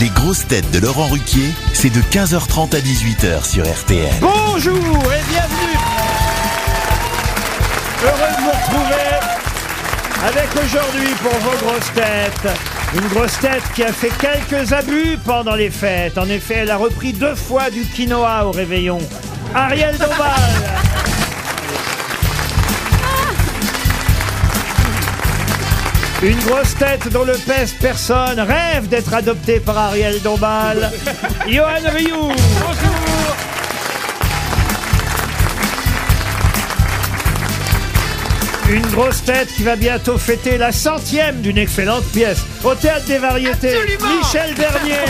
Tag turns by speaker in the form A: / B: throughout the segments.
A: Les grosses têtes de Laurent Ruquier, c'est de 15h30 à 18h sur RTL.
B: Bonjour et bienvenue Heureux de vous retrouver avec aujourd'hui pour vos grosses têtes. Une grosse tête qui a fait quelques abus pendant les fêtes. En effet, elle a repris deux fois du quinoa au réveillon. Ariel Dombal Une grosse tête dont le pèse personne rêve d'être adopté par Ariel Dombal. Johan Rioux. Une grosse tête qui va bientôt fêter la centième d'une excellente pièce au Théâtre des Variétés.
C: Absolument.
B: Michel Bernier.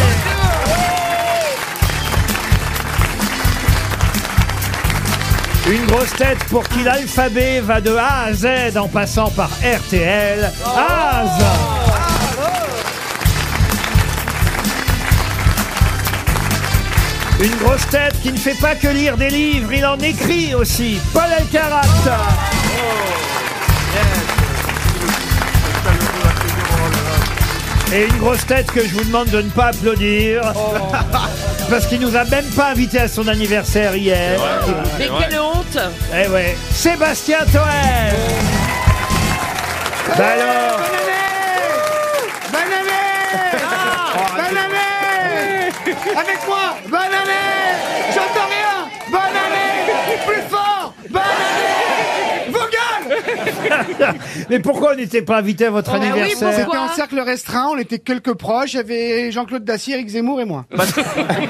B: Une grosse tête pour qui l'alphabet va de A à Z en passant par RTL.
D: Oh.
B: Az. Une grosse tête qui ne fait pas que lire des livres, il en écrit aussi. Paul Elkarat. Et une grosse tête que je vous demande de ne pas applaudir. Parce qu'il nous a même pas invités à son anniversaire hier.
E: Mais quelle honte
B: Eh ouais. Sébastien Toer Bah alors
C: Bonne année Bonne année Avec moi Bonne année J'entends rien Bonne année Plus fort Bonne année Vos gueules
B: Mais pourquoi on n'était pas invité à votre
F: Oh, bah
B: anniversaire
E: pourquoi
F: C'était en cercle restreint, on était quelques proches, il y avait Jean-Claude Dacier, Eric Zemmour et moi.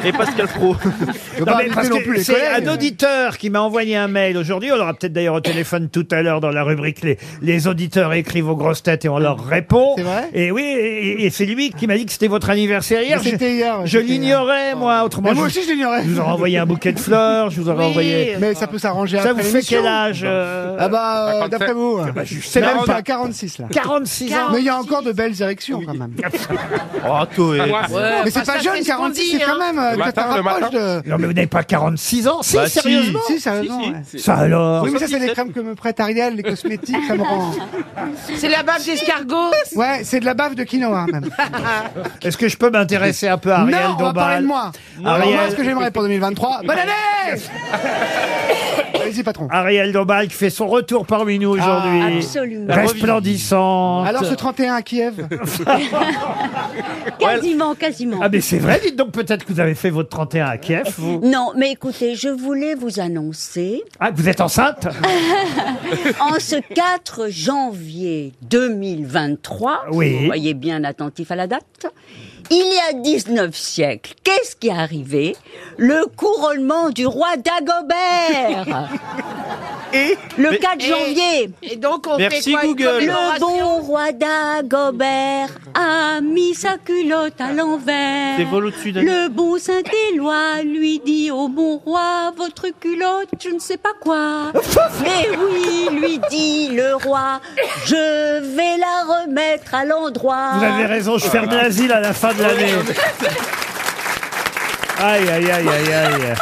G: Et Pascal Pro.
F: Je veux
B: Non,
F: pas
B: mais
F: inviter
B: parce
F: non
B: que
F: plus les
B: c'est
F: collègues.
B: un auditeur qui m'a envoyé un mail aujourd'hui. On l'aura peut-être d'ailleurs au téléphone tout à l'heure dans la rubrique les, les auditeurs écrivent aux grosses têtes et on leur répond.
F: C'est vrai
B: Et oui, et, et c'est lui qui m'a dit que c'était votre anniversaire hier.
F: Mais c'était
B: Je-
F: hier,
B: Je
F: Ah c'était Ah. hier.
B: l'ignorais moi. Autrement,
F: Mais moi
B: je,
F: aussi je l'ignorais.
B: je vous aurais envoyé un bouquet de fleurs. Je vous aurais
E: Oui.
B: envoyé.
F: Mais ça peut s'arranger
B: Ça
F: après
B: vous fait
F: l'émission.
B: quel âge euh, Ah
F: Ah bah, euh, d'après vous.
B: je sais
F: C'est même
B: même
F: pas
B: pas.
F: 46 là.
B: 46 ans. Ah,
F: Mais il y a encore de belles érections quand même.
G: Oh, toi, eh.
F: Mais
B: bah,
F: c'est pas jeune, 46, c'est quand même. euh,
H: matin,
F: t'as
H: le
F: rapproche de.
B: Non mais vous n'avez pas 46 hein. ans, si
G: Bah, si.
B: sérieusement.
F: Si, sérieusement.
H: Si, si.
F: ouais.
B: Ça alors.
F: Oui, mais ça, c'est des crèmes que me prête Ariel, les cosmétiques, ça me rend.
E: C'est la bave d'escargot
F: Ouais, c'est de la bave de quinoa, hein, même.
B: Est-ce que je peux m'intéresser un peu à Ariel
F: non, on va
B: Dombal
F: parler de moi. Alors,
B: Ariel.
F: moi, ce que j'aimerais pour 2023, bonne année Allez-y, patron.
B: Ariel Dombal qui fait son retour parmi nous
F: Ah,
B: aujourd'hui.
I: Absolument.
B: Resplendissante.
F: Alors, ce 31 à Kiev,
I: Quasiment, quasiment.
B: Ah mais c'est vrai, dites donc peut-être que vous avez fait votre 31 à Kiev. vous.
I: Non, mais écoutez, je voulais vous annoncer,
B: Ah, vous êtes enceinte
I: en ce 4 janvier 2023, si
B: Oui.
I: vous voyez bien attentif à la date, il y a 19 siècles, qu'est-ce qui est arrivé Le couronnement du roi Dagobert Et Le 4 janvier
E: Et donc on
G: Merci,
E: fait quoi une
G: Google.
I: Le
E: commémoration
I: bon roi Dagobert a mis sa culotte à l'envers.
G: Des vols au-dessus d'un-
I: Le bon Saint-Éloi lui dit au bon roi, votre culotte, je ne sais pas quoi. Mais oui, lui dit le roi, je vais la remettre à l'endroit.
B: Vous avez raison, je ferme l'asile à la fin de l'année. Aïe, aïe, aïe, aïe, aïe.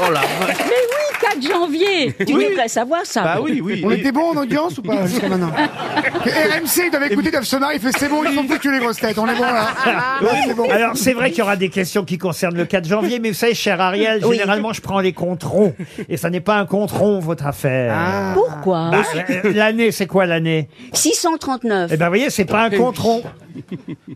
G: Oh la vache.
I: Mais oui, 4 janvier. Tu devrais savoir ça.
G: Bah oui, oui.
F: on
G: Et-
F: était bon en audience ou pas jusqu'à maintenant RMC, il devait écouter Dove Sonar, il fait c'est bon, ils ont foutu les grosses têtes, on est bon là. Là, c'est bon.
B: Alors, c'est vrai qu'il y aura des questions qui concernent le 4 janvier, mais vous savez, cher Ariel, généralement, je prends les comptes ronds. Et ça n'est pas un compte rond, votre affaire.
I: Pourquoi
B: Bah, euh, l'année, c'est quoi l'année
I: 639.
B: Eh ben, vous voyez, c'est pas un compte rond.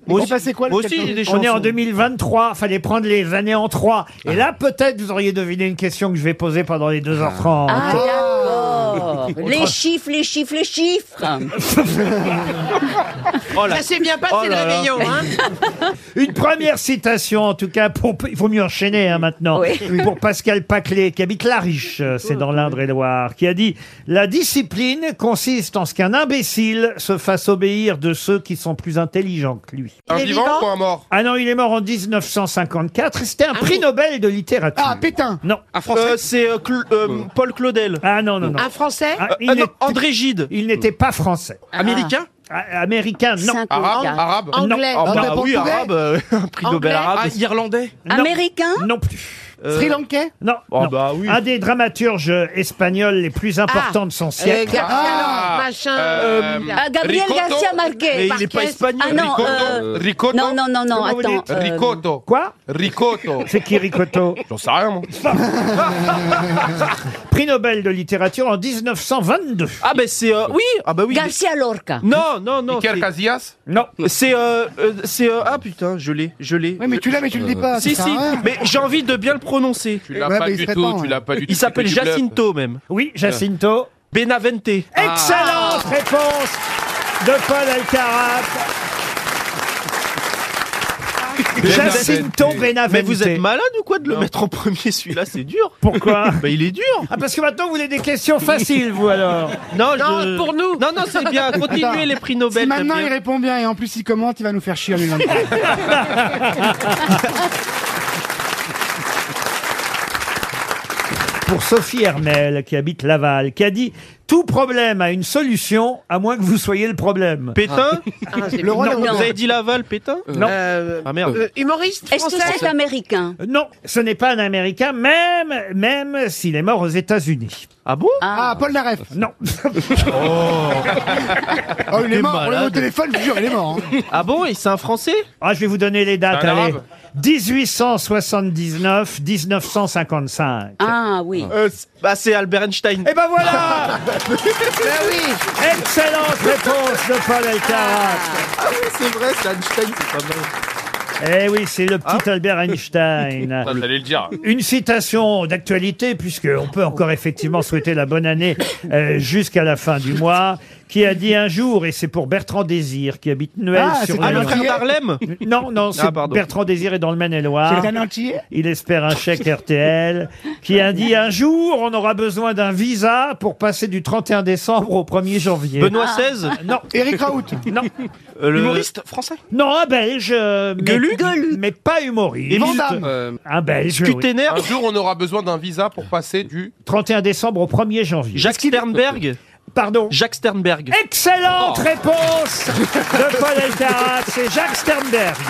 F: Moi aussi, quoi, le
G: Moi aussi, j'ai des chansons.
B: On est en 2023, fallait prendre les années en trois. Et là, peut-être, vous auriez deviné une question que je vais poser pendant les 2h30.
I: Ah d'accord. Les chiffres, les chiffres, les chiffres.
G: Oh la
E: Ça s'est bien passé
G: Oh
E: le
G: là là.
E: réveillon, hein
B: Une première citation, en tout cas, pour, il faut mieux enchaîner hein, maintenant,
I: Oui.
B: pour Pascal Paclet, qui habite La Riche, euh, c'est dans l'Indre-et-Loire, qui a dit « La discipline consiste en ce qu'un imbécile se fasse obéir de ceux qui sont plus intelligents que lui.
H: Un
E: Il est
H: vivant,
E: vivant
H: ou un mort »
B: Ah non, il est mort en 1954, et c'était
E: Ah
B: un prix Nobel de littérature.
F: Ah, Pétain
B: non.
H: Un français
G: Euh, c'est euh, Cl- euh, Paul Claudel.
B: Ah non, non, non.
E: Un français
B: Ah, il
G: Ah
B: n'était-
G: non, André Gide.
B: il n'était pas français.
H: Américain
B: Ah, américain, non.
I: 54.
H: Arabe Arabe
E: Anglais
G: Ah bah
F: Ah, bah,
G: oui,
F: portugais.
G: arabe. euh, un prix
E: Anglais.
G: Nobel arabe.
H: Ah, Irlandais
B: Non.
I: Américain
B: Non plus.
G: Euh,
F: Sri Lankais
B: Non,
G: Oh,
B: non.
G: bah oui.
B: un des dramaturges espagnols les
I: Ah.
B: plus importants de son siècle.
I: Euh,
E: Garcia,
F: Ah.
E: Lorca, machin.
H: Euh,
E: là.
I: Ah, Gabriel
H: Ricordo.
I: Garcia Marquez.
G: Mais il est pas
I: Marquez.
G: espagnol.
I: Ah non,
H: Ricordo.
I: euh,
H: Ricordo.
I: non, non, non, non,
B: Comment vous
I: attends.
B: dites
I: euh,
H: Ricotto.
B: Quoi
H: Ricotto.
B: C'est qui Ricotto
H: J'en sais rien, moi.
B: Prix Nobel de littérature en 1922.
G: Ah ben c'est euh, oui. Ah bah oui.
I: Garcia Lorca.
G: Non non non.
H: Iker
G: c'est-
H: Casillas
B: Non.
G: C'est euh, euh, c'est euh, ah putain je l'ai je l'ai.
F: Oui, mais tu l'as, mais tu le dis pas.
G: Si
F: ça
G: si.
F: sert à rien.
G: Mais j'ai envie de bien le prononcer.
H: Tu l'as
F: Ouais,
H: pas
F: mais il
H: du
F: serait
H: tout,
F: temps,
H: tu
F: hein.
H: l'as pas du tout.
G: Il s'appelle
H: tu bluffes.
G: Jacinto même.
B: Oui, Jacinto.
G: Benavente.
F: Ah.
E: Ah.
B: Excellente réponse de Paul Alcarat. Jacinto
H: Benavente.
B: Benavente.
G: Mais vous êtes malade ou quoi de le mettre en premier celui-là c'est dur.
B: Pourquoi
G: Bah il est dur.
B: Ah, parce que maintenant vous voulez des questions faciles, vous alors.
G: Non,
E: Non,
G: je-
E: pour nous.
G: Non, non, c'est bien. Continuez les prix Nobel.
F: Si maintenant
G: t'as
F: il
G: bien.
F: répond bien et en plus il commente, il va nous faire chier en 2023.
B: Pour Sophie Hermel, qui habite Laval, qui a dit Tout problème a une solution, à moins que vous soyez le problème.
G: Pétain
E: Ah, c'est-
F: Le roi
G: Vous
F: d'Angleterre.
G: avez dit Laval, Pétain
B: Non.
E: Euh,
G: Ah merde.
E: euh, humoriste
I: Est-ce que
E: français
I: c'est américain
B: Euh, Non, ce n'est pas un Américain, même, même s'il est mort aux États-Unis.
G: Ah bon
F: Ah, Paul Naref.
B: Non.
F: Oh, il est mort. On l'a eu au
G: malade.
F: téléphone, je vous jure, il est mort. hein.
G: Ah bon Et c'est un Français
B: Ah, je vais vous donner les dates.
H: Un
B: allez.
H: arabe
B: 1879, 1955.
I: Ah oui.
G: euh, c'est- Bah, c'est Albert Einstein.
B: Et ben voilà
E: Bah oui.
B: Excellente réponse de Paul Elkarat.
G: Ah c'est vrai, c'est Einstein, c'est pas mal.
B: Eh oui, c'est le
G: Ah.
B: petit Albert Einstein.
H: Ah, J'allais le dire.
B: Une citation d'actualité, puisque on peut encore effectivement souhaiter la bonne année euh, jusqu'à la fin du mois, qui a dit un jour, et c'est pour Bertrand Désir, qui habite Noël
F: Ah,
B: sur
F: c'est
G: Ah,
F: Alors,
G: le
B: le
G: frère
F: qui est-
G: d'Harlem
B: Non, non, c'est
G: pardon.
B: Bertrand Désir est dans le Maine-et-Loire.
F: C'est un entier
B: Il espère un chèque RTL qui a dit un jour on aura besoin d'un visa pour passer du 31 décembre au 1er janvier.
G: Benoît XVI
B: Non,
F: Eric Raoult.
B: non,
G: euh, le-
H: Humoriste français
B: non, un belge. euh, mais-
G: Gueuluc
B: Mais pas humoriste.
G: Émile-
F: Van Damme.
H: Euh,
B: Un belge. oui.
G: Cutener
H: Un jour, on aura besoin d'un visa pour passer du.
B: 31 décembre au 1er janvier.
G: Jacques Sternberg
B: Pardon.
G: Jacques Sternberg.
B: Excellente réponse de Paul Elkarat, c'est Jacques Sternberg.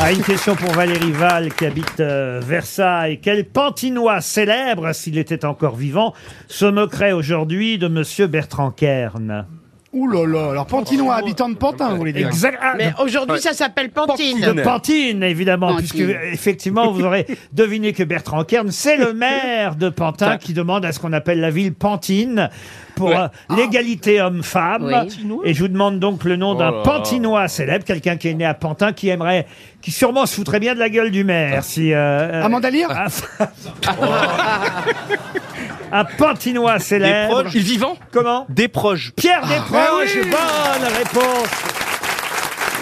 B: Ah, une question pour Valérie Val qui habite euh, Versailles. Quel pantinois célèbre, s'il était encore vivant, se moquerait aujourd'hui de Monsieur Bertrand Kern
F: Ouh là là. Alors Pantinois, habitant de Pantin, vous voulez dire.
B: Exact. ah,
E: Mais aujourd'hui, ça s'appelle Pantine.
B: de Pantine, évidemment,
I: Pantine.
B: puisque euh, effectivement, vous aurez deviné que Bertrand Kern, c'est le maire de Pantin qui demande à ce qu'on appelle la ville Pantine pour euh, l'égalité homme-femme.
I: Oui.
B: Et je vous demande donc le nom d'un
H: là là.
B: Pantinois célèbre, quelqu'un qui est né à Pantin, qui aimerait, qui sûrement se foutrait bien de la gueule du maire, si. euh, euh,
F: Amanda Lear
B: un- Un Pantinois
G: Des
B: célèbre.
G: proches. Il vivant
B: Comment
G: Des proches.
B: Pierre Desproges, Ah, bonne Oh, réponse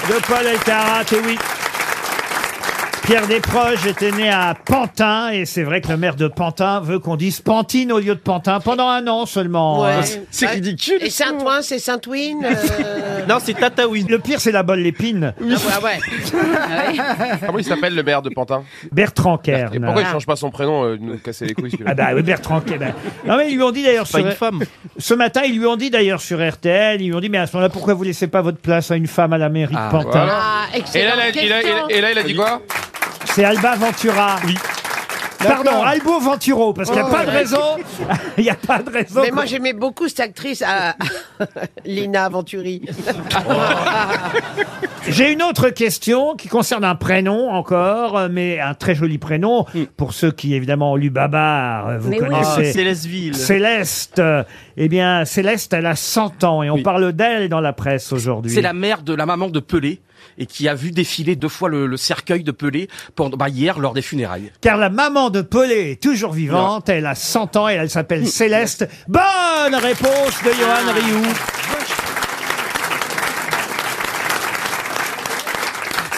B: de Paul Elkarat, et oui. Pierre Desproges était né à Pantin, et c'est vrai que le maire de Pantin veut qu'on dise Pantine au lieu de Pantin pendant un an seulement.
F: Oh,
E: Ouais.
G: C'est
E: Ouais.
G: ridicule.
E: Et Saint-Ouen, c'est Saint-Ouin. euh,
G: Non, c'est Tataouine.
B: Le pire, c'est la bolle lépine,
E: Ah ouais, ouais.
F: Ah
H: Comment il s'appelle le maire de Pantin
B: Bertrand
H: Et
B: Kern.
H: pourquoi il change pas son prénom euh, de nous casser les couilles celui-là
B: Ah bah oui, Bertrand Kern. bah. Non mais ils lui ont dit d'ailleurs
G: Pas
B: sur...
G: une femme.
B: Ce matin, ils lui ont dit d'ailleurs sur RTL, ils lui ont dit mais à ce moment-là, pourquoi vous laissez pas votre place à une femme à la mairie de Pantin
H: voilà.
E: Ah,
H: Et là,
E: excellente
H: il a- il a, il
E: question.
H: a- et là, il a dit quoi
B: C'est Alba Ventura. Oui. Pardon,
F: D'accord.
B: Albo Venturo, parce qu'il n'y a
F: Oh.
B: pas de raison. Il n'y a pas de raison.
E: Mais moi, j'aimais beaucoup cette actrice, ah, Lina Aventuri.
F: Ah,
B: J'ai une autre question qui concerne un prénom encore, euh, mais un très joli prénom.
H: Hmm.
B: Pour ceux qui, évidemment, ont lu Babar, euh, vous
I: Mais oui.
G: Ah,
B: connaissez.
G: Célestville.
B: Céleste, euh, eh bien, Céleste, elle a 100 ans et on parle d'elle dans la presse aujourd'hui.
J: C'est la mère de la maman de Pelé et qui a vu défiler deux fois le, le cercueil de Pelé pendant, bah, hier lors des funérailles.
B: Car la maman de Pelé est toujours vivante, elle a 100 ans et elle
H: Hmm.
B: s'appelle Céleste. Bonne réponse de Johan
H: Ah.
B: Rioux.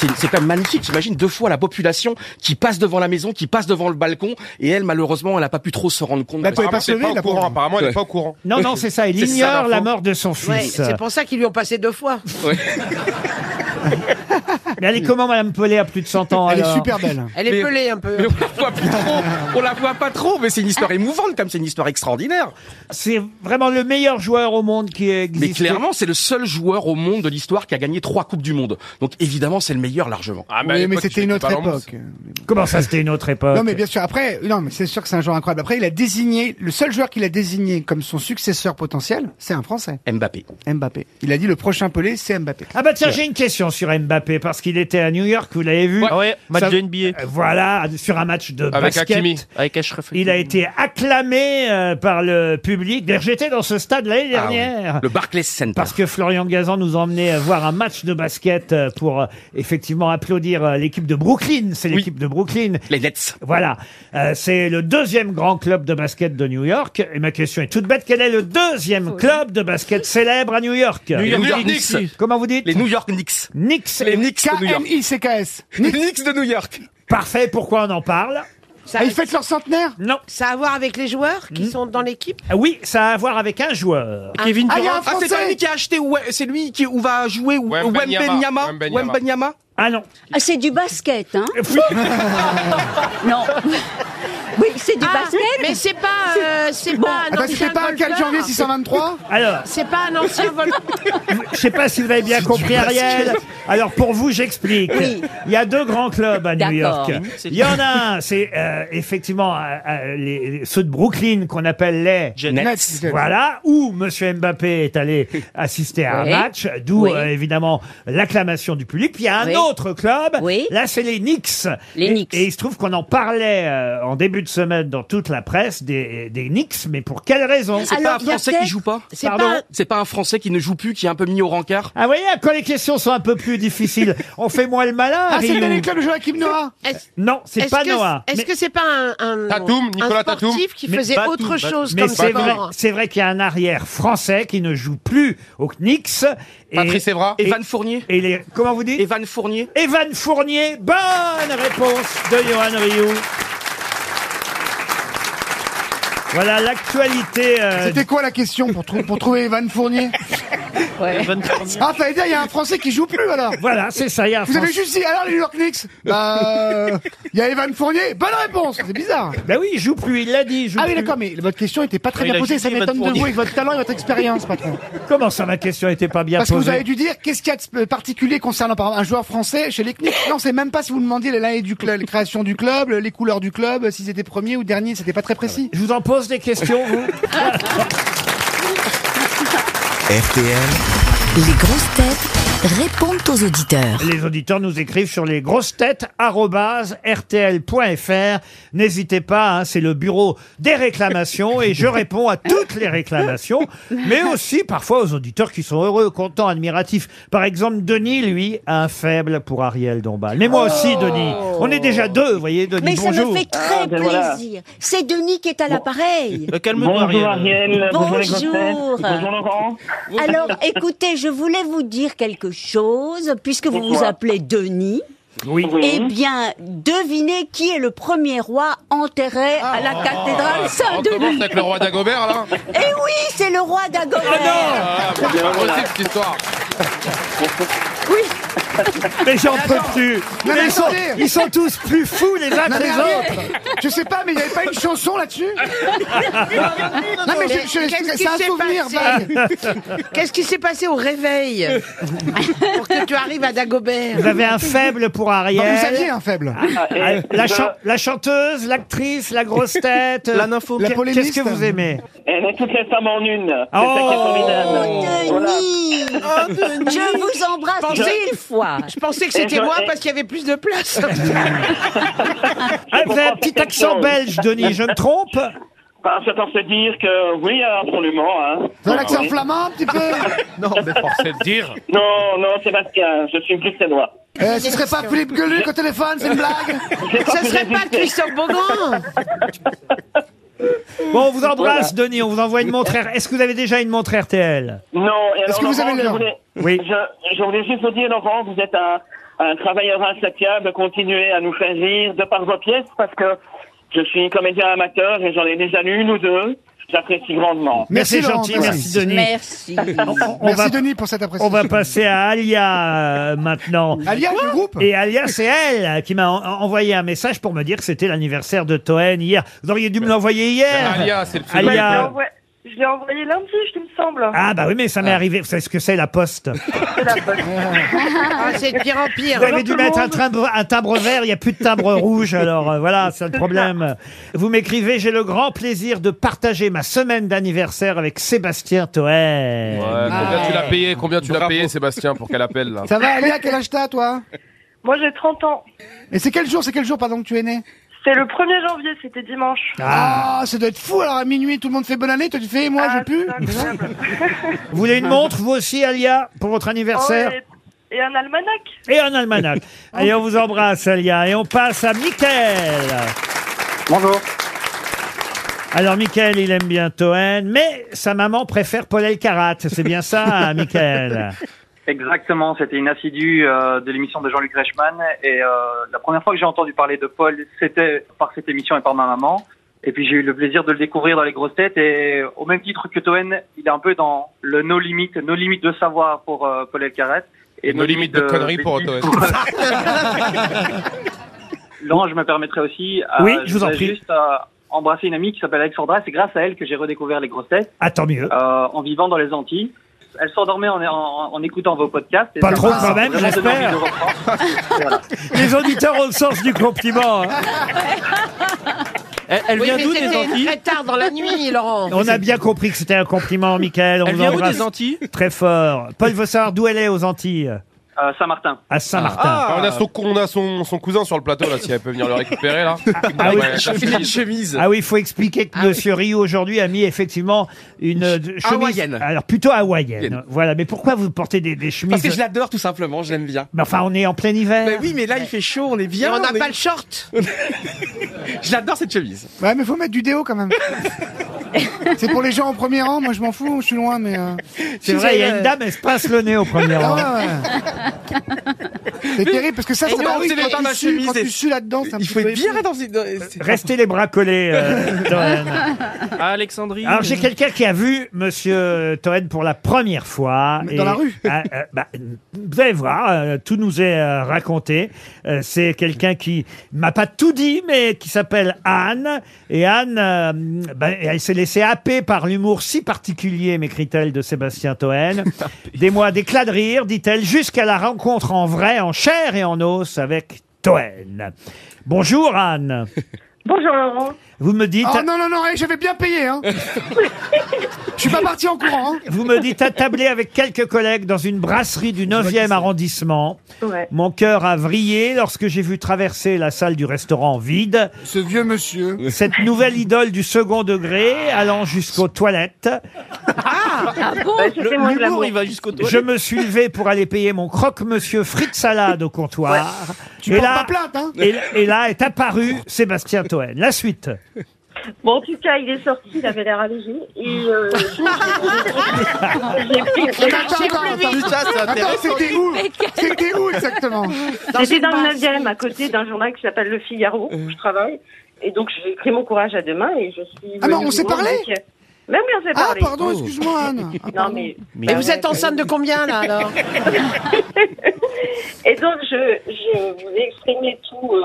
J: C'est c'est quand même magnifique, j'imagine deux fois la population qui passe devant la maison, qui passe devant le balcon et elle malheureusement elle n'a pas pu trop se rendre compte.
F: Bah, Elle pouvait pas
H: Apparemment,
F: se
H: elle est pas
F: lever,
H: au
F: la
H: courant.
F: pauvre.
H: Apparemment, elle est pas au courant.
B: Non, non, c'est ça, elle
J: C'est ça,
B: ignore la
J: l'info.
B: mort de son
E: Ouais,
B: fils.
E: c'est pour ça qu'ils lui ont passé deux fois.
B: Mais
H: Hmm.
B: elle est comment, Madame Pelé, à plus de 100 ans
F: Elle est
B: alors
F: super belle.
E: Elle est
J: Mais-
E: pelée un peu.
J: Mais on la voit plus trop, on la voit pas trop, mais c'est une histoire émouvante comme c'est une histoire extraordinaire.
B: C'est vraiment le meilleur joueur au monde qui existe.
J: Mais clairement, c'est le seul joueur au monde de l'histoire qui a gagné trois coupes du monde. Donc évidemment, c'est le meilleur largement.
H: Ah, à
F: Oui, mais
H: l'époque,
F: c'était
H: il
F: une
H: fait
F: autre
H: pas vraiment-
F: époque.
B: Comment ça, c'était une autre époque
F: Non, mais bien sûr, après, non, mais c'est sûr que c'est un joueur incroyable. Après, il a désigné, le seul joueur qu'il a désigné comme son successeur potentiel, c'est un Français,
J: Mbappé.
F: Mbappé. Il a dit le prochain Pelé, c'est Mbappé.
B: Ah bah tiens, j'ai une question sur Mbappé, parce qu'il était à New York, vous l'avez vu.
G: Ah ouais, match
B: Ça-
G: de NBA.
B: Euh, Voilà, sur un match de
H: Avec
B: basket.
H: Hakimi.
G: Avec Ashraf.
B: Il a été acclamé euh, par le public. D'ailleurs, j'étais dans ce stade l'année
J: Ah oui.
B: dernière.
J: Le Barclays Center.
B: Parce que Florian Gazan nous emmenait euh, voir un match de basket euh, pour euh, effectivement applaudir euh, l'équipe de Brooklyn. C'est
J: Oui.
B: l'équipe de Brooklyn.
J: Les Nets.
B: Voilà. Euh, c'est le deuxième grand club de basket de New York. Et ma question est toute bête. Quel est le deuxième club de basket célèbre à New York
J: New York, Knicks.
B: Comment vous dites
J: Les New York Knicks.
B: Knicks.
J: Les Knicks de New York.
F: K-N-I-C-K-S.
J: Les Knicks de New York.
B: Parfait. Pourquoi on en parle
E: Ça,
F: Ah, ils fêtent leur centenaire
B: Non.
E: ça a à voir avec les joueurs qui sont dans l'équipe
B: Ah Oui, ça a à voir avec un joueur.
J: Kevin
F: Ah, il y a
J: Durant.
F: un
J: Ah, c'est pas
F: Français.
J: lui qui a acheté, ouais, c'est lui qui, où va jouer ou-
H: Wembenyama.
J: Wembenyama.
H: Wembenyama.
J: Wembenyama.
B: Ah non.
I: Ah, c'est du basket, hein
B: Oui.
I: Non. Oui, c'est du
E: Ah,
I: basket.
E: Mais c'est pas, euh, c'est
I: Bon.
E: pas
F: Ah
E: un
F: bah,
E: ancien
F: c'était pas un 4
E: golfeur.
F: janvier 623
B: Alors,
E: C'est pas un ancien voleur.
B: je sais pas si vous avez bien compris, Ariel. Alors, pour vous, j'explique.
I: Oui.
B: Il y a deux grands clubs à New York.
I: D'accord.
B: Il y en a un, c'est euh, effectivement euh, euh, les- ceux de Brooklyn qu'on appelle les...
J: Nets.
F: Nets.
B: Voilà, où Monsieur Mbappé est allé assister à un
I: Oui.
B: match, d'où
I: Oui.
B: euh, évidemment l'acclamation du public. Puis il y a un
I: Oui.
B: autre club,
I: Oui.
B: là c'est les Knicks.
I: Les
B: et,
I: Knicks.
B: et il se trouve qu'on en parlait euh, en début de semaine dans toute la presse des, des Knicks, mais pour quelle raison
J: C'est pas un
I: Alors, il y a
J: Français qui
I: peut-être-
J: joue pas.
E: C'est
B: Pardon
E: pas.
J: C'est pas un Français qui ne joue plus, qui est un peu mis au rencard.
B: Ah, vous voyez, quand les questions sont un peu plus difficiles, on fait moins le malin.
F: Ah, c'est
B: Ryu.
F: le dernier club de Joachim Noah
E: Est-ce
B: Non, c'est
E: est-ce
B: pas
E: que-
B: Noah.
E: Est-ce
B: Mais-
E: que c'est pas un, un,
H: Tatum, Nicolas
E: un sportif qui
G: Mais
E: faisait
G: Batum,
E: autre
G: Batum.
E: chose
B: Mais
E: comme
B: c'est vrai,
E: sport
B: c'est vrai qu'il y a un arrière français qui ne joue plus aux Knicks. Et,
H: Patrice Evra.
J: Evan Fournier.
B: et les, comment vous dites
J: Evan Fournier.
B: Evan Fournier, bonne réponse de Johan Rioux. Voilà l'actualité. euh,
F: C'était quoi la question pour, trou- pour trouver Evan Fournier Ah, fallait dire, il y a un Français qui joue plus alors
B: voilà, c'est ça. il y a un
F: Vous avez
B: Français-
F: juste dit, alors les New York Knicks Bah, euh, il y a Evan Fournier Bonne réponse C'est bizarre
B: Ben oui, il joue plus, il l'a dit. il joue
F: Ah oui,
B: plus.
F: d'accord, mais votre question était pas très
G: Il
F: bien
G: a
F: posée,
G: juste
F: ça
G: dit Evan
F: m'étonne de
G: Fournier.
F: vous avec votre talent et votre expérience, patron.
B: Comment ça, ma question était pas bien
F: Parce que
B: posée
F: vous avez dû dire, qu'est-ce qu'il y a de particulier concernant par exemple, un joueur français chez les Knicks Non, c'est même pas si vous demandiez l'année du club, la création du club, les couleurs du club, euh, s'ils étaient premiers ou derniers, c'était pas très précis.
B: Je vous en pose des questions, vous
A: RTL,
K: Les grosses têtes répondent aux auditeurs.
B: Les auditeurs nous écrivent sur les grosses têtes rtl.fr. N'hésitez pas, hein, c'est le bureau des réclamations et je réponds à toutes les réclamations, mais aussi parfois aux auditeurs qui sont heureux, contents, admiratifs. Par exemple, Denis, lui, a un faible pour Ariel Dombal. Mais moi aussi, Denis. On est déjà deux, vous voyez, Denis.
I: Mais ça
B: bonjour.
I: me fait très
L: ben voilà.
I: plaisir. C'est Denis qui est à l'appareil.
G: Euh, Calme-toi,
L: Bonjour Ariel,
G: Ariel.
L: bonjour, les
I: Bonjour.
L: grosses têtes. bonjour Laurent.
I: Alors, écoutez, je voulais vous dire quelque chose, puisque vous vous
L: Pourquoi
I: appelez Denis.
B: Oui.
I: Eh bien, devinez qui est le premier roi enterré à la cathédrale
H: Ah, On commence
I: Saint-Denis.
H: avec le roi d'Agobert, là
E: Ah,
I: Eh oui, c'est le roi d'Agobert.
H: Ah, bah, c'est pas possible, cette histoire
I: oui.
B: Mais j'en peux plus.
F: Non, mais
B: Mais ils, sont,
F: attendez.
B: ils sont tous plus fous les uns
F: Non,
B: que
F: mais
B: les
F: Ariel,
B: autres.
F: Je sais pas, mais il n'y avait pas une chanson là-dessus Non, mais je- je-
E: Mais qu'est-ce
F: c'est un
E: qui s'est
F: souvenir
E: passé
F: vague.
E: Qu'est-ce qui s'est passé au réveil pour que tu arrives à Dagobert
B: Vous avez un faible pour Ariel.
F: Non, mais Bah, vous aviez un faible.
B: Ah, La,
L: je-
B: chan- la chanteuse, l'actrice, la grosse tête, euh,
G: La nympho.
F: La
B: qu'est-
F: polémiste.
B: Qu'est-ce que vous aimez
L: Elle est Eh ben, toutes les femmes en une. C'est ça qui est
I: Oh,
L: formidable. Voilà. Ah,
I: Denis. Je vous embrasse
E: Pensez-
I: mille fois.
E: Je pensais que c'était
L: Et je-
E: moi
L: et-
E: parce qu'il y avait plus de place.
B: ah, Vous avez un
L: comprends
B: petit
L: pas
B: accent
L: pourquoi.
B: belge, Denis, je me trompe
L: Enfin, c'est pour se dire que oui, absolument. Hein.
F: Dans l'accent
L: Oui.
F: flamand, un petit peu
B: Ah.
H: Forcé de dire
L: Non, non, Sébastien, je suis bruxellois.
F: Euh, Ce serait pas Philippe Gueluc au téléphone, c'est une blague
E: Ça serait pas Christophe Beaugrand
B: Bon, on vous embrasse, Denis, on vous envoie une montre R- Est-ce que vous avez déjà une montre RTL
L: Non, et alors,
F: Est-ce que vous
L: Laurent,
F: avez
L: je
F: l'heure
L: voulais,
B: Oui.
L: je, je voulais juste vous dire, Laurent, vous êtes un, un travailleur insatiable, continuez à nous faire rire de par vos pièces, parce que je suis comédien amateur et j'en ai déjà lu une ou deux. J'apprécie grandement.
B: Merci, gentil, merci Denis.
I: Merci.
B: On va-
F: Denis pour cette
B: On
F: appréciation.
B: va passer à Alia euh, maintenant.
F: Alia du groupe
B: Et Alia, c'est elle qui m'a en- en- envoyé un message pour me dire que c'était l'anniversaire de Toen hier. Vous auriez dû me l'envoyer hier.
H: Alia, c'est le
M: Bah,
B: Alia.
M: je l'ai envoyé- Je l'ai envoyé lundi, je me semble.
B: Ah bah oui, mais ça m'est arrivé. Vous savez ce que c'est la poste
E: Ah, c'est de pire en pire.
B: Vous avez dû mettre un timbre, un timbre vert, il n'y a plus de timbre rouge, alors euh, voilà, c'est le problème. Vous m'écrivez, j'ai le grand plaisir de partager ma semaine d'anniversaire avec Sébastien Toer.
H: Combien tu
E: Ah.
H: l'as payé Combien tu l'as payé, Sébastien, pour qu'elle appelle là
F: Ça va, Alia, quel âge t'as, toi
M: Moi, j'ai 30 ans.
F: Et c'est quel jour, c'est quel jour, pardon, que tu es né
M: C'est le 1er janvier, c'était dimanche.
F: Ah, ça doit être fou, alors à minuit, tout le monde fait bonne année, toi tu fais,
M: Ah,
F: moi je pue
B: Vous voulez une montre, vous aussi, Alia, pour votre anniversaire
M: Oh, et, et un almanach.
B: Et un almanach. Allez, on vous embrasse, Alia. Et on passe à Mickaël. Bonjour. Alors, Mickaël, il aime bien Toen, mais sa maman préfère Paul Elkarat. C'est bien ça, hein, Mickaël
N: Exactement, c'était une assidue euh, de l'émission de Jean-Luc Reichmann et euh, la première fois que j'ai entendu parler de Paul, c'était par cette émission et par ma maman. Et puis j'ai eu le plaisir de le découvrir dans les grosses têtes et euh, au même titre que Toen, il est un peu dans le no limit, no limit de savoir pour euh, Paul Elkarat
H: Et nos limites de conneries pour Toen.
N: Laurent, je me permettrai aussi.
B: Oui, je vous en
N: voudrais
B: prie.
N: Juste euh, embrasser une amie qui s'appelle Alexandra. C'est grâce à elle que j'ai redécouvert les grosses têtes.
B: Ah, tant mieux.
N: Euh, en vivant dans les Antilles. Elle s'endormait en, en, en écoutant vos podcasts. Et
B: Pas
N: ça
B: trop
N: m'a
B: quand même,
N: vraiment donné
B: j'espère.
N: envie de reprendre. Voilà.
B: Les auditeurs ont le sens du compliment. hein. Elle,
E: oui, mais c'était très tard dans la nuit, Laurent.
B: On a bien compris que c'était un compliment, Michael. On
N: Elle
B: vous
N: vient où,
B: embrasse
N: des Antilles
B: Très fort. Paul veut savoir d'où elle est aux Antilles.
N: Euh, Saint-Martin.
B: À Saint-Martin.
H: Ah, on a, son, on a son, son cousin sur le plateau là, si elle peut venir le récupérer là.
B: Ah oui,
H: Ouais, la chemise.
B: Ah oui, il faut expliquer que Monsieur Rio aujourd'hui a mis effectivement une euh, chemise
J: Hawaïenne.
B: Alors plutôt hawaïenne. Voilà, mais pourquoi vous portez des, des chemises
J: Parce que je l'adore tout simplement, je l'aime bien.
B: Mais enfin, on est en plein hiver.
J: Mais oui, mais là il fait chaud, on est bien.
E: Et on n'a
J: est-
E: pas le short.
J: Je l'adore cette chemise.
F: Ouais, mais faut mettre du déo quand même. c'est pour les gens au premier rang, moi je m'en fous, je suis loin, mais. euh,
B: C'est
F: si
B: vrai, il y
F: euh,
B: a une dame, elle se pince le nez au premier
F: Ah
B: rang.
F: ouais, ouais. C'est terrible parce que ça,
J: Et
F: ça
J: non,
F: arrive
J: c'est les
F: quand,
J: temps
F: tu
J: de la
F: sues,
J: chemise
F: quand
J: et-
F: tu sues là-dedans.
J: Il faut être bien dans une.
B: Restez les bras collés, euh, Toen.
G: À Alexandrie.
B: Alors j'ai quelqu'un qui a vu Monsieur Toen pour la première fois.
G: Mais dans la rue.
B: Ah, euh, bah, vous allez voir, euh, tout nous est euh, raconté. Euh, c'est quelqu'un qui m'a pas tout dit, mais qui s'appelle Anne. Et Anne, euh, bah, elle s'est laissée happer par l'humour si particulier, m'écrit-elle, de Sébastien Toen. des mois d'éclats de rire, dit-elle, jusqu'à la rencontre en vrai, en chair et en os avec Toen. Bonjour Anne.
M: Bonjour Laurent.
B: Vous me dites...
F: Oh non, non, non, hey, j'avais bien payé, hein. Je suis pas parti en courant, hein.
B: Vous me dites attablé avec quelques collègues dans une brasserie du 9e arrondissement. Mon cœur a vrillé lorsque j'ai vu traverser la salle du restaurant vide.
F: Ce vieux monsieur.
B: Cette nouvelle idole du second degré allant jusqu'aux toilettes.
M: Ouais, c'était moi de l'amour.
G: jusqu'au
B: euh, Je me suis levé pour aller payer mon croque-monsieur frites salade au comptoir.
F: Tu portes pas plainte, hein.
B: et, et là est apparu Sébastien Toen. La suite.
M: Bon, en tout cas, il est sorti, il avait l'air allégé. Et euh, j'ai pris.
F: Attends, attends, attends, attends, c'était où C'était où exactement
M: J'étais dans le 9 à côté d'un journal qui s'appelle Le Figaro, où je travaille. Et donc, j'ai pris mon courage à deux mains et je suis.
F: Ah, mais
M: venue
F: on s'est
M: vous voir
F: parlé
M: avec- Mais oui, on s'est
F: Ah,
M: parlé.
F: pardon, excuse-moi, Anne. Ah,
M: Non,
F: pardon.
M: mais.
E: Mais vous êtes enceinte de combien, là, alors
M: Et donc, je, je voulais exprimer tout, euh,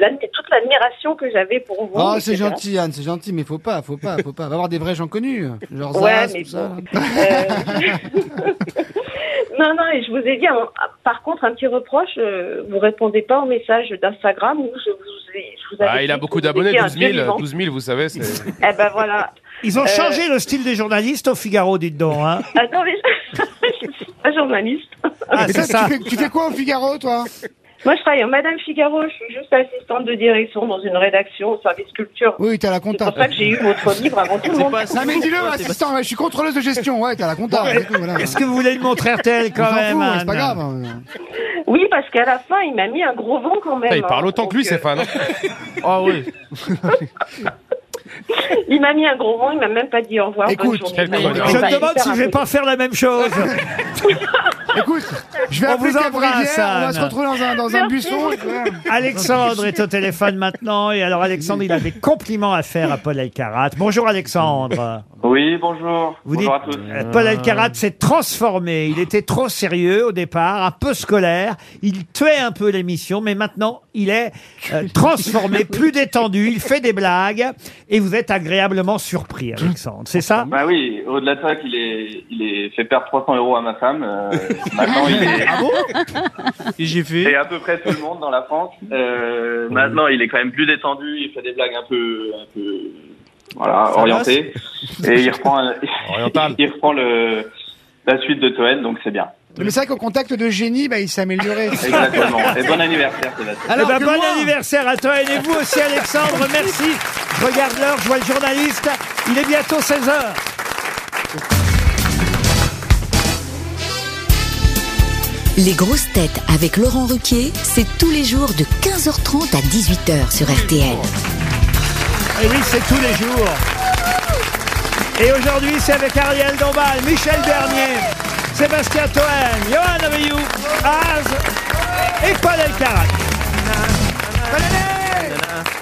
M: l'admi- toute l'admiration que j'avais pour vous.
F: Oh, c'est
M: etc.
F: gentil, Anne, c'est gentil, mais faut pas, faut pas, faut pas. Va voir des vrais gens connus. Genre
M: Ouais,
F: Zaz,
M: mais
F: tout ça.
M: bon. euh, Non, non, et je vous ai dit, hein, par contre, un petit reproche, euh, vous répondez pas aux messages d'Instagram où je vous ai. je vous avais
H: Ah, il a
M: dit
H: beaucoup
M: que vous
H: d'abonnés,
M: étiez un
H: 12 000,
M: survivant.
H: 12 000, vous savez. c'est-
M: Eh ben voilà.
B: Ils ont
M: Euh,
B: changé le style des journalistes au Figaro, dites donc. Hein.
M: Attends, Ah, mais je suis pas journaliste.
B: Ah,
F: Et toi,
B: c'est ça.
F: Tu, fais, tu fais quoi au Figaro, toi
M: Moi, je travaille en Madame Figaro, je suis juste assistante de direction dans une rédaction au service culture.
F: Oui, t'as la
M: C'est
F: compta.
M: pour ça que j'ai eu votre livre avant tout le monde.
F: Non, mais dis-le, assistant, ouais, je suis contrôleuse de gestion. Ouais, t'as la compta. c'est tout, voilà.
B: Est-ce que vous voulez une montre RTL
F: On
B: quand
F: s'en
B: même
F: fout, ouais, c'est pas
B: Anne
F: grave. hein.
M: Oui, parce qu'à la fin, il m'a mis un gros vent quand même.
H: Putain, Ah, il parle
M: hein.
H: autant que lui,
M: Donc,
H: ses fans.
G: Ah oui.
M: euh, Il m'a mis un gros vent, il m'a même pas dit au revoir. bonne
F: Écoute,
M: journée.
H: quel
M: Bah,
H: connard.
B: Je
M: il m'a
B: me demande
M: hyper
B: si je vais
M: impressionné.
B: pas faire la même chose.
F: Écoute, je vais
B: On
F: appeler
B: vous
F: Gabriel,
B: embrasse,
F: on va se
B: Anne.
F: retrouver dans un, dans un buisson.
B: Alexandre est au téléphone maintenant. Et alors, Alexandre, il a des compliments à faire à Paul Alcarat. Bonjour, Alexandre.
N: Oui, bonjour.
B: Vous
N: bonjour
B: dites- euh,
N: à tous.
B: Paul Alcarat s'est transformé. Il était trop sérieux au départ, un peu scolaire. Il tuait un peu l'émission, mais maintenant, il est euh, transformé, plus détendu. Il fait des blagues et vous êtes agréablement surpris, Alexandre. C'est ça
N: Bah oui, au-delà de ça qu'il est, il est fait perdre 300 euros à ma femme. euh,
D: Ah,
N: maintenant, il est.
G: J'ai fait.
N: Et à peu près tout le monde dans la France. Euh, Maintenant, il est quand même plus détendu. Il fait des blagues un peu, un peu, voilà,
G: Ça
N: orientées. Et il reprend, un- il reprend le, la suite de Toen, donc c'est bien.
F: Mais c'est vrai qu'au contact de génie, bah, il s'est amélioré.
N: Exactement. Et bon anniversaire, Sébastien.
B: Eh ben, bon anniversaire à toi et vous aussi, Alexandre. Merci. Je Regarde l'heure, je vois le journaliste. Il est bientôt 16h.
K: Les grosses têtes avec Laurent Ruquier, c'est tous les jours de 15h30 à 18h sur RTL.
B: Et oui, c'est tous les jours. Et aujourd'hui, c'est avec Ariel Dombal, Michel Bernier, Sébastien Toen, Johan Abiou, Az et Paul Elkarat.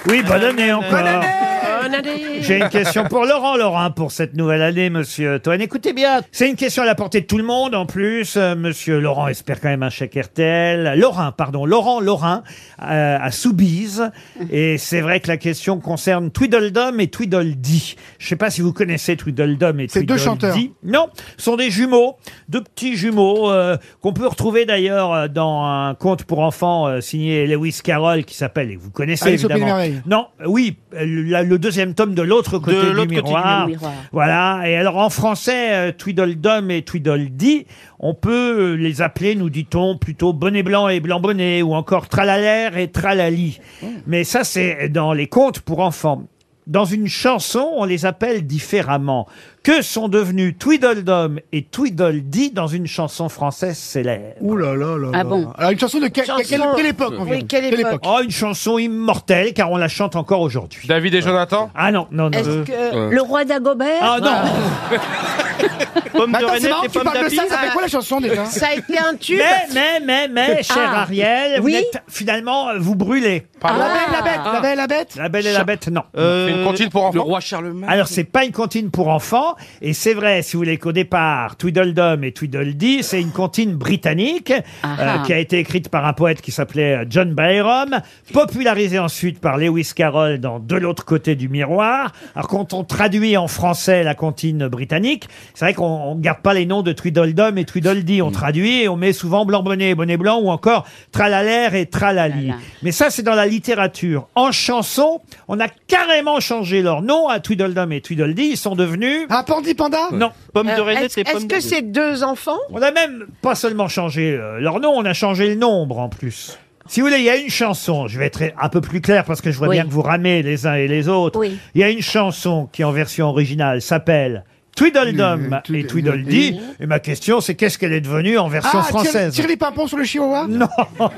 B: Oui, bonne année encore.
M: Euh,
B: J'ai une question pour Laurent Laurent pour cette nouvelle année, monsieur Toen. Écoutez bien, c'est une question à la portée de tout le monde en plus. Euh, Monsieur Laurent espère quand même un chèque RTL. Laurent, pardon, Laurent Laurent euh, à Soubise. Et c'est vrai que la question concerne Tweedledum et Tweedledee. Je sais pas si vous connaissez Tweedledum et Tweedledee.
F: C'est deux chanteurs.
B: Non, ce sont des jumeaux, deux petits jumeaux euh, qu'on peut retrouver d'ailleurs euh, dans un conte pour enfants euh, signé Lewis Carroll qui s'appelle, et vous connaissez
F: Alice au Pays des
B: évidemment.
F: Merveilles.
B: Non, euh, oui, euh, la- le deuxième tome de l'autre côté,
G: De
B: du,
G: l'autre côté du
B: miroir.
G: miroir.
B: Voilà. Et alors en français, euh, Tweedledum et Tweedledee, on peut euh, les appeler, nous dit-on, plutôt bonnet blanc et blanc bonnet, ou encore tralalère et tralali.
G: Oh.
B: Mais ça, c'est dans les contes pour enfants. Dans une chanson, on les appelle différemment. Que sont devenus Tweedledum et Tweedledee dans une chanson française célèbre
F: Ouh là là là.
B: Ah
F: là.
B: bon
F: Alors une chanson de que-
B: Chanson-
F: quelle, quelle époque on vient
B: Oui, quelle époque Oh, une chanson immortelle, car on la chante encore aujourd'hui.
H: David et Jonathan
B: Ah non, non, non.
H: Euh,
I: Est-ce que le roi d'Agobert Bah,
B: Ah non
G: Pomme
F: Mais
G: de
F: attends,
G: Renette
F: c'est marrant,
G: et
F: tu
G: pomme
F: parles de
G: d'api.
F: ça, ça fait quoi la chanson déjà
E: Ça a été un tube.
B: Mais, mais, mais, mais, cher
E: Ah.
B: Ariel,
E: Oui
B: vous êtes- finalement, euh, vous brûlez.
F: Ah, La belle, la bête, la belle, la bête.
B: La belle et la bête, non.
J: Euh, Une comptine pour enfants le roi Charlemagne.
B: Alors, c'est pas une comptine pour enfants. Et c'est vrai, si vous voulez, qu'au départ, Tweedledum et Tweedledee, c'est une comptine britannique euh,
E: ah.
B: qui a été écrite par un poète qui s'appelait euh, John Byrom, popularisée ensuite par Lewis Carroll dans De l'autre côté du miroir. Alors, quand on traduit en français la comptine britannique, c'est vrai qu'on ne garde pas les noms de Tweedledum et Tweedledee.
E: Mm.
B: On traduit et on met souvent blanc bonnet et bonnet blanc ou encore tralalère et tralali. Mais ça, c'est dans la littérature. En chanson, on a carrément changé leur nom à Tweedledum et Tweedledee. Ils sont devenus...
F: Un Pandi Panda
B: Non.
G: Pomme de
E: Euh,
G: Renette
E: Est-ce
G: et pomme
E: est-ce que c'est deux enfants
B: On a même pas seulement changé euh, leur nom, on a changé le nombre en plus. Si vous voulez, il y a une chanson, je vais être un peu plus clair parce que je vois
E: Oui.
B: bien que vous ramez les uns et les autres.
E: Oui.
B: Il y a une chanson qui en version originale s'appelle Tweedledum et Tweedledee. Et ma question c'est qu'est-ce qu'elle est devenue en version
F: Ah, tire-
B: française
F: Tire les pimpons sur le chihuahua
B: Non.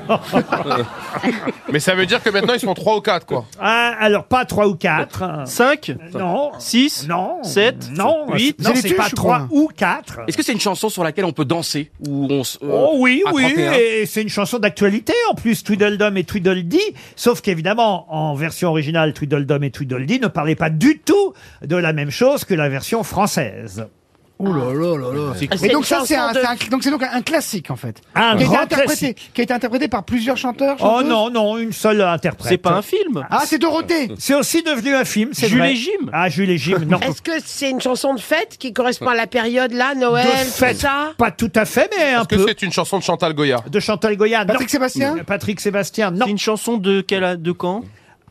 H: Mais ça veut dire que maintenant ils sont 3 ou 4 quoi.
B: Ah, alors pas 3 ou 4.
G: 5
B: Non.
G: 6
B: Non.
G: 7
B: Non,
G: Huit.
B: non,
G: C'est les
B: c'est pas
G: tuches ou
B: 3
G: quoi
B: ou 4.
J: Est-ce que c'est une chanson sur laquelle on peut danser ou on se-
B: Oh oui,
J: Euh, à
B: oui,
J: 31?
B: et c'est une chanson d'actualité en plus, Tweedledum et Tweedledee, sauf qu'évidemment, en version originale, Tweedledum et Tweedledee ne parlaient pas du tout de la même chose que la version française.
F: Ouh là là là là.
G: C'est
F: Et
G: cool.
F: donc ça
E: Cette
F: c'est un,
E: Ah, chanson de-
F: c'est un- donc c'est donc un classique en fait.
B: Un
F: qui a été
B: grand
F: interprété,
B: classique.
F: qui a été interprété par plusieurs chanteurs.
B: Oh
F: chanteuses.
B: non, non, une seule interprète.
G: C'est pas un film
F: Ah c'est Dorothée.
B: C'est aussi devenu un film, c'est
G: Jules
B: vrai.
G: et Jim.
B: Ah, Jules et Jim, non.
E: Est-ce que c'est une chanson de fête qui correspond à la période là, Noël,
B: De fait,
E: tout ça
B: Pas tout à fait, mais un
H: Est-ce que
B: peu.
H: c'est une chanson de Chantal Goya
B: De Chantal Goya, non. Euh,
F: Patrick Sébastien.
B: Patrick Sébastien, non.
G: C'est une chanson de, quel, de quand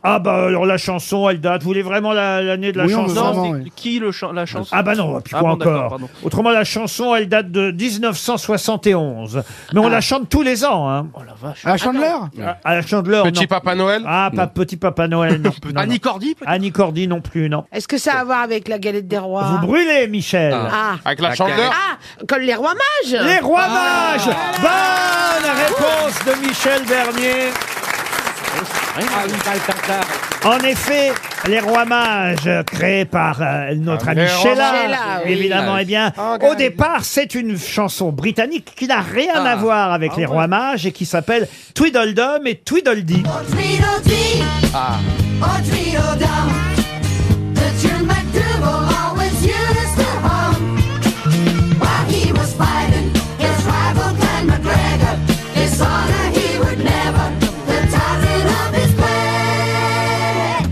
B: Ah bah alors la chanson, elle date. Vous voulez vraiment la- l'année de la
F: Oui, on veut
B: chanson
F: vraiment.
G: Non,
F: ouais.
G: c'est qui le chan- la chanson
B: Ah bah non, puis
G: Ah
B: quoi
G: bon, d'accord,
B: encore
G: pardon.
B: Autrement, la chanson, elle date de 1971. Mais on la chante tous les ans. Hein.
G: Oh la vache.
F: Ah Chandler.
B: À, à la chandeleur,
H: Petit
B: non.
H: Papa Noël
B: Ah, pas Petit Papa Noël, non. Non, non.
J: Annie Cordy peut-être
B: Annie Cordy non plus, non.
E: Est-ce que ça a à voir avec la galette des rois
B: Vous brûlez, Michel
E: Ah.
H: Avec la chandeleur
E: Ah, comme les rois mages
B: Les Rois
E: Ah.
B: Mages Bonne réponse de Michel Bernier En effet, Les rois mages créés par euh, notre
C: Ah,
B: ami
C: les rois
B: Sheila,
C: mages, oui.
B: évidemment.
C: Ah,
B: Eh bien, au départ, c'est une chanson britannique qui n'a rien à
C: Ah.
B: voir avec
C: Ah
B: les
C: ouais.
B: rois mages et qui s'appelle Tweedledum et Tweedledee.
D: Tweedledee,
B: Ah.
D: or Tweedledum. The German MacDougal always used to hum. While he was fighting his rival Glenn McGregor, his honor he would never, the titan of his play.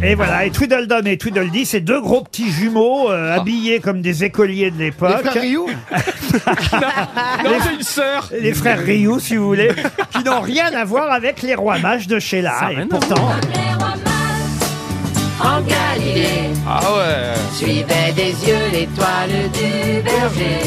B: Et voilà, et Tweedledum et Tweedledee, c'est deux gros petits jumeaux euh,
C: Ah.
B: habillés comme des écoliers de l'époque.
C: Les frères Rioux
B: Les-
C: une sœur
B: Ah. Les frères Rioux, si vous voulez, qui n'ont rien à voir avec les rois mages de Sheila. Et pourtant,
D: En Galilée,
H: Ah ouais.
D: suivait des yeux l'étoile du berger.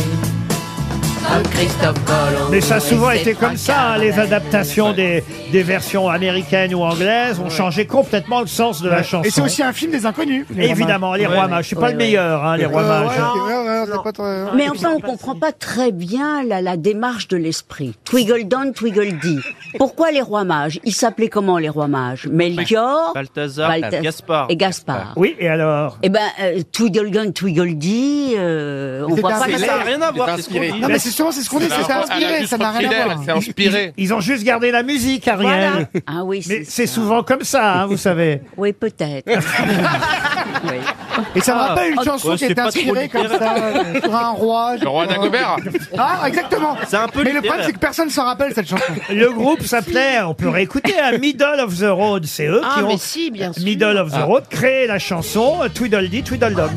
D: Comme Christophe Colomb.
B: mais ça a souvent
D: et ses
B: été comme ça, hein, les adaptations des, des versions américaines ou anglaises ont changé complètement le sens de la chanson.
F: Et c'est aussi un film des inconnus. Les rois
B: Évidemment, les
F: mages.
B: rois mages. Je suis pas
F: Ouais,
B: le
F: ouais.
B: meilleur, hein, les rois
F: Euh,
B: mages.
F: ouais, ouais, ouais, c'est pas trop-
I: Mais enfin, on comprend pas très bien la, la démarche de l'esprit. Twiggledon, Twiggledee. Pourquoi les rois mages Ils s'appelaient comment les rois mages Melchior,
G: Balthazar,
I: Balthaz-
G: Gaspard.
I: et Gaspard.
B: Oui, et alors
I: Eh ben, euh, Twiggledon, Twiggledee, euh, on
G: C'est
I: voit
G: un-
I: pas.
G: c'est-
I: que
G: ça a rien à voir, c'est ce qu'on dit.
F: Non, mais c'est sûrement c'est ce qu'on dit,
G: C'est
F: c'est
G: un-
F: inspiré,
G: elle a
F: ça n'a rien à voir.
B: Ils- Ils, ils ont juste gardé la musique, Ariel.
I: Voilà. Ah oui,
B: Mais c'est souvent comme ça, hein, vous savez.
I: Oui, peut-être.
F: Et ça me
B: Ah.
F: rappelle une
B: Ah,
F: chanson
B: ouais,
F: qui
B: c'est
F: est
B: pas trop
F: inspirée comme ça,
B: littéraire.
F: euh, sur un roi. je
B: Le roi
F: sais pas.
B: Dagobert.
F: Ah, exactement.
B: C'est un peu
F: Mais le
B: littéraire.
F: problème, c'est que personne ne s'en rappelle cette chanson.
B: Le groupe s'appelait, on peut réécouter, hein, Middle of the Road. C'est eux
E: Ah,
B: qui
E: mais
B: ont,
E: si, bien sûr.
B: Middle of the
E: Ah.
B: Road, créé la chanson euh, Tweedledee, Tweedledum.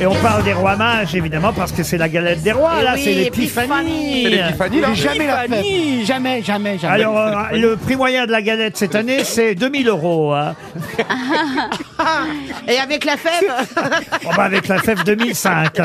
B: Et on parle des rois mages, évidemment, parce que c'est la galette des rois,
F: Et
B: là,
F: Eh oui,
B: c'est
F: épiphanie.
B: l'épiphanie.
F: C'est l'épiphanie, là. Jamais la fête.
B: Jamais, jamais,
F: jamais.
B: Alors, euh, le prix moyen de la galette cette année, c'est 2000 euros. hein.
E: Et avec la fève
B: Oh, bah, avec la fève 2005.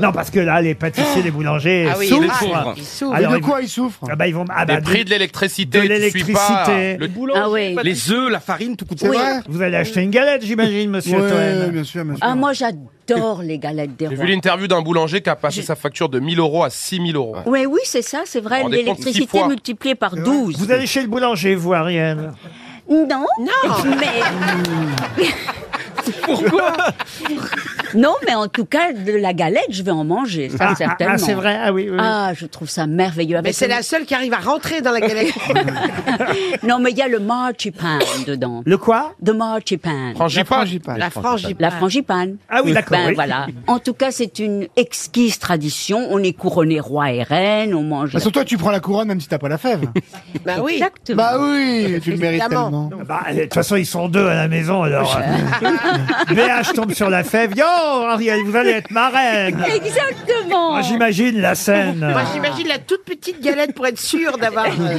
B: Non, parce que là, les pâtissiers, les boulangers
F: Ah oui,
B: souffrent.
F: ils souffrent. Ils souffrent. Mais de quoi ils souffrent
B: ah bah, ils vont, ah bah,
H: Les prix de l'électricité,
B: de
H: tu suis pas.
B: l'électricité.
H: Le-
I: Ah ouais.
H: Les œufs, la farine, tout coûte
I: C'est Oui. vrai
B: Vous allez acheter une galette, j'imagine, monsieur
H: Ouais,
B: Toen.
F: bien sûr, bien
I: Ah, moi, j'adore les galettes des
H: J'ai
I: rois.
H: vu l'interview d'un boulanger qui a passé sa facture de 1000 euros à 6000 euros.
I: Oui, oui, c'est ça, c'est vrai.
H: Vous vous rendez compte, six
I: L'électricité
H: fois.
I: multipliée par 12.
B: Vous allez chez le boulanger, vous, Ariel.
I: Non. Non. Mais. Pourquoi Non, mais en tout cas, de la galette, je vais en manger, ça,
E: Ah, ah,
I: certainement.
E: ah, c'est vrai, ah oui, oui, oui.
I: Ah, je trouve ça merveilleux.
E: Mais c'est la seule qui arrive à rentrer dans la galette.
I: non, mais il y a le marzipan dedans.
B: Le quoi
I: The marzipan.
E: Frangipane. La frangipane. La frangipane.
I: La frangipane.
E: Ah oui, d'accord,
I: Ben
E: oui.
I: voilà. En tout cas, c'est une exquise tradition. On est couronné roi et reine, on mange...
E: Ah,
F: Parce que Bah, toi, tu prends la couronne même si t'as pas la fève.
E: Bah oui.
I: Exactement.
F: Bah oui, tu le mérites
E: Évidemment.
F: tellement.
B: Bah, De toute façon, ils sont deux à la maison, alors. euh, BH tombe sur la fève. Yo, Ariel, vous allez être marraine.
E: Exactement.
B: Moi, J'imagine la scène.
E: Moi, j'imagine la toute petite galette pour être sûr d'avoir. euh,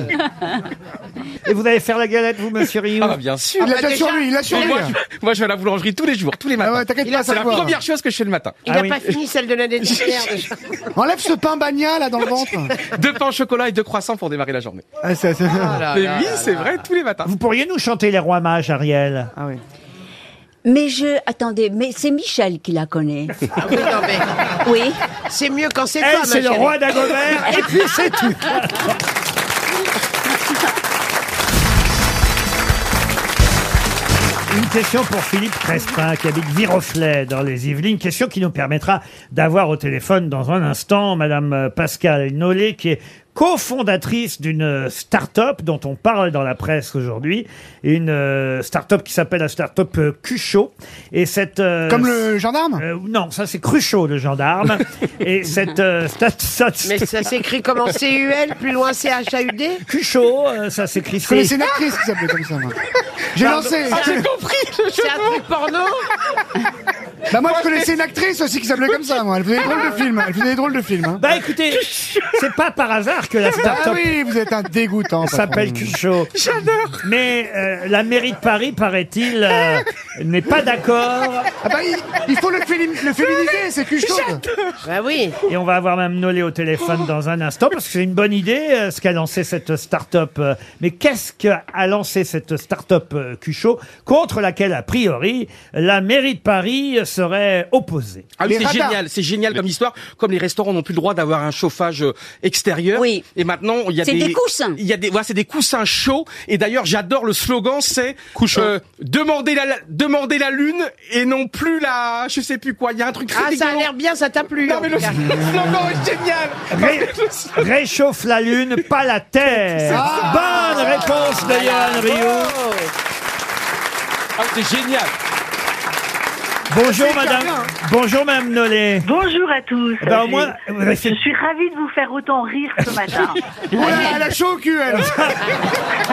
B: Et vous allez faire la galette, vous, monsieur Rio
J: Ah, bien sûr.
F: Il l'a déjà sur lui, il l'a sur
J: Mais
F: lui.
J: Moi, je- moi, je vais à la boulangerie tous les jours, tous les matins.
F: t'inquiète pas, ça
J: c'est la
F: va. Ah
J: première chose que je fais le matin.
B: Ah
E: Il n'a pas fini celle de l'année dernière.
F: Enlève ce pain bagnat là dans le ventre.
J: Deux pains au chocolat et deux croissants pour démarrer la journée.
F: Ah, c'est c'est-
J: Mais oui, c'est vrai, Ah tous les matins.
B: Vous pourriez nous chanter les rois mages, Ariel
I: Mais je... Attendez, mais c'est Michel qui la connaît.
E: Ah Oui, non, mais
I: oui.
E: c'est mieux quand c'est
B: Elle,
E: toi, ma
B: c'est le
E: chérie.
B: roi d'Agobert, et puis c'est tout. Une question pour Philippe Crespin, qui habite Viroflay, dans les Yvelines. Question qui nous permettra d'avoir au téléphone dans un instant Madame euh, Pascale Nollet, qui est cofondatrice d'une euh, start-up dont on parle dans la presse aujourd'hui. Une euh, start-up qui s'appelle la start-up euh, Cuchot. Et cette, euh,
F: Comme le gendarme
B: euh, non, ça c'est Cruchot le gendarme. et cette euh, stat- stat-
E: Mais ça s'écrit comment C-U-L, plus loin C-H-A-U-D
B: Cuchot, euh, ça s'écrit.
F: Je connaissais une actrice qui s'appelait comme ça, moi. J'ai
B: Pardon.
F: lancé.
B: Ah, j'ai
F: compris
E: C'est un truc porno
F: Bah, moi, je connaissais une actrice aussi qui s'appelait comme ça, moi. Elle faisait des drôles de films. Elle faisait des drôles de films. hein.
B: Bah écoutez, c'est pas par hasard que la
F: Ah
B: start-up
F: oui, vous êtes un dégoûtant. patron.
B: s'appelle Cuchot. J'adore. Mais euh, la mairie de Paris, paraît-il, euh, n'est pas d'accord.
F: Ah bah, il, il faut le, félim- le féminiser, c'est Cuchot.
E: Bah oui
B: Et on va avoir même Nolé au téléphone dans un instant parce que c'est une bonne idée euh, ce qu'a lancé cette start-up. euh. Mais qu'est-ce qu'a lancé cette start-up euh, Cuchot contre laquelle, a priori, la mairie de Paris euh, se serait opposé.
J: Ah oui, c'est génial, c'est génial comme histoire. Comme les restaurants n'ont plus le droit d'avoir un chauffage euh, extérieur. Oui. Et maintenant, il y a
I: C'est
J: des,
I: des coussins.
J: Il y a des, voilà, c'est des coussins chauds. Et d'ailleurs, j'adore le slogan, c'est euh, demandez la, la- demandez la lune et non plus la, je sais plus quoi. Il y a un truc.
E: Ah, ça a l'air bien, ça t'a plu.
J: Non,
E: en
J: mais
E: tout
J: le
E: cas.
J: slogan est génial.
B: Ré- réchauffe la lune, pas la terre. Bonne réponse de Yann Rioux.
H: Ah, c'est génial.
B: Bonjour
O: C'est
B: madame.
O: bien, hein.
B: Bonjour madame Nollet.
O: Bonjour à tous.
F: Eh
B: Ben, au moins,
O: je,
B: vous avez fait-
O: je suis ravie de vous faire autant rire ce matin.
F: Voilà, elle a chaud au cul, elle.
E: Oh,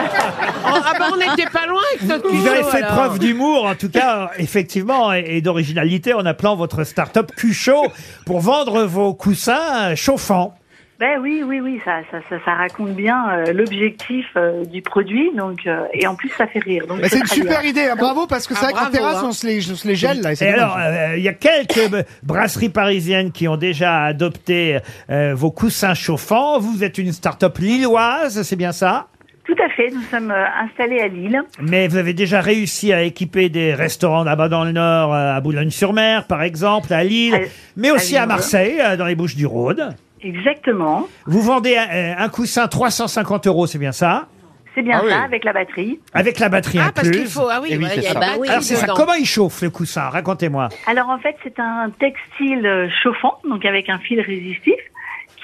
E: ah bah, on n'était pas loin avec notre
B: Vous
E: culot,
B: avez fait
E: alors.
B: preuve d'humour, en tout cas, euh, effectivement, et, et d'originalité en appelant votre start-up Cuchot pour vendre vos coussins chauffants.
O: Ben oui, oui, oui, ça, ça, ça, ça raconte bien euh, l'objectif euh, du produit, donc euh, et en plus ça fait rire. Donc
F: Mais c'est une
O: très
F: super
O: bien. Ah, hein.
F: idée, hein, bravo, parce que c'est vrai qu'en terrasse, on se les, on se les gèle, là.
B: Ah, hein. Et alors, euh, il y a quelques euh, brasseries parisiennes qui ont déjà adopté euh, vos coussins chauffants. Vous êtes une start-up lilloise, c'est bien ça
O: Tout à fait, nous sommes euh, installés à Lille.
B: mais vous avez déjà réussi à équiper des restaurants là-bas dans le Nord, euh, à Boulogne-sur-Mer par exemple, à Lille, mais
O: à
B: aussi
O: Lille,
B: à
O: oui.
B: Marseille, euh, dans les Bouches-du-Rhône.
O: Exactement.
B: Vous vendez un, un coussin 350 euros, c'est bien ça
O: C'est bien
B: Ah oui.
O: ça, avec la batterie.
B: Avec la batterie
O: Ah, parce
B: incluse.
O: qu'il faut- ah oui, Eh oui, ouais, c'est il y a ça. la batterie
B: Alors c'est ça.
O: dedans.
B: Comment il chauffe le coussin Racontez-moi.
O: Alors en fait, c'est un textile euh, chauffant, donc avec un fil résistif,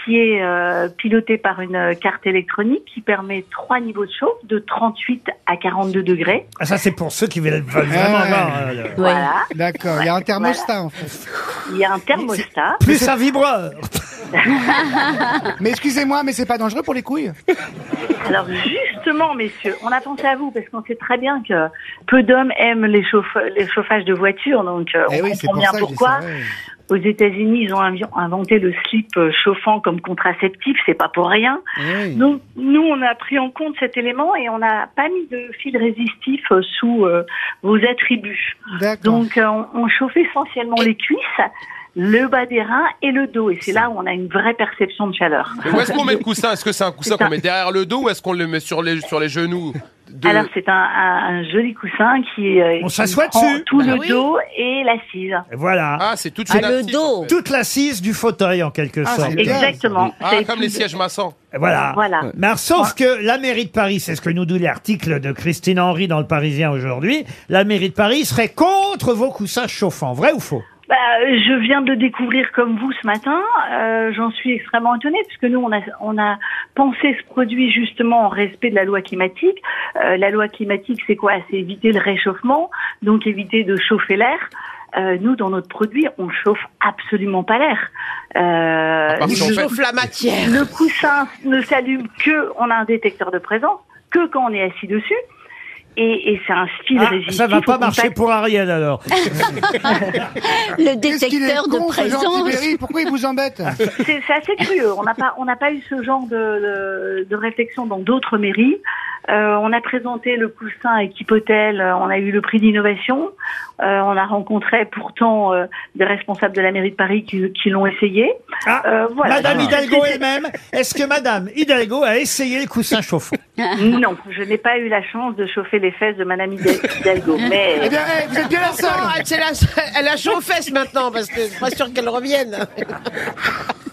O: qui est euh, piloté par une euh, carte électronique qui permet trois niveaux de chauffe, de 38 à 42 degrés.
B: Ah, ça c'est pour ceux qui veulent veulent vraiment
F: Ouais.
B: avoir, euh, le-
O: Voilà.
F: D'accord, il y a un thermostat, en fait.
O: Il y a un thermostat.
B: Plus un vibreur
F: Mais excusez-moi, mais c'est pas dangereux pour les couilles
O: Alors justement, messieurs, on a pensé à vous parce qu'on sait très bien que peu d'hommes aiment les, chauffe- les chauffages de voitures, donc euh, on
F: Eh
O: comprend
F: c'est pour
O: bien
F: ça que je dis
O: pourquoi.
F: ça, ouais.
O: Aux États-Unis, ils ont invi- inventé le slip euh, chauffant comme contraceptif, c'est pas pour rien. Donc nous, on a pris en compte cet élément et on n'a pas mis de fil résistif euh, sous euh, vos attributs. Donc euh, on, on chauffe essentiellement les cuisses, le bas des reins et le dos, et c'est là où on a une vraie perception de chaleur.
H: Mais où est-ce qu'on met le coussin Est-ce que c'est un coussin qu'on met derrière le dos ou est-ce qu'on le met sur les, sur les genoux de-
O: Alors c'est un, un- un joli coussin qui, euh,
B: On
O: qui
B: s'assoit
O: prend
B: dessus.
O: tout
B: Bah
O: le
B: oui.
O: dos et l'assise.
B: Voilà.
H: Ah, c'est toute Ah, une le assise, dos. en fait.
B: Toute l'assise du fauteuil en quelque
H: Ah,
B: sorte.
H: c'est bien,
O: Exactement.
H: Ah,
O: C'est
H: comme
O: tout-
H: les sièges massants.
B: Voilà.
O: Voilà.
B: Mais alors, sauf que la mairie de Paris, c'est ce que nous dit l'article de Christine Henry dans le Parisien aujourd'hui, la mairie de Paris serait contre vos coussins chauffants. Vrai ou faux
O: Bah, euh, je viens de découvrir comme vous ce matin. Euh, J'en suis extrêmement étonnée puisque nous on a on a pensé ce produit justement en respect de la loi climatique. Euh, la loi climatique c'est quoi C'est éviter le réchauffement, donc éviter de chauffer l'air. Euh, nous dans notre produit on chauffe absolument pas l'air. Euh,
E: part si on chauffe la matière.
O: Le coussin ne s'allume que on a un détecteur de présence que quand on est assis dessus. Et, et c'est un fil
B: Ah,
O: résistif.
B: Ça va
O: au
B: pas marcher
O: contact
B: pour Ariel alors.
I: Le
F: Qu'est-ce qu'il est
I: détecteur de
F: con, ce Jean Tibéri,
I: présence.
F: Pourquoi il vous embête
O: C'est c'est assez curieux. On n'a pas, on n'a pas eu ce genre de, de, de réflexion dans d'autres mairies. Euh, on a présenté le coussin équipe hôtel. euh, On a eu le prix d'innovation. Euh, on a rencontré pourtant euh, des responsables de la mairie de Paris qui, qui l'ont essayé.
F: Ah,
O: Euh, voilà.
B: Madame
O: C'était-
B: Hidalgo elle-même, est-ce que Madame Hidalgo a essayé le coussin chauffant
O: Non, je n'ai pas eu la chance de chauffer les fesses de Madame Hidalgo. Mais
F: Eh bien, eh, vous êtes bien la seule.
E: Non, elle, c'est la seule- elle a chaud aux fesses maintenant parce que je suis pas sûre qu'elle revienne.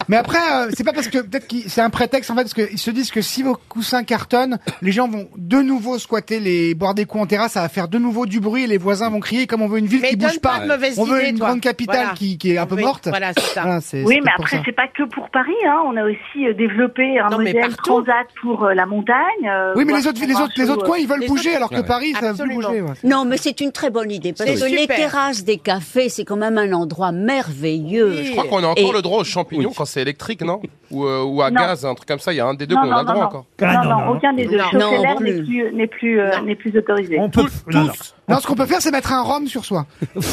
F: Mais après, euh, c'est pas parce que peut-être que c'est un prétexte en fait, parce qu'ils se disent que si vos coussins cartonnent, les gens vont de nouveau squatter les boire des coups en terrasse, ça va faire de nouveau du bruit et les voisins vont crier. Comme on veut une ville qui
E: donne
F: bouge
E: pas
F: pas,
E: de mauvaise
F: on veut
E: idée,
F: une
E: toi.
F: grande capitale
E: Voilà.
F: qui, qui est un peu
E: Oui,
F: morte.
E: voilà, Ah, c'est ça.
F: Voilà, c'est-
O: Oui,
F: c'est
O: mais
F: peut-être pour
O: après,
F: ça.
O: c'est pas que pour Paris. Hein. On a aussi euh, développé un
E: Mmh. Non, mais
O: modèle
E: partout.
O: transat pour euh, la montagne. euh,
F: Oui, mais
O: voire
F: les autres,
O: pour
F: les
O: un
F: autres, les
O: show,
F: autres
O: euh,
F: coins, ils veulent bouger, alors que
H: Ouais, ouais.
F: Paris, ça veut plus
E: Absolument.
F: bouger. ouais.
I: Non, mais c'est une très bonne idée parce
E: C'est
I: que les
E: super.
I: terrasses des cafés, c'est quand même un endroit merveilleux.
H: Je crois qu'on a
I: Et-
H: encore le droit aux champignons quand c'est électrique, non ou, euh, ou à
O: Non.
H: gaz, un truc comme ça. Il y a un des deux
O: non,
H: qu'on a
O: non,
H: le droit
O: non,
H: encore.
O: non.
B: Ah,
O: non,
B: non,
O: non,
B: non.
O: aucun des deux.
I: Non,
O: Chauffer
I: non
O: l'air
I: plus.
O: n'est plus, n'est plus, euh, n'est plus autorisé.
B: On peut non, non.
F: Non, ce qu'on peut faire, c'est mettre un rhum sur soi.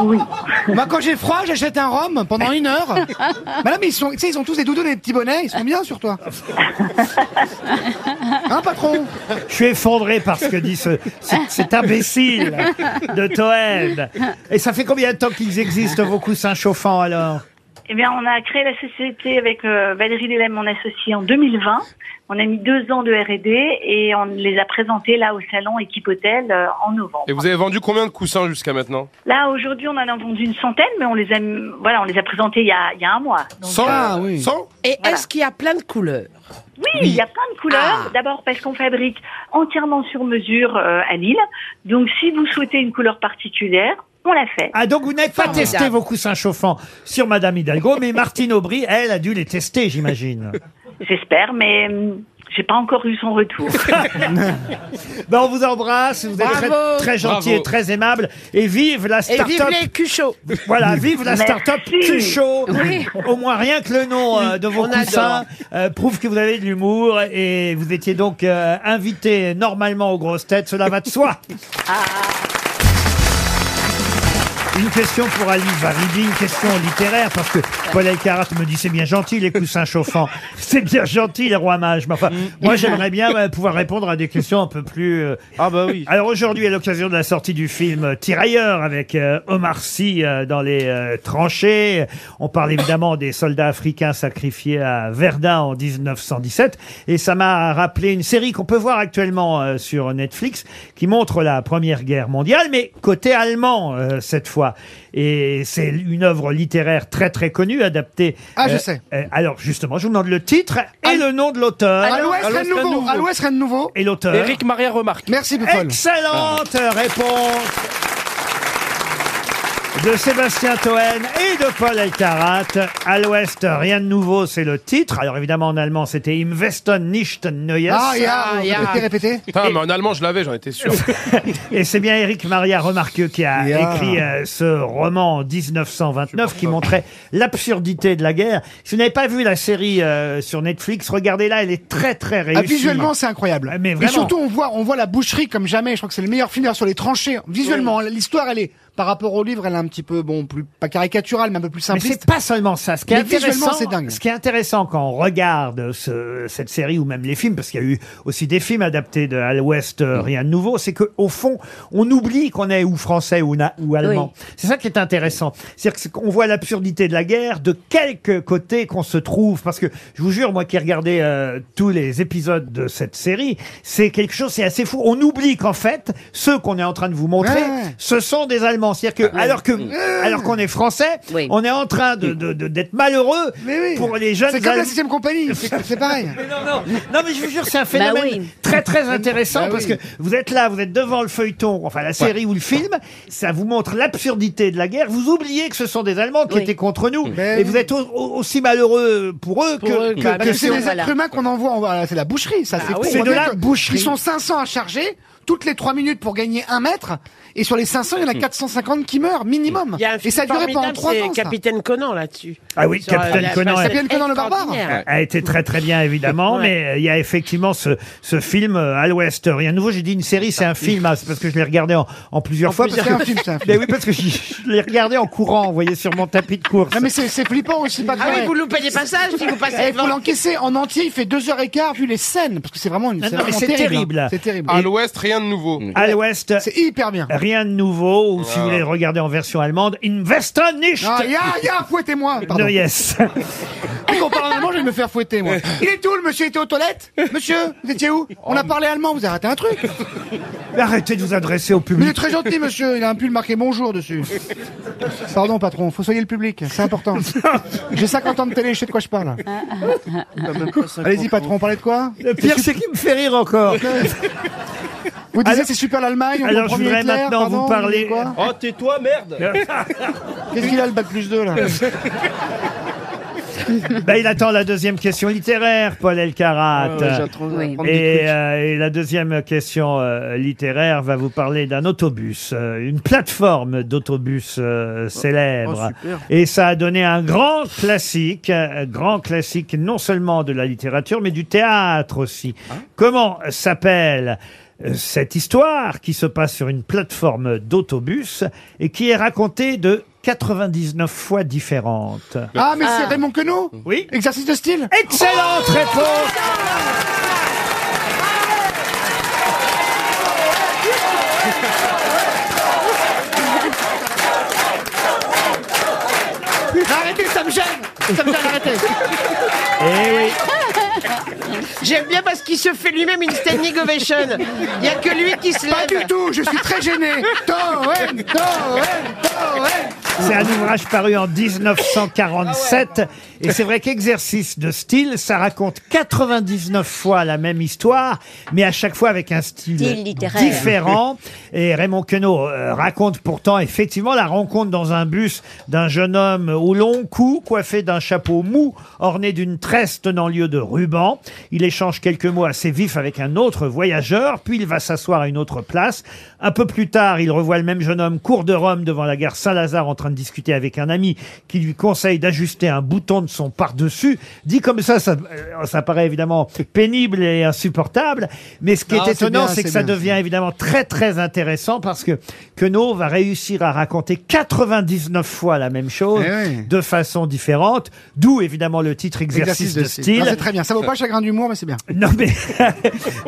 O: Oui.
F: Moi, quand j'ai froid, j'achète un rhum pendant une heure. Madame, ils sont, tu sais, ils ont tous des doudous, des petits bonnets, ils sont bien sur toi. Hein, patron
B: Je suis effondré par ce que dit ce, ce- cet imbécile de Toed. Et ça fait combien de temps qu'ils existent vos coussins chauffants alors
O: Eh bien, on a créé la société avec euh, Valérie Delem, mon associé, en 2020. On a mis deux ans de R&D et on les a présentés là au salon Équipe Hôtel euh, en novembre.
H: Et vous avez vendu combien de coussins jusqu'à maintenant
O: Là, aujourd'hui, on en a vendu une centaine, mais on les a, voilà, on les a présentés il y a, il y a un mois. Donc, euh,
E: Et est-ce qu'il y a plein de couleurs
O: oui, il y a plein de couleurs. D'abord parce qu'on fabrique entièrement sur mesure euh, à Lille. Donc, si vous souhaitez une couleur particulière, on la fait.
B: Ah, donc vous n'avez pas testé vos coussins chauffants sur Madame Hidalgo, mais Martine Aubry, elle, a dû les tester, j'imagine.
O: J'espère, mais hum, j'ai pas encore eu son retour.
B: Ben, on vous embrasse, vous êtes très,
O: Bravo.
B: très gentil
O: Bravo.
B: et très aimable. Et vive la
E: Et
B: start-up
E: vive les cuchots
B: Voilà, vive la start-up
E: Merci.
B: Cuchot.
E: Oui.
B: Au moins rien que le nom euh, de vos
E: On
B: coussins
E: adore.
B: euh, prouve que vous avez de l'humour et vous étiez donc euh, invité normalement aux grosses têtes, cela va de soi. Une question pour Ali Varidi, une question littéraire, parce que Paul Elkarat me dit c'est bien gentil les coussins chauffants, c'est bien gentil les rois mages, mais enfin, moi j'aimerais bien euh, pouvoir répondre à des questions un peu plus... Ah bah oui Alors aujourd'hui, à l'occasion de la sortie du film Tirailleurs, avec euh, Omar Sy euh, dans les euh, tranchées, on parle évidemment des soldats africains sacrifiés à Verdun en 1917, et ça m'a rappelé une série qu'on peut voir actuellement euh, sur Netflix, qui montre la Première Guerre mondiale, mais côté allemand euh, cette fois. Et c'est une œuvre littéraire très très connue, adaptée.
F: Ah, je sais.
B: euh, alors justement, je vous demande le titre et le nom de l'auteur.
F: À l'ouest, rien de nouveau. À l'ouest, rien de nouveau.
B: Et l'auteur.
F: Éric
B: Maria Remarque.
F: Merci, Buffon.
B: Excellente réponse de Sébastien Toen et de Paul Alcarat. À l'ouest, rien de nouveau, c'est le titre. Alors évidemment, en allemand, c'était Im Westen nicht Neues.
F: Ah, ja, Ah, ja. répétez, répétez.
H: Putain, mais en allemand, je l'avais, j'en étais sûr.
B: Et c'est bien Éric Maria Remarque qui a
H: Yeah.
B: écrit euh, ce roman en 1929 qui montrait l'absurdité de la guerre. Si vous n'avez pas vu la série euh, sur Netflix, regardez-la, elle est très très réussie.
F: Ah, visuellement, c'est incroyable.
B: hein. Ah, Mais
F: Et
B: vraiment.
F: surtout, on voit, on voit la boucherie comme jamais. Je crois que c'est le meilleur film d'ailleurs, sur les tranchées. Visuellement, l'histoire, elle est, par rapport au livre, elle est un petit peu, bon, plus, pas caricaturale, mais un peu plus
B: Mais
F: simpliste.
B: c'est pas seulement ça. Ce qui est
F: Mais visuellement,
B: intéressant,
F: c'est dingue.
B: Ce qui est intéressant quand on regarde ce- cette série ou même les films, parce qu'il y a eu aussi des films adaptés de à l'Ouest,
F: Mm.
B: euh, rien de nouveau, c'est que au fond, on oublie qu'on est ou français ou, na- ou allemand. C'est ça qui est intéressant. C'est-à-dire qu'on voit l'absurdité de la guerre de quelque côté qu'on se trouve. Parce que je vous jure, moi qui ai regardé euh, tous les épisodes de cette série, c'est quelque chose, c'est assez fou. On oublie qu'en fait, ceux qu'on est en train de vous montrer,
F: Ouais. Ah, Mm.
B: ce sont des Allemands. C'est-à-dire que, alors que, alors qu'on est français, on est en train de, de- de- d'être malheureux pour les jeunes.
F: C'est comme la
B: Allemands.
F: sixième compagnie. C'est c'est pareil.
B: Non mais je vous jure c'est un phénomène
F: Bah oui.
B: très très intéressant
F: Bah
B: parce
F: oui.
B: que vous êtes là, vous êtes devant le feuilleton, enfin la série ou le film, ça vous montre l'absurdité de la guerre. Vous oubliez que ce sont des Allemands qui étaient contre nous et vous êtes au- au- aussi malheureux pour eux bah, que, que-
F: Bah Parce
B: que
F: que c'est
B: si on-
F: les êtres humains qu'on envoie, on va- c'est la boucherie, ça.
B: Ah oui.
F: on
B: C'est
F: voit
B: de
F: bien
B: la
F: que-
B: boucherie.
F: Ils sont 500 à charger, toutes les 3 minutes pour gagner 1 mètre, et sur les 500, il y en a
B: Mm.
F: 450 qui meurent, minimum.
E: Il y a un
F: et
E: film
F: ça a duré pendant
E: formidable,
F: 3
E: c'est
F: ans. ça.
E: Capitaine Conan là-dessus.
B: Ah oui,
E: Sur, euh,
B: Capitaine
E: la-
B: Conan.
E: la-
F: Capitaine Conan le barbare.
E: extraordinaire.
B: a été très très bien évidemment,
E: Ouais.
B: mais euh, il y a effectivement ce, ce film euh, à l'ouest. Rien de nouveau, j'ai dit une série, c'est un film, hein, c'est parce que je l'ai regardé en, en plusieurs
F: En
B: fois.
F: plusieurs-
B: parce que-
F: C'est un film, c'est un film.
B: Mais oui, parce que j'y- je l'ai regardé en courant, vous voyez, sur mon tapis de course.
F: Non, mais c'est c'est flippant aussi, pas de
E: Ah oui,
F: vrai.
E: vous loupez des passages si vous passez
F: Eh,
E: devant.
F: faut l'encaisser en entier, il fait 2h15 vu les scènes, parce que c'est vraiment une
B: Non,
F: c'est
B: Ah non, mais
F: vraiment
B: c'est terrible.
F: hein. C'est terrible.
H: À l'ouest, rien de nouveau.
B: À l'ouest,
F: C'est hyper bien.
B: rien de nouveau, ou si vous voulez le regarder en version allemande, Investen nicht
F: Ah, ya, ya, fouettez-moi. Pardon.
B: No, yes.
F: Dès qu'on parle allemand, je vais me faire fouetter, moi. Il est où, le monsieur était aux toilettes Monsieur, vous étiez où On a parlé allemand, vous avez raté un truc.
B: Mais Arrêtez de vous adresser au
F: Mais
B: public.
F: il est très gentil, monsieur. Il a un pull marqué bonjour dessus. Pardon, patron. Faut soigner le public. C'est important. J'ai 50 ans de télé. Je sais de quoi je
I: Ah,
F: parle. Allez-y, patron. Parlez de quoi
B: Le pire, c'est qu'il me fait rire encore.
F: Vous disiez
B: Alors-
F: c'est super l'Allemagne. on
B: alors,
F: comprend
B: je
F: mieux
B: voudrais
F: Hitler,
B: maintenant
F: pardon,
B: vous parler- Ah,
F: quoi
G: Oh, tais-toi, merde
F: Qu'est-ce qu'il a le bac plus 2 là
B: Ben, il attend la deuxième question littéraire, Paul Elkarat.
F: Ah ouais, j'attends, Oui. j'attends du
B: et,
F: truc.
B: euh, et la deuxième question euh, littéraire va vous parler d'un autobus, euh, une plateforme d'autobus euh, célèbre.
P: oh, super.
B: et ça a donné un grand classique, un grand classique non seulement de la littérature, mais du théâtre aussi. Comment s'appelle euh, cette histoire qui se passe sur une plateforme d'autobus et qui est racontée de 99 fois différentes.
F: Ah, mais c'est Raymond Queneau
B: Oui.
F: Exercice de style Oh
B: Excellente réponse
F: Arrêtez
E: arrêtez, ça me gêne Ça me gêne, arrêtez
B: Eh
E: J'aime bien parce qu'il se fait lui-même une standing ovation. Il n'y a que lui qui se lève.
F: Pas du tout, je suis très gêné. Toen, Toen, Toen.
B: C'est un ouvrage paru en 1947.
I: Ah
B: Et c'est vrai qu'exercice de style, ça raconte 99 fois la même histoire, mais à chaque fois avec un style
I: Style littéraire.
B: différent. Et Raymond Queneau euh, raconte pourtant effectivement la rencontre dans un bus d'un jeune homme au long cou, coiffé d'un chapeau mou, orné d'une tresse tenant lieu de ruban. Il échange quelques mots assez vifs avec un autre voyageur, puis il va s'asseoir à une autre place. Un peu plus tard, il revoit le même jeune homme cours de Rome devant la gare Saint-Lazare en train de discuter avec un ami qui lui conseille d'ajuster un bouton de son par-dessus. Dit comme ça, ça, euh, ça paraît évidemment pénible et insupportable, mais ce qui
F: Ah,
B: est
F: c'est
B: étonnant,
F: bien,
B: c'est que
F: c'est
B: ça
F: bien.
B: devient devient évidemment très très intéressant parce que Queneau va réussir à raconter 99 fois la même chose
F: Eh
B: de façon différente, d'où évidemment le titre exercice, de, style.
F: Non, Ah, C'est très bien. Ça vaut pas chagrin d'humour, mais c'est bien.
B: Non mais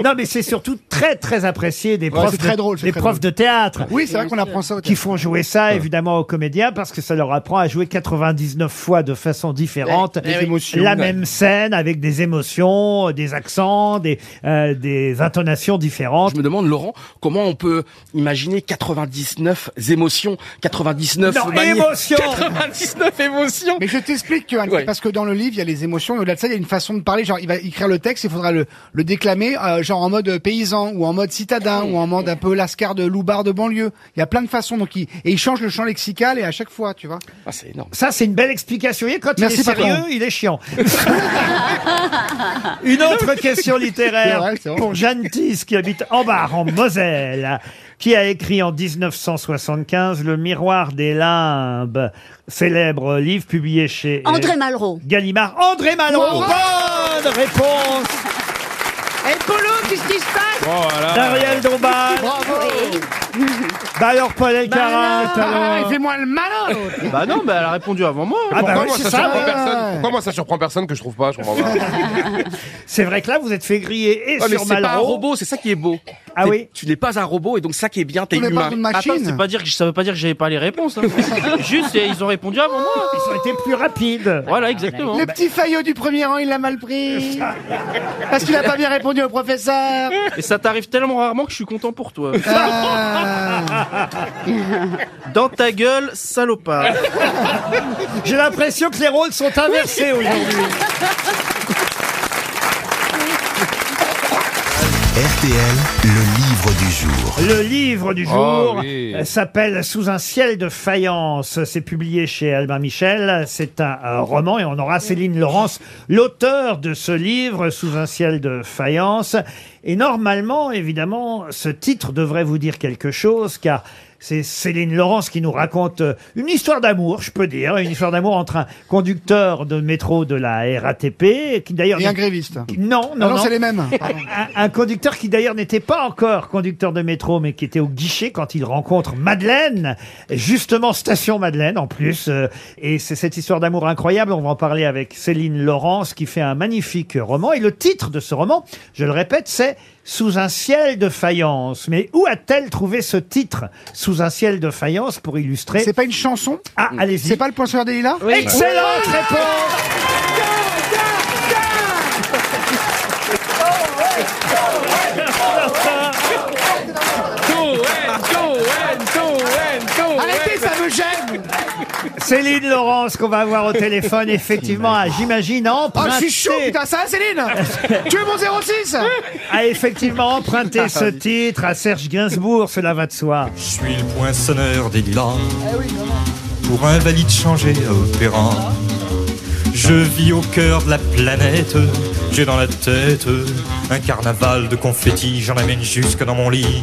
B: non mais c'est surtout très très apprécié des
F: Ouais,
B: profs
F: c'est très
B: de,
F: drôle, c'est
B: des
F: très
B: profs
F: drôle.
B: de théâtre.
F: Oui, c'est vrai qu'on apprend ça au
B: Qui font jouer ça évidemment aux comédiens parce que ça leur apprend à jouer 99 fois de façon différente
F: Ouais, Eh, des émotions.
B: la
F: Ouais.
B: même scène avec des émotions, euh, des accents, des euh, des intonations différentes.
J: Je me demande, Laurent, comment on peut imaginer 99 émotions, 99
F: Non,
J: manières-
F: émotions
J: 99 émotions.
F: Mais je t'explique, Johan,
J: Ouais.
F: parce que dans le livre, il y a les émotions, et au-delà de ça, il y a une façon de parler. Genre, il va écrire le texte, il faudra le, le déclamer, euh, genre en mode paysan, ou en mode citadin, ou en mode un peu lascar de loupard de banlieue. Il y a plein de façons, donc il, et il change le champ lexical, et à chaque fois, tu vois.
J: Ah, c'est énorme.
B: Ça, c'est une belle explication. Et quand
F: Merci,
B: il est sérieux,
F: patron.
B: il est chiant. Une autre question littéraire
F: C'est vrai, c'est vrai.
B: pour Jeanne Tis, qui habite Ambar, en Moselle, qui a écrit en 1975 Le miroir des limbes, célèbre livre publié chez euh,
I: André Malraux.
B: Gallimard. André Malraux,
I: Wow.
B: bonne réponse
E: Et Polo, qu'est-ce qui se passe
B: D'Ariel Dombal. Bah alors, Paul
I: Ah,
F: Ah,
B: Elkarat alors.
F: Fais-moi le malin
G: Bah non, bah elle a répondu avant moi.
B: Ah bah
H: Pourquoi
B: oui,
H: moi,
B: c'est
H: ça
B: ça,
H: surprend
B: ouais.
H: personne Pourquoi moi ça surprend personne que je trouve pas Je comprends pas.
B: C'est vrai que là, vous êtes fait griller et
J: Ouais, Oh, mais
B: sur
J: c'est pas un
B: Malraux.
J: robot, c'est ça qui est beau.
B: Ah
J: T'es-
B: oui.
J: Tu n'es pas un robot et donc ça qui est bien, t'es
F: On n'est pas
J: humain.
F: une machine.
G: Attends, c'est pas dire que, ça veut pas dire que j'avais pas les réponses. hein. Juste, ils ont répondu avant moi.
B: Ils ont été plus rapides.
G: Voilà, exactement.
F: Le petit faillot du premier rang, il l'a mal pris. Parce qu'il a pas bien répondu au professeur.
G: Et ça t'arrive tellement rarement que je suis content pour toi. Dans ta gueule, salopard.
B: J'ai l'impression que les rôles sont inversés aujourd'hui.
A: RTL, le livre du jour.
B: Le livre du jour
A: Oh, oui.
B: euh, s'appelle Sous un ciel de faïence. C'est publié chez Albin Michel. C'est un euh, roman et on aura Céline Laurence, l'auteur de ce livre, Sous un ciel de faïence. Et normalement, évidemment, ce titre devrait vous dire quelque chose car c'est Céline Laurence qui nous raconte euh, une histoire d'amour, je peux dire, une histoire d'amour entre un conducteur de métro de la RATP, qui d'ailleurs...
F: Et un gréviste.
B: Non,
F: Ah
B: non,
F: non,
B: non.
F: c'est les mêmes.
B: Un, un conducteur qui d'ailleurs n'était pas encore conducteur de métro, mais qui était au guichet quand il rencontre Madeleine, justement station Madeleine en plus. Euh, Et c'est cette histoire d'amour incroyable. On va en parler avec Céline Laurence qui fait un magnifique roman. Et le titre de ce roman, je le répète, c'est Sous un ciel de faïence. Mais où a-t-elle trouvé ce titre, Sous un ciel de faïence, pour illustrer
F: C'est pas une chanson
B: Ah, allez-y.
F: C'est pas le point sur Delila
B: Excellente réponse
F: Arrêtez, ça me gêne
B: Céline Laurence qu'on va avoir au téléphone, effectivement, à, j'imagine,
F: Oh,
B: emprunter,
F: je suis chaud, putain, ça va, Céline Tu es mon 06
B: à Ah, effectivement emprunter ce titre à Serge Gainsbourg, cela va de soi.
P: Je suis le poinçonneur des lilas. Pour un valide changé au terrain. Je vis au cœur de la planète. J'ai dans la tête un carnaval de confettis. J'en amène jusque dans mon lit.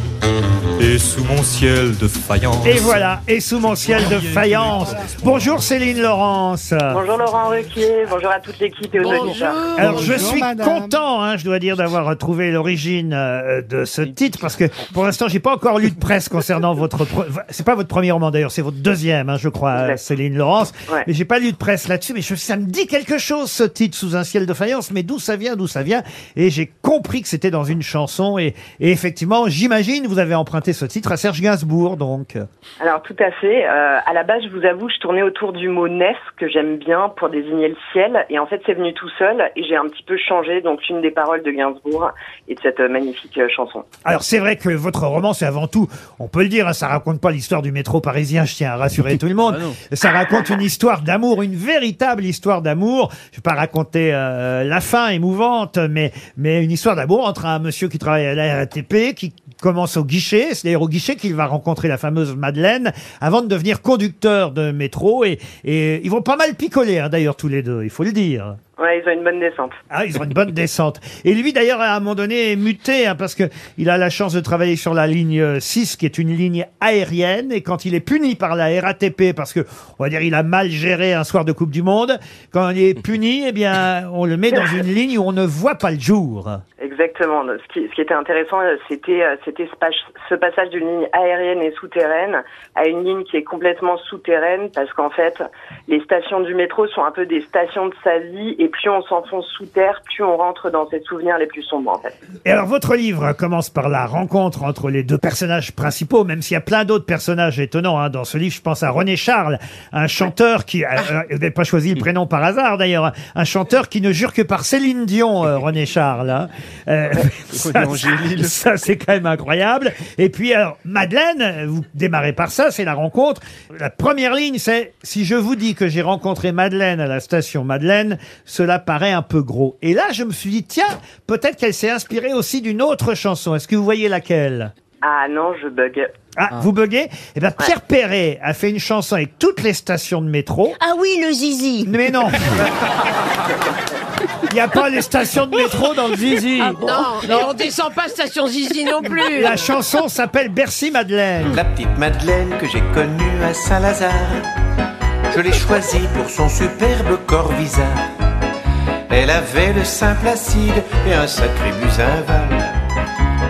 P: Et sous mon ciel de faïence.
B: Et voilà, et sous mon ciel de faïence. Bonjour Céline Laurence.
L: Bonjour Laurent Ruquier, bonjour à toute l'équipe et aux
M: Oh,
L: auditeurs.
B: Alors je suis
F: madame.
B: content, hein, je dois dire, d'avoir trouvé l'origine euh, de ce titre parce que pour l'instant j'ai pas encore lu de presse concernant votre. pre- C'est pas votre premier roman d'ailleurs, c'est votre deuxième, hein, je crois, euh, Céline Laurence.
L: Ouais.
B: Mais j'ai pas lu de presse là-dessus, mais je, ça me dit quelque chose ce titre sous un ciel de faïence. Mais d'où ça vient, d'où ça vient Et j'ai compris que c'était dans une chanson et, et effectivement, j'imagine, vous avez emprunté chanté ce titre à Serge Gainsbourg, donc.
M: Alors tout à fait. Euh, à la base, je vous avoue, je tournais autour du mot nef que j'aime bien pour désigner le ciel, et en fait, c'est venu tout seul. Et j'ai un petit peu changé donc une des paroles de Gainsbourg et de cette euh, magnifique euh, chanson.
B: Alors c'est vrai que votre roman, c'est avant tout, on peut le dire, hein, ça raconte pas l'histoire du métro parisien, je tiens à rassurer tout le monde. ça raconte une histoire d'amour, une véritable histoire d'amour. Je vais pas raconter euh, la fin émouvante, mais, mais une histoire d'amour entre un monsieur qui travaille à la RATP, qui commence au guichet, c'est d'ailleurs au guichet qu'il va rencontrer la fameuse Madeleine, avant de devenir conducteur de métro. Et, et ils vont pas mal picoler, hein, d'ailleurs, tous les deux, il faut le dire.
M: Ouais, ils ont une bonne descente.
B: Ah, ils ont une bonne descente. Et lui, d'ailleurs, à un moment donné, est muté, hein, parce que il a la chance de travailler sur la ligne euh, 6, qui est une ligne aérienne. Et quand il est puni par la RATP, parce que, on va dire, il a mal géré un soir de Coupe du Monde, quand il est puni, eh bien, on le met dans une ligne où on ne voit pas le jour.
M: Exactement. Ce qui, ce qui était intéressant, euh, c'était euh, c'était ce, pas- ce passage d'une ligne aérienne et souterraine à une ligne qui est complètement souterraine parce qu'en fait, les stations du métro sont un peu des stations de sa vie et plus on s'enfonce sous terre, plus on rentre dans ses souvenirs les plus sombres en fait.
B: Et alors, votre livre commence par la rencontre entre les deux personnages principaux, même s'il y a plein d'autres personnages étonnants hein. dans ce livre. Je pense à René Charles, un chanteur qui, euh, euh, vous n'avez pas choisi le prénom par hasard d'ailleurs, hein. un chanteur qui ne jure que par Céline Dion, euh, René Charles. hein. Euh, ça,
J: Angélil.
B: ça, c'est quand même incroyable. Et puis, alors, Madeleine, euh, vous démarrez par ça, c'est la rencontre. La première ligne, c'est si je vous dis que j'ai rencontré Madeleine à la station Madeleine, cela paraît un peu gros. Et là, je me suis dit, tiens, peut-être qu'elle s'est inspirée aussi d'une autre chanson. Est-ce que vous voyez laquelle
M: Ah non, je bug.
B: ah, vous buguez Eh bien, Pierre Perret a fait une chanson avec toutes les stations de métro.
I: Ah oui, le zizi.
B: Mais non Il n'y a pas les stations de métro dans le zizi.
E: Ah bon
I: Non, et on descend pas station zizi non plus.
B: La chanson s'appelle Bercy Madeleine.
Q: La petite Madeleine que j'ai connue à Saint-Lazare, je l'ai choisie pour son superbe corps bizarre. Elle avait le sein placide et un sacré musinval.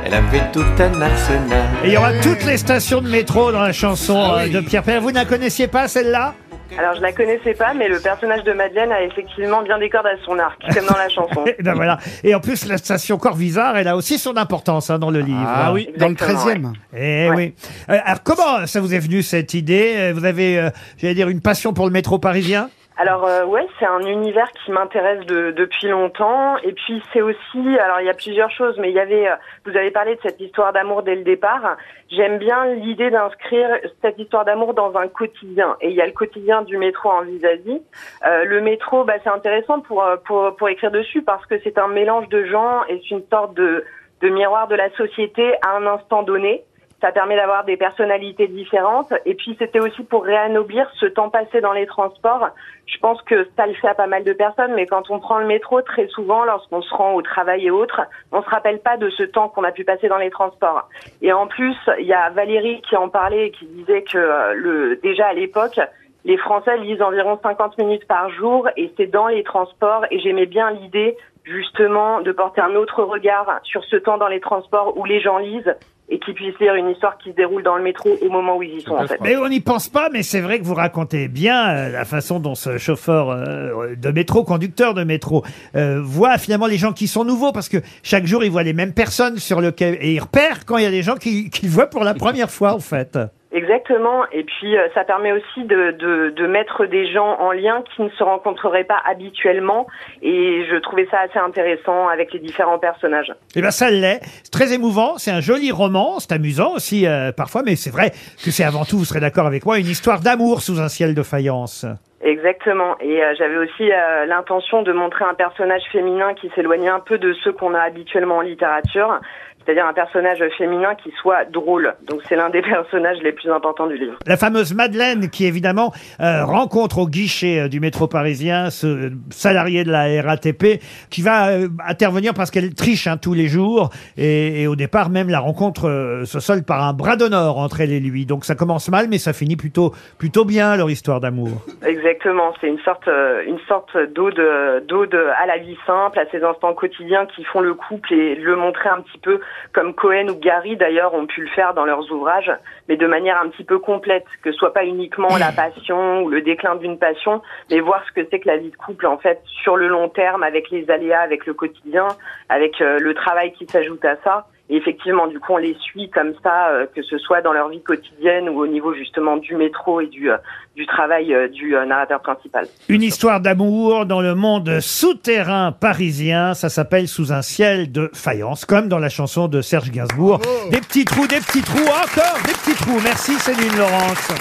Q: Elle avait tout un arsenal.
B: Et il y aura toutes les stations de métro dans la chanson
F: Ah
B: euh, de Pierre Perret. Vous ne la connaissiez pas, celle-là
M: Alors je la connaissais pas, mais le personnage de Madeleine a effectivement bien des cordes à son arc, comme dans la chanson.
B: Eh ben voilà. Et en plus, la station Corvisart, elle a aussi son importance hein, dans le livre.
F: Ah oui. Dans le Exactement, 13e. ouais.
B: Eh oui. Euh, Alors, comment ça vous est venu cette idée Euh, Vous avez, euh, j'allais dire, une passion pour le métro parisien
M: Alors euh, ouais, c'est un univers qui m'intéresse de- depuis longtemps. Et puis c'est aussi, alors il y a plusieurs choses, mais il y avait, euh, vous avez parlé de cette histoire d'amour dès le départ. J'aime bien l'idée d'inscrire cette histoire d'amour dans un quotidien. Et il y a le quotidien du métro en vis-à-vis. Euh, le métro, bah, c'est intéressant pour, euh, pour pour écrire dessus parce que c'est un mélange de gens et c'est une sorte de de miroir de la société à un instant donné. Ça permet d'avoir des personnalités différentes. Et puis, c'était aussi pour réanoblir ce temps passé dans les transports. Je pense que ça le fait à pas mal de personnes, mais quand on prend le métro, très souvent, lorsqu'on se rend au travail et autres, on se rappelle pas de ce temps qu'on a pu passer dans les transports. Et en plus, il y a Valérie qui en parlait et qui disait que euh, le, déjà à l'époque, les Français lisent environ 50 minutes par jour et c'est dans les transports et j'aimais bien l'idée justement de porter un autre regard sur ce temps dans les transports où les gens lisent et qu'ils puissent lire une histoire qui se déroule dans le métro au moment où ils y sont en fait.
B: Mais on n'y pense pas, mais c'est vrai que vous racontez bien euh, la façon dont ce chauffeur euh, de métro, conducteur de métro, euh, voit finalement les gens qui sont nouveaux, parce que chaque jour, il voit les mêmes personnes sur le quai, et il repère quand il y a des gens qui- qu'il voit pour la première fois, en fait.
M: Exactement. Et puis, euh, ça permet aussi de, de, de mettre des gens en lien qui ne se rencontreraient pas habituellement. Et je trouvais ça assez intéressant avec les différents personnages.
B: Eh bien, ça l'est. C'est très émouvant. C'est un joli roman. C'est amusant aussi, euh, parfois. Mais c'est vrai que c'est avant tout, vous serez d'accord avec moi, une histoire d'amour sous un ciel de faïence.
M: Exactement. Et euh, j'avais aussi euh, l'intention de montrer un personnage féminin qui s'éloignait un peu de ceux qu'on a habituellement en littérature. C'est-à-dire un personnage féminin qui soit drôle. Donc c'est l'un des personnages les plus importants du livre.
B: La fameuse Madeleine qui, évidemment, euh, rencontre au guichet euh, du métro parisien ce euh, salarié de la RATP qui va euh, intervenir parce qu'elle triche hein, tous les jours. Et, et au départ, même, la rencontre euh, se solde par un bras d'honneur entre elle et lui. Donc ça commence mal, mais ça finit plutôt, plutôt bien, leur histoire d'amour.
M: Exactement, c'est une sorte, euh, une sorte d'ode, euh, d'ode à la vie simple, à ces instants quotidiens qui font le couple et le montrer un petit peu comme Cohen ou Gary d'ailleurs ont pu le faire dans leurs ouvrages, mais de manière un petit peu complète, que ce soit pas uniquement la passion ou le déclin d'une passion, mais voir ce que c'est que la vie de couple en fait sur le long terme avec les aléas, avec le quotidien, avec euh, le travail qui s'ajoute à ça. Et effectivement, du coup, on les suit comme ça, euh, que ce soit dans leur vie quotidienne ou au niveau justement du métro et du, euh, du travail euh, du euh, narrateur principal.
B: Une histoire d'amour dans le monde souterrain parisien, ça s'appelle Sous un ciel de faïence, comme dans la chanson de Serge Gainsbourg. Des petits trous, des petits trous, encore des petits trous. Merci Céline Laurence.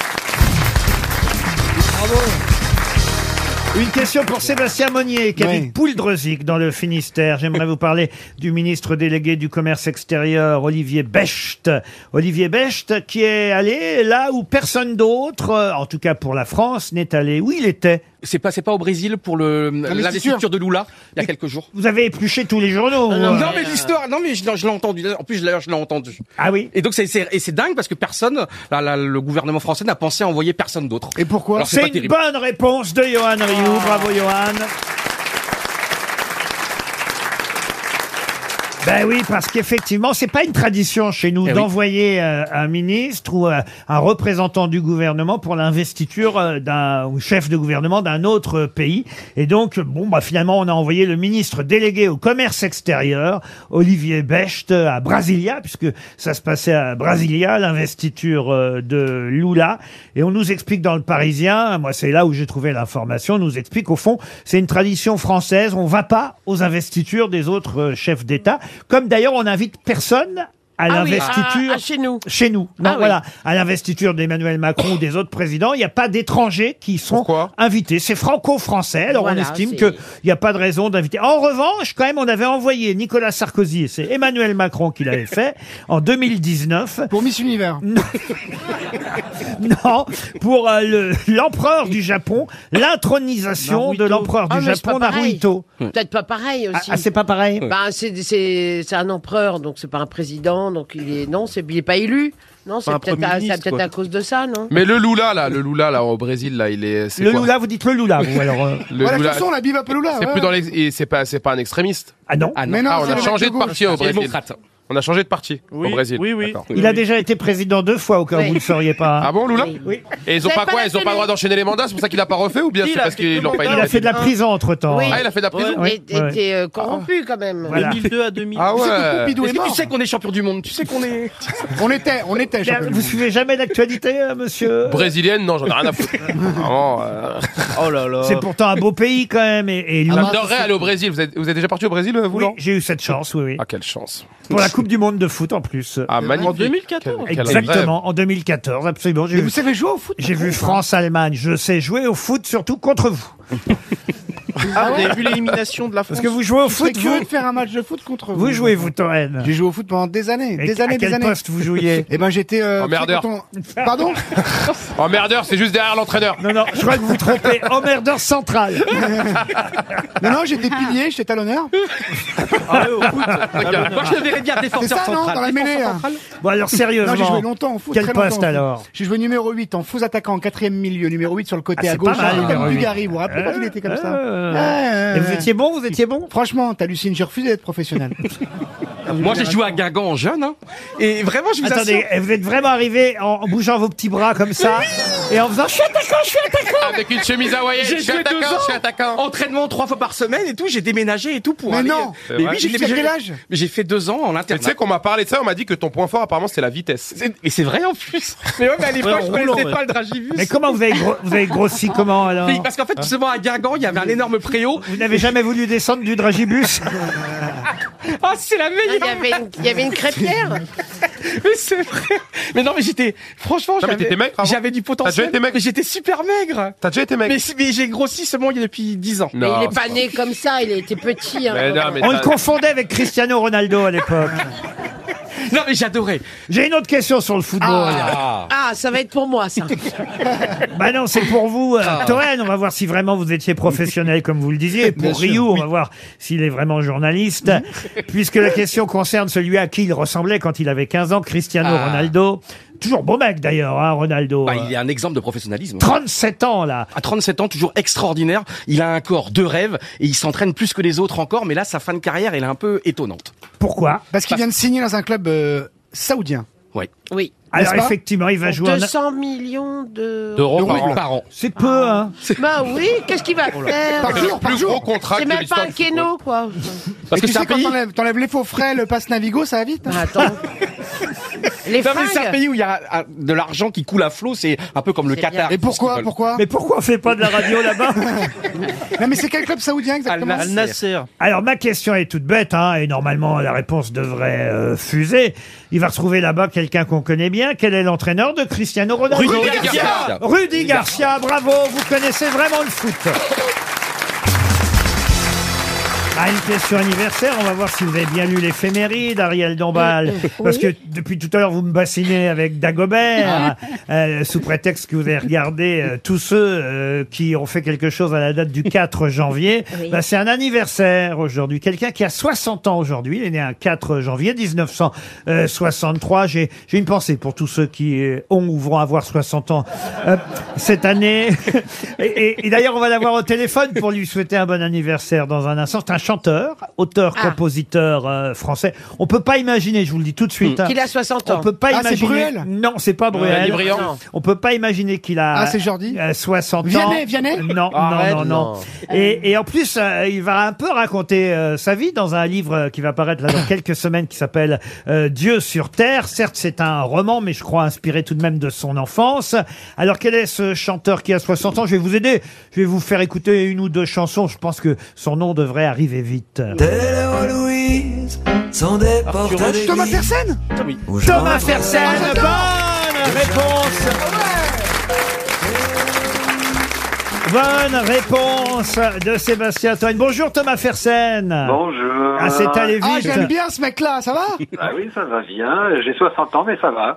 B: Une question pour Sébastien Monnier, qui habite Pouldreuzic, dans le Finistère. J'aimerais vous parler du ministre délégué du Commerce extérieur, Olivier Becht. Olivier Becht, qui est allé là où personne d'autre, euh, en tout cas pour la France, n'est allé. Où il était
J: C'est passé pas au Brésil pour le
B: Ah, c'est sûr.
J: l'investiture de Lula il y a quelques jours.
B: Vous avez épluché tous les journaux.
J: Non,
B: vous,
J: non,
B: euh.
J: mais l'histoire, non mais je, non, je l'ai entendu. En plus d'ailleurs je l'ai entendu.
B: Ah oui.
J: Et donc c'est c'est- et c'est dingue parce que personne, là, là, le gouvernement français n'a pensé à envoyer personne d'autre.
F: Et pourquoi
B: C'est une bonne réponse de Johan Rioux. Bravo, Johan. Ben oui, parce qu'effectivement, c'est pas une tradition chez nous d'envoyer euh, un ministre ou euh, un représentant du gouvernement pour l'investiture euh, d'un ou chef de gouvernement d'un autre euh, pays. Et donc, bon, bah finalement, on a envoyé le ministre délégué au commerce extérieur, Olivier Becht, euh, à Brasilia, puisque ça se passait à Brasilia, l'investiture euh, de Lula. Et on nous explique dans le Parisien, moi c'est là où j'ai trouvé l'information, on nous explique au fond, c'est une tradition française, on va pas aux investitures des autres euh, chefs d'État, comme d'ailleurs on n'invite personne à
E: Ah oui,
B: l'investiture
E: à- à chez nous.
B: chez nous.
E: Ah
B: Non,
E: oui.
B: voilà, à l'investiture d'Emmanuel Macron ou des autres présidents, il n'y a pas d'étrangers qui sont invités. C'est franco-français. Alors
E: Voilà,
B: on estime
E: c'est-
B: que il n'y a pas de raison d'inviter. En revanche, quand même, on avait envoyé Nicolas Sarkozy et c'est Emmanuel Macron qui l'avait fait en 2019.
F: Pour Miss Univers.
B: Non, pour euh, le- l'empereur du Japon, l'intronisation de l'empereur du
E: Ah, mais c'est
B: Japon
E: pas pareil.
B: Naruhito.
E: Peut-être pas pareil aussi.
B: Ah, c'est pas pareil
E: Ben, c'est, c'est, c'est un empereur, donc c'est pas un président, donc il est non, c'est il est pas élu. Non, c'est
H: un
E: peut-être,
H: Premier
E: à,
H: ministre,
E: c'est peut-être
H: quoi.
E: à cause de ça, non
H: Mais le Lula, là, le Lula, là, au Brésil, là, il est. c'est
B: Le
H: quoi
B: Lula, vous dites le Lula, vous alors. euh.
H: Le
F: Voilà,
H: Lula,
F: la chanson, la Biva Pelula.
H: C'est
F: ouais.
H: plus dans les. et C'est pas, c'est pas un extrémiste.
B: Ah non.
H: Ah,
F: Mais non, c'est
H: on a
F: le
H: changé
F: mec
H: de
F: de
H: parti
F: gauche.
H: au Brésil.
F: Démocrate.
H: On a changé de parti
G: Oui,
H: au Brésil.
G: oui, oui.
H: D'accord.
B: Il a déjà été président deux fois, au cas où vous ne le sauriez pas.
H: Ah bon, Lula
B: Oui.
H: Et ils ont
B: Vous
H: pas
B: avez
H: quoi
B: pas
H: Ils ont
B: la
H: pas le droit
B: télé
H: d'enchaîner les mandats C'est pour ça qu'il a pas refait ou bien c'est parce qu'ils l'ont pas
B: Il a fait de la prison entre-temps.
H: Ah, il a fait de la prison
E: Et t'es euh, corrompu quand même.
B: Voilà.
J: 2002 à 2000.
H: Ah ouais.
J: Est-ce que tu sais qu'on est champion du monde Tu sais qu'on est.
F: On était, on était.
B: Mais, Vous suivez jamais l'actualité, euh, monsieur
H: Brésilienne, non, j'en ai rien à foutre. Vraiment, euh, Ah,
G: Oh là Ah, là.
B: C'est pourtant un beau pays quand même. Et, et Lula-
H: J'adorerais aller au Brésil. Vous êtes, vous êtes déjà parti au Brésil, euh, vous,
B: Oui,
H: non
B: J'ai eu cette chance, oui, oui.
H: Ah, quelle chance.
B: Pour la Coupe du Monde de foot en plus.
H: Ah, magnifique.
G: En 2014.
H: Quel- quel
B: Exactement, en 2014, absolument. J'ai
F: Mais
B: vu-
F: vous savez jouer au foot
B: J'ai vu France-Allemagne. Je sais jouer au foot, surtout contre vous.
G: Ah, vous avez vu l'élimination de la France
B: Parce que vous jouez au
F: Je serais
B: foot,
F: curieux
B: vous
F: de faire un match de foot contre vous.
B: Vous jouez, vous, Toen
F: J'ai joué au foot pendant des années,
B: Et
F: des années,
B: à quel
F: des années.
B: poste vous jouiez
F: Eh ben j'étais. euh,
H: Emmerdeur.
F: quand on- Pardon
H: Emmerdeur, Oh, c'est juste derrière l'entraîneur.
B: Non, non, je crois que vous vous trompez. Emmerdeur central.
F: Non, non, j'étais pilier, j'étais talonneur.
D: Ah bah,
J: Moi je te verrais bien
F: Ah bah, C'est
J: défenseur
F: ça, non Dans la
J: central.
F: mêlée. hein.
B: Bon, alors
F: Non, j'ai
B: sérieusement.
F: joué longtemps au foot.
B: Quel
F: très longtemps
B: poste
F: au foot.
B: alors
F: J'ai joué numéro 8 en faux attaquant, en quatrième milieu, numéro 8 sur le côté
B: Ah,
F: à
B: c'est
F: gauche.
B: pas mal,
F: un peu
B: numéro
F: comme
B: huit.
F: Dugarry, vous vous rappelez quand il était comme ça Ah,
B: Euh,
F: Ouais, ouais,
B: Et vous
F: ouais.
B: étiez bon, vous étiez bon
F: Franchement, t'hallucines, j'ai refusé d'être professionnel.
J: Moi j'ai joué à Guingamp en jeune. hein. Et vraiment je vous assure.
B: Attendez, eh, vous êtes vraiment arrivé en en bougeant vos petits bras comme ça et en faisant je suis attaquant, je suis attaquant.
H: Avec une chemise hawaïenne, je
J: J'ai
H: suis
J: joué deux
H: attaquant,
J: ans.
H: je suis attaquant.
J: Entraînement trois fois par semaine et tout, j'ai déménagé et tout pour
F: Mais
J: aller- euh,
F: non.
H: C'est
J: Mais
H: vrai.
J: oui, j'ai
F: Jusqu'à
J: déménagé.
F: quel âge
J: Mais j'ai fait deux ans en
H: Mais Tu sais
J: internat.
H: qu'on m'a parlé de ça, on m'a dit que ton point fort apparemment c'était la vitesse.
J: Et c'est vrai hein. en plus. Mais ouais, mais à l'époque,
G: Ouais,
J: je
G: en roulant,
J: connaissais
G: ouais.
J: pas le dragibus.
B: Mais comment vous avez, gro- vous avez grossi comment alors
J: Oui, parce qu'en fait, justement, à Guingamp, il y avait un énorme préau.
B: Vous n'avez jamais voulu descendre du dragibus
J: Ah, c'est la
E: Ah, Il y
J: meilleure.
E: avait une, il y avait une crêpière.
J: Mais c'est vrai. Mais non, mais j'étais, franchement,
H: mais
J: j'avais-
H: t'étais maigre avant
J: j'avais du potentiel.
H: déjà été maigre
J: Mais j'étais super maigre.
H: T'as déjà été mec
J: Mais, si- mais j'ai grossi seulement il y a depuis 10 ans.
E: Mais il est
H: c'est
E: pas né comme ça, il était petit. hein.
H: Mais non, mais
B: On le
H: t'as-
B: confondait avec Cristiano Ronaldo à l'époque.
J: Non, mais j'adorais.
B: J'ai une autre question sur le football.
E: Ah, ça va être pour moi ça.
B: Bah non, c'est pour vous, euh,
J: Ah.
B: Toen. On va voir si vraiment vous étiez professionnel, comme vous le disiez. Et
F: Bien
B: pour
F: sûr,
B: Rio, on va voir s'il est vraiment journaliste. puisque la question concerne celui à qui il ressemblait quand il avait 15 ans, Cristiano
J: Ah.
B: Ronaldo. Toujours beau mec d'ailleurs, hein,
H: Oh.
B: Ronaldo.
J: Bah, il est un exemple de professionnalisme.
B: 37 ans là.
J: À 37 ans, toujours extraordinaire. Il a un corps de rêve et il s'entraîne plus que les autres encore. Mais là, sa fin de carrière, elle est un peu étonnante.
B: Pourquoi
F: Parce qu'il vient de signer dans un club euh, saoudien.
J: Ouais.
E: Oui.
B: Alors
E: N'est-ce pas
B: effectivement, il va jouer en-
E: 200 millions de...
B: D'euros par an. Par an. C'est peu, hein
E: Bah oui, qu'est-ce qu'il va
B: Oh là.
E: faire
B: Par C'est le jour, plus par jour. gros contrat
E: C'est
B: de
E: même
B: l'histoire
E: pas un
B: du football.
E: kéno, quoi.
I: Ah,
F: Et tu sais, quand t'enlèves, t'enlèves les faux frais, le passe Navigo, ça va vite. hein
E: attends. les
J: Non, mais c'est un
E: fringues.
J: pays où il y a ah, de l'argent qui coule à flot, c'est un peu comme le
F: C'est
J: Qatar.
F: bien. Et pourquoi,
J: Parce qu'ils
F: pourquoi
J: veulent-
B: Mais pourquoi on fait pas de la radio là-bas
F: non, mais c'est quel club saoudien exactement
B: Alors ma question est toute bête, hein, et normalement la réponse devrait euh, fuser. Il va retrouver là-bas quelqu'un qu'on connaît bien. Quel est l'entraîneur de Cristiano Ronaldo
D: Rudy Rudy Garcia. Garcia.
B: Rudy Garcia, bravo, vous connaissez vraiment le foot. Ah, une question anniversaire, on va voir si vous avez bien lu l'éphéméride, Ariel Dombal.
D: Oui.
B: Parce que depuis tout à l'heure, vous me bassinez avec Dagobert,
D: Ah.
B: euh, sous prétexte que vous avez regardé euh, tous ceux euh, qui ont fait quelque chose à la date du 4 janvier.
D: Oui.
B: Bah, c'est un anniversaire aujourd'hui. Quelqu'un qui a 60 ans aujourd'hui, il est né un 4 janvier 1963. J'ai j'ai une pensée pour tous ceux qui euh, ont ou vont avoir 60 ans euh, cette année. Et, et- et d'ailleurs, on va l'avoir au téléphone pour lui souhaiter un bon anniversaire dans un instant. C'est un chanteur, auteur,
E: Ah.
B: compositeur euh, français. On peut pas imaginer, je vous le dis tout de suite.
E: Mm.
B: hein.
E: Qu'il a 60 ans.
B: On peut pas
E: Ah, c'est
B: imaginer.
E: Bruel
B: Non, c'est pas
E: Non,
B: Bruel.
E: Annie Briand. Non.
B: On peut pas imaginer qu'il a.
F: Ah, c'est Jordi
B: euh, 60 ans.
F: Vianney, Vianney
B: Non,
F: Arrête,
B: non, non, non.
F: non.
B: Et, et en plus, euh, il va un peu raconter euh, sa vie dans un livre euh, qui va paraître là dans quelques semaines qui s'appelle euh, Dieu sur terre. Certes, c'est un roman, mais je crois inspiré tout de même de son enfance. Alors, quel est ce chanteur qui a 60 ans Je vais vous aider. Je vais vous faire écouter une ou deux chansons. Je pense que son nom devrait arriver vite.
D: Louise, sans des portes à l'église.
F: Thomas Fersen
B: Thomas Fersen,
D: Ah,
B: bonne réponse Bonne réponse de Sébastien Toine. Bonjour Thomas Fersen.
N: Bonjour.
B: Ah, c'est allé vite.
F: Ah, j'aime bien ce mec-là, ça va
N: Ah oui, ça va bien. J'ai 60 ans, mais ça va.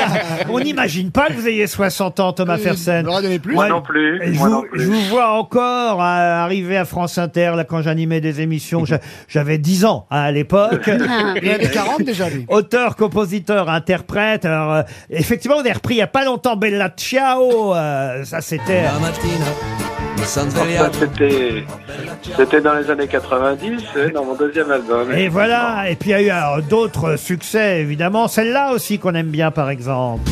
B: On n'imagine pas que vous ayez 60 ans,
N: Euh,
B: Thomas Fersen.
N: Moi
B: Moi,
N: non plus.
B: je
N: moi non
B: vous,
N: plus.
B: je vous vois encore euh, arriver à France Inter là quand j'animais des émissions. J'a- J'avais 10 ans hein, à l'époque.
F: Il avait 40 déjà, lui.
B: Auteur, compositeur, interprète. Alors, euh, effectivement, on a repris il n'y a pas longtemps Bella Ciao. euh, ça, c'était.
D: La mattina, mi son
N: Ça, C'était c'était dans les années 90, euh, dans mon deuxième album.
B: Et voilà. Et puis, il y a eu alors, d'autres succès, évidemment. Celle-là aussi qu'on aime bien, par exemple.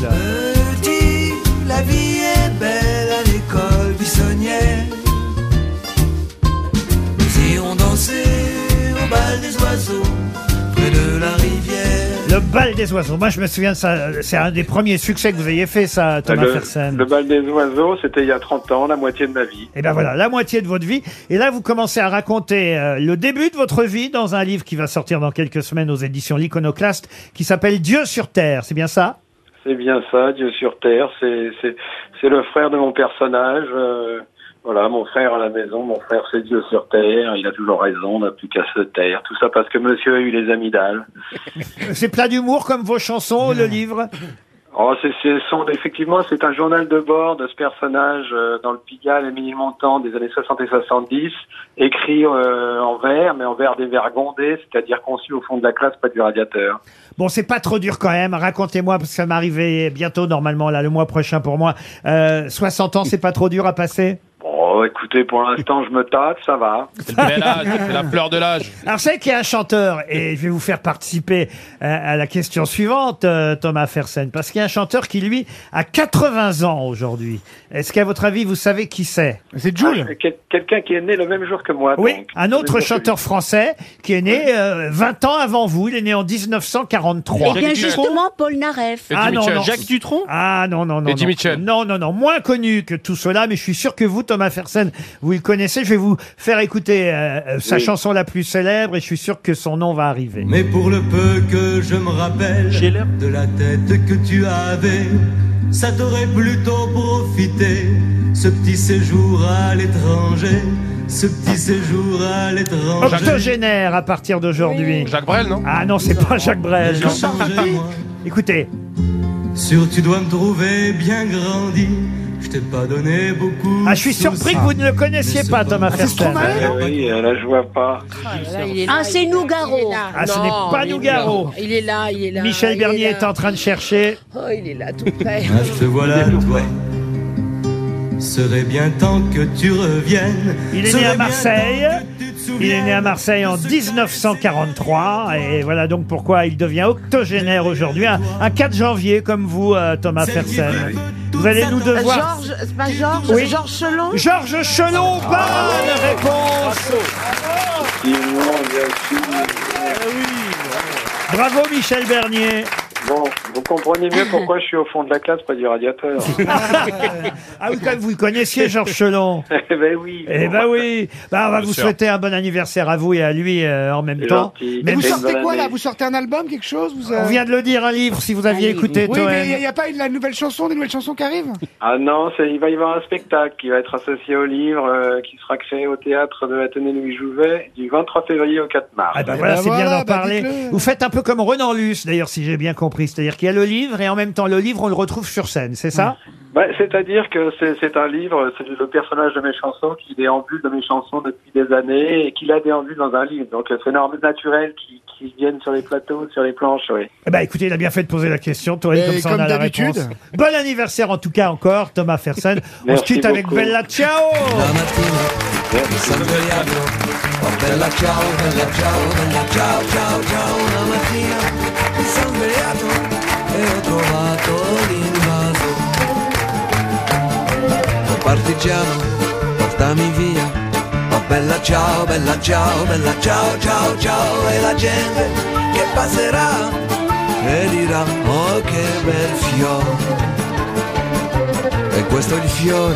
D: petit, la vie est belle à l'école buissonnière. Nous irons danser au bal des oiseaux, près de la rivière.
B: Le bal des oiseaux. Moi, je me souviens de ça. euh, C'est un des premiers succès que vous ayez fait, ça, Thomas
N: Ah, le,
B: Fersen.
N: le bal des oiseaux, c'était il y a 30 ans, la moitié de ma vie.
B: Et ben voilà, la moitié de votre vie. Et là, vous commencez à raconter euh, le début de votre vie dans un livre qui va sortir dans quelques semaines aux éditions L'Iconoclaste, qui s'appelle Dieu sur Terre. C'est bien ça
N: C'est bien ça, Dieu sur terre. C'est c'est c'est le frère de mon personnage. euh, voilà, mon frère à la maison, mon frère c'est Dieu sur terre. Il a toujours raison, on n'a plus qu'à se taire. Tout ça parce que Monsieur a eu les amygdales.
B: C'est plein d'humour comme vos chansons, le livre.
N: Oh, c'est, c'est son, effectivement, c'est un journal de bord de ce personnage euh, dans le Pigalle et Ménilmontant des années 60 et 70, écrit euh, en vers, mais en vers des vers gondés, c'est-à-dire conçu au fond de la classe, pas du radiateur.
B: Bon, c'est pas trop dur quand même. Racontez-moi, parce que ça m'arrivait bientôt, normalement, là, le mois prochain pour moi. Euh, 60 ans, c'est pas trop dur à passer
N: Bon, écoutez, pour l'instant, je me tape, ça va.
H: Mais là, c'est la fleur de l'âge.
B: Alors, c'est qu'il y a un chanteur, et je vais vous faire participer euh, à la question suivante, euh, Thomas Fersen, parce qu'il y a un chanteur qui, lui, a 80 ans aujourd'hui. Est-ce qu'à votre avis, vous savez qui c'est C'est
N: Ah, quel- quelqu'un qui est né le même jour que moi.
B: Oui,
N: donc.
B: un autre
N: Le même jour que
B: chanteur français qui est né euh, 20 ans avant vous. Il est né en 1943.
I: Eh bien, justement, Paul Naref.
B: Ah non, non. Dutronc Ah non, non, non.
H: Eddie
B: non.
H: Mitchell.
B: Non, non, non. Moins connu que tout cela, mais je suis sûr que vous, Thomas Fersen, vous le connaissez. Je vais vous faire écouter euh, sa
P: Oui.
B: chanson la plus célèbre et je suis sûr que son nom va arriver.
P: Mais pour le peu que je me rappelle de la tête que tu avais, ça t'aurait plutôt profité. Ce petit séjour à l'étranger, ce petit séjour à l'étranger.
B: Octogénaire à partir d'aujourd'hui.
H: Jacques Brel, non
B: Ah non, c'est pas Jacques Brel.
P: J'ai
B: non.
P: changé, moi.
B: Écoutez.
P: Sur tu dois me trouver bien grandi. Je t'ai pas donné beaucoup. Ah,
B: Ah, je suis surpris que vous ne le connaissiez pas,
H: Ah,
B: Thomas Fersen.
N: Eh oui, euh, là, je vois pas.
I: Ah, c'est Nougaro.
B: Ah, ce n'est pas Nougaro.
E: Il est là, il est là.
B: Michel
E: il
B: Bernier
E: là.
B: est en train de chercher.
E: Oh, il est là, tout près.
P: Ah, je te voilà, toi. Serait bien temps que tu reviennes.
B: Il est né
P: Serait
B: à
P: bien
B: Marseille. Il est né à Marseille en 1943 et voilà donc pourquoi il devient octogénaire aujourd'hui, un, un 4 janvier comme vous, euh, Thomas Fersen. Vous allez nous devoir.
E: Euh, Georges, c'est pas Georges,
B: Oui.
E: Georges Chelon
B: Georges Chelon, bonne réponse
G: Ah
B: Bravo Michel Bernier
R: Bon, vous comprenez mieux pourquoi je suis au fond de la classe, près du radiateur.
B: Ah oui, quand même, vous le connaissiez, Georges Chelon
R: Eh ben oui.
B: Eh ben oui Bah, On va vous souhaiter un bon anniversaire à vous et à lui euh, en même
R: C'est
B: temps.
R: gentil.
F: Mais
B: Même
F: vous
B: si-
F: sortez quoi là Vous sortez un album, quelque chose vous, euh,
B: On vient de le dire, un livre, si vous aviez écouté
F: Oui,
B: Toen.
F: mais il n'y a, pas une, la nouvelle chanson, des nouvelles chansons qui arrivent
R: Ah non, c'est- il va y avoir un spectacle qui va être associé au livre euh, qui sera créé au théâtre de l'Athénée Louis Jouvet du 23 février au 4 mars.
B: Ah bah
N: Eh ben
B: voilà, c'est bien d'en parler. Vous faites un peu comme Renan Luce, d'ailleurs, si j'ai bien compris. C'est-à-dire qu'il y a le livre et en même temps, le livre, on le retrouve sur scène, c'est ça
R: Bah, C'est-à-dire que c'est c'est un livre, c'est le personnage de mes chansons qui déambule dans mes chansons depuis des années et qui la déambule dans un livre. Donc euh, c'est normal naturel qui, qui viennent sur les plateaux, sur les planches, oui.
B: Eh ben, écoutez, il a bien fait de poser la question, Toen,
R: Et
B: comme ça on
R: comme
B: a la
R: d'habitude.
B: réponse. Bon anniversaire en tout cas encore, Thomas Fersen. on se
D: Merci
B: quitte avec
D: beaucoup.
B: Bella Ciao
D: Oh, Bella ciao, bella ciao, bella ciao, ciao, ciao, una mattina mi sono svegliato e ho trovato l'invaso. Oh partigiano, portami via, oh bella ciao, bella ciao, bella ciao, ciao, ciao, e la gente che passerà e dirà, oh che bel fiore. E questo è il fiore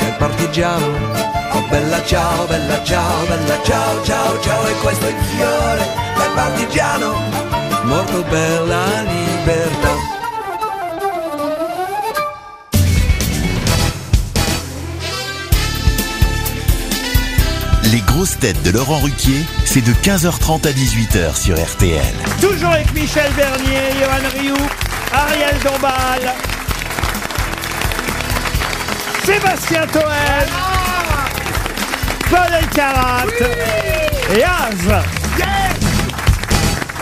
D: del partigiano. Oh bella ciao, bella ciao, bella ciao, ciao, ciao. E questo è il fiore del partigiano. Morto per la libertà.
A: Les grosses têtes de Laurent Ruquier, c'est de 15h30 à 18h sur RTL.
B: Toujours avec Michel Bernier, Johan Rioux, Ariel Dombal, Sébastien Toen, Paul Elkarat et Az.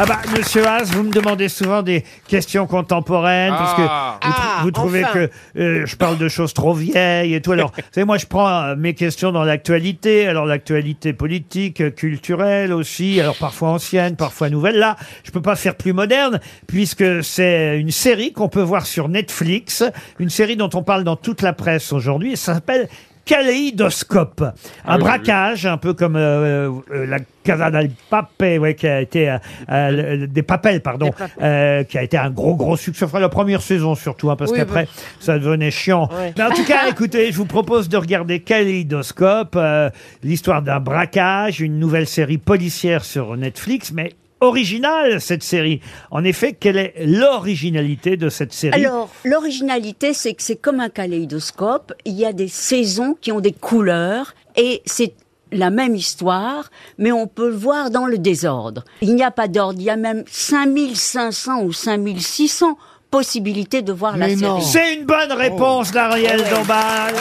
B: Ah bah, monsieur Haas, vous me demandez souvent des questions contemporaines, parce que
D: Ah.
B: vous, tr-
D: Ah,
B: vous trouvez
D: enfin.
B: que euh, je parle de choses trop vieilles et tout. Alors, vous savez, moi, je prends euh, mes questions dans l'actualité, alors l'actualité politique, euh, culturelle aussi, alors parfois ancienne, parfois nouvelle. Là, je peux pas faire plus moderne, puisque c'est une série qu'on peut voir sur Netflix, une série dont on parle dans toute la presse aujourd'hui, et ça s'appelle Kaléidoscope. Un braquage, un peu comme euh, euh, la Casa del Papel, ouais, qui a été euh, euh, le- le- des papels, pardon, euh, qui a été un gros gros succès. Enfin, la première saison surtout, hein, parce
D: Oui,
B: qu'après ça devenait chiant.
D: Ouais.
B: Mais en tout cas, écoutez, je vous propose de regarder Kaléidoscope, euh, l'histoire d'un braquage, une nouvelle série policière sur Netflix, mais originale cette série. En effet, quelle est l'originalité de cette série
I: Alors, l'originalité, c'est que c'est comme un kaléidoscope. Il y a des saisons qui ont des couleurs et c'est la même histoire, mais on peut le voir dans le désordre. Il n'y a pas d'ordre. Il y a même 5500 ou 5600 possibilités de voir la série.
B: C'est une
I: Oh.
B: bonne réponse d'Ariel Dombal.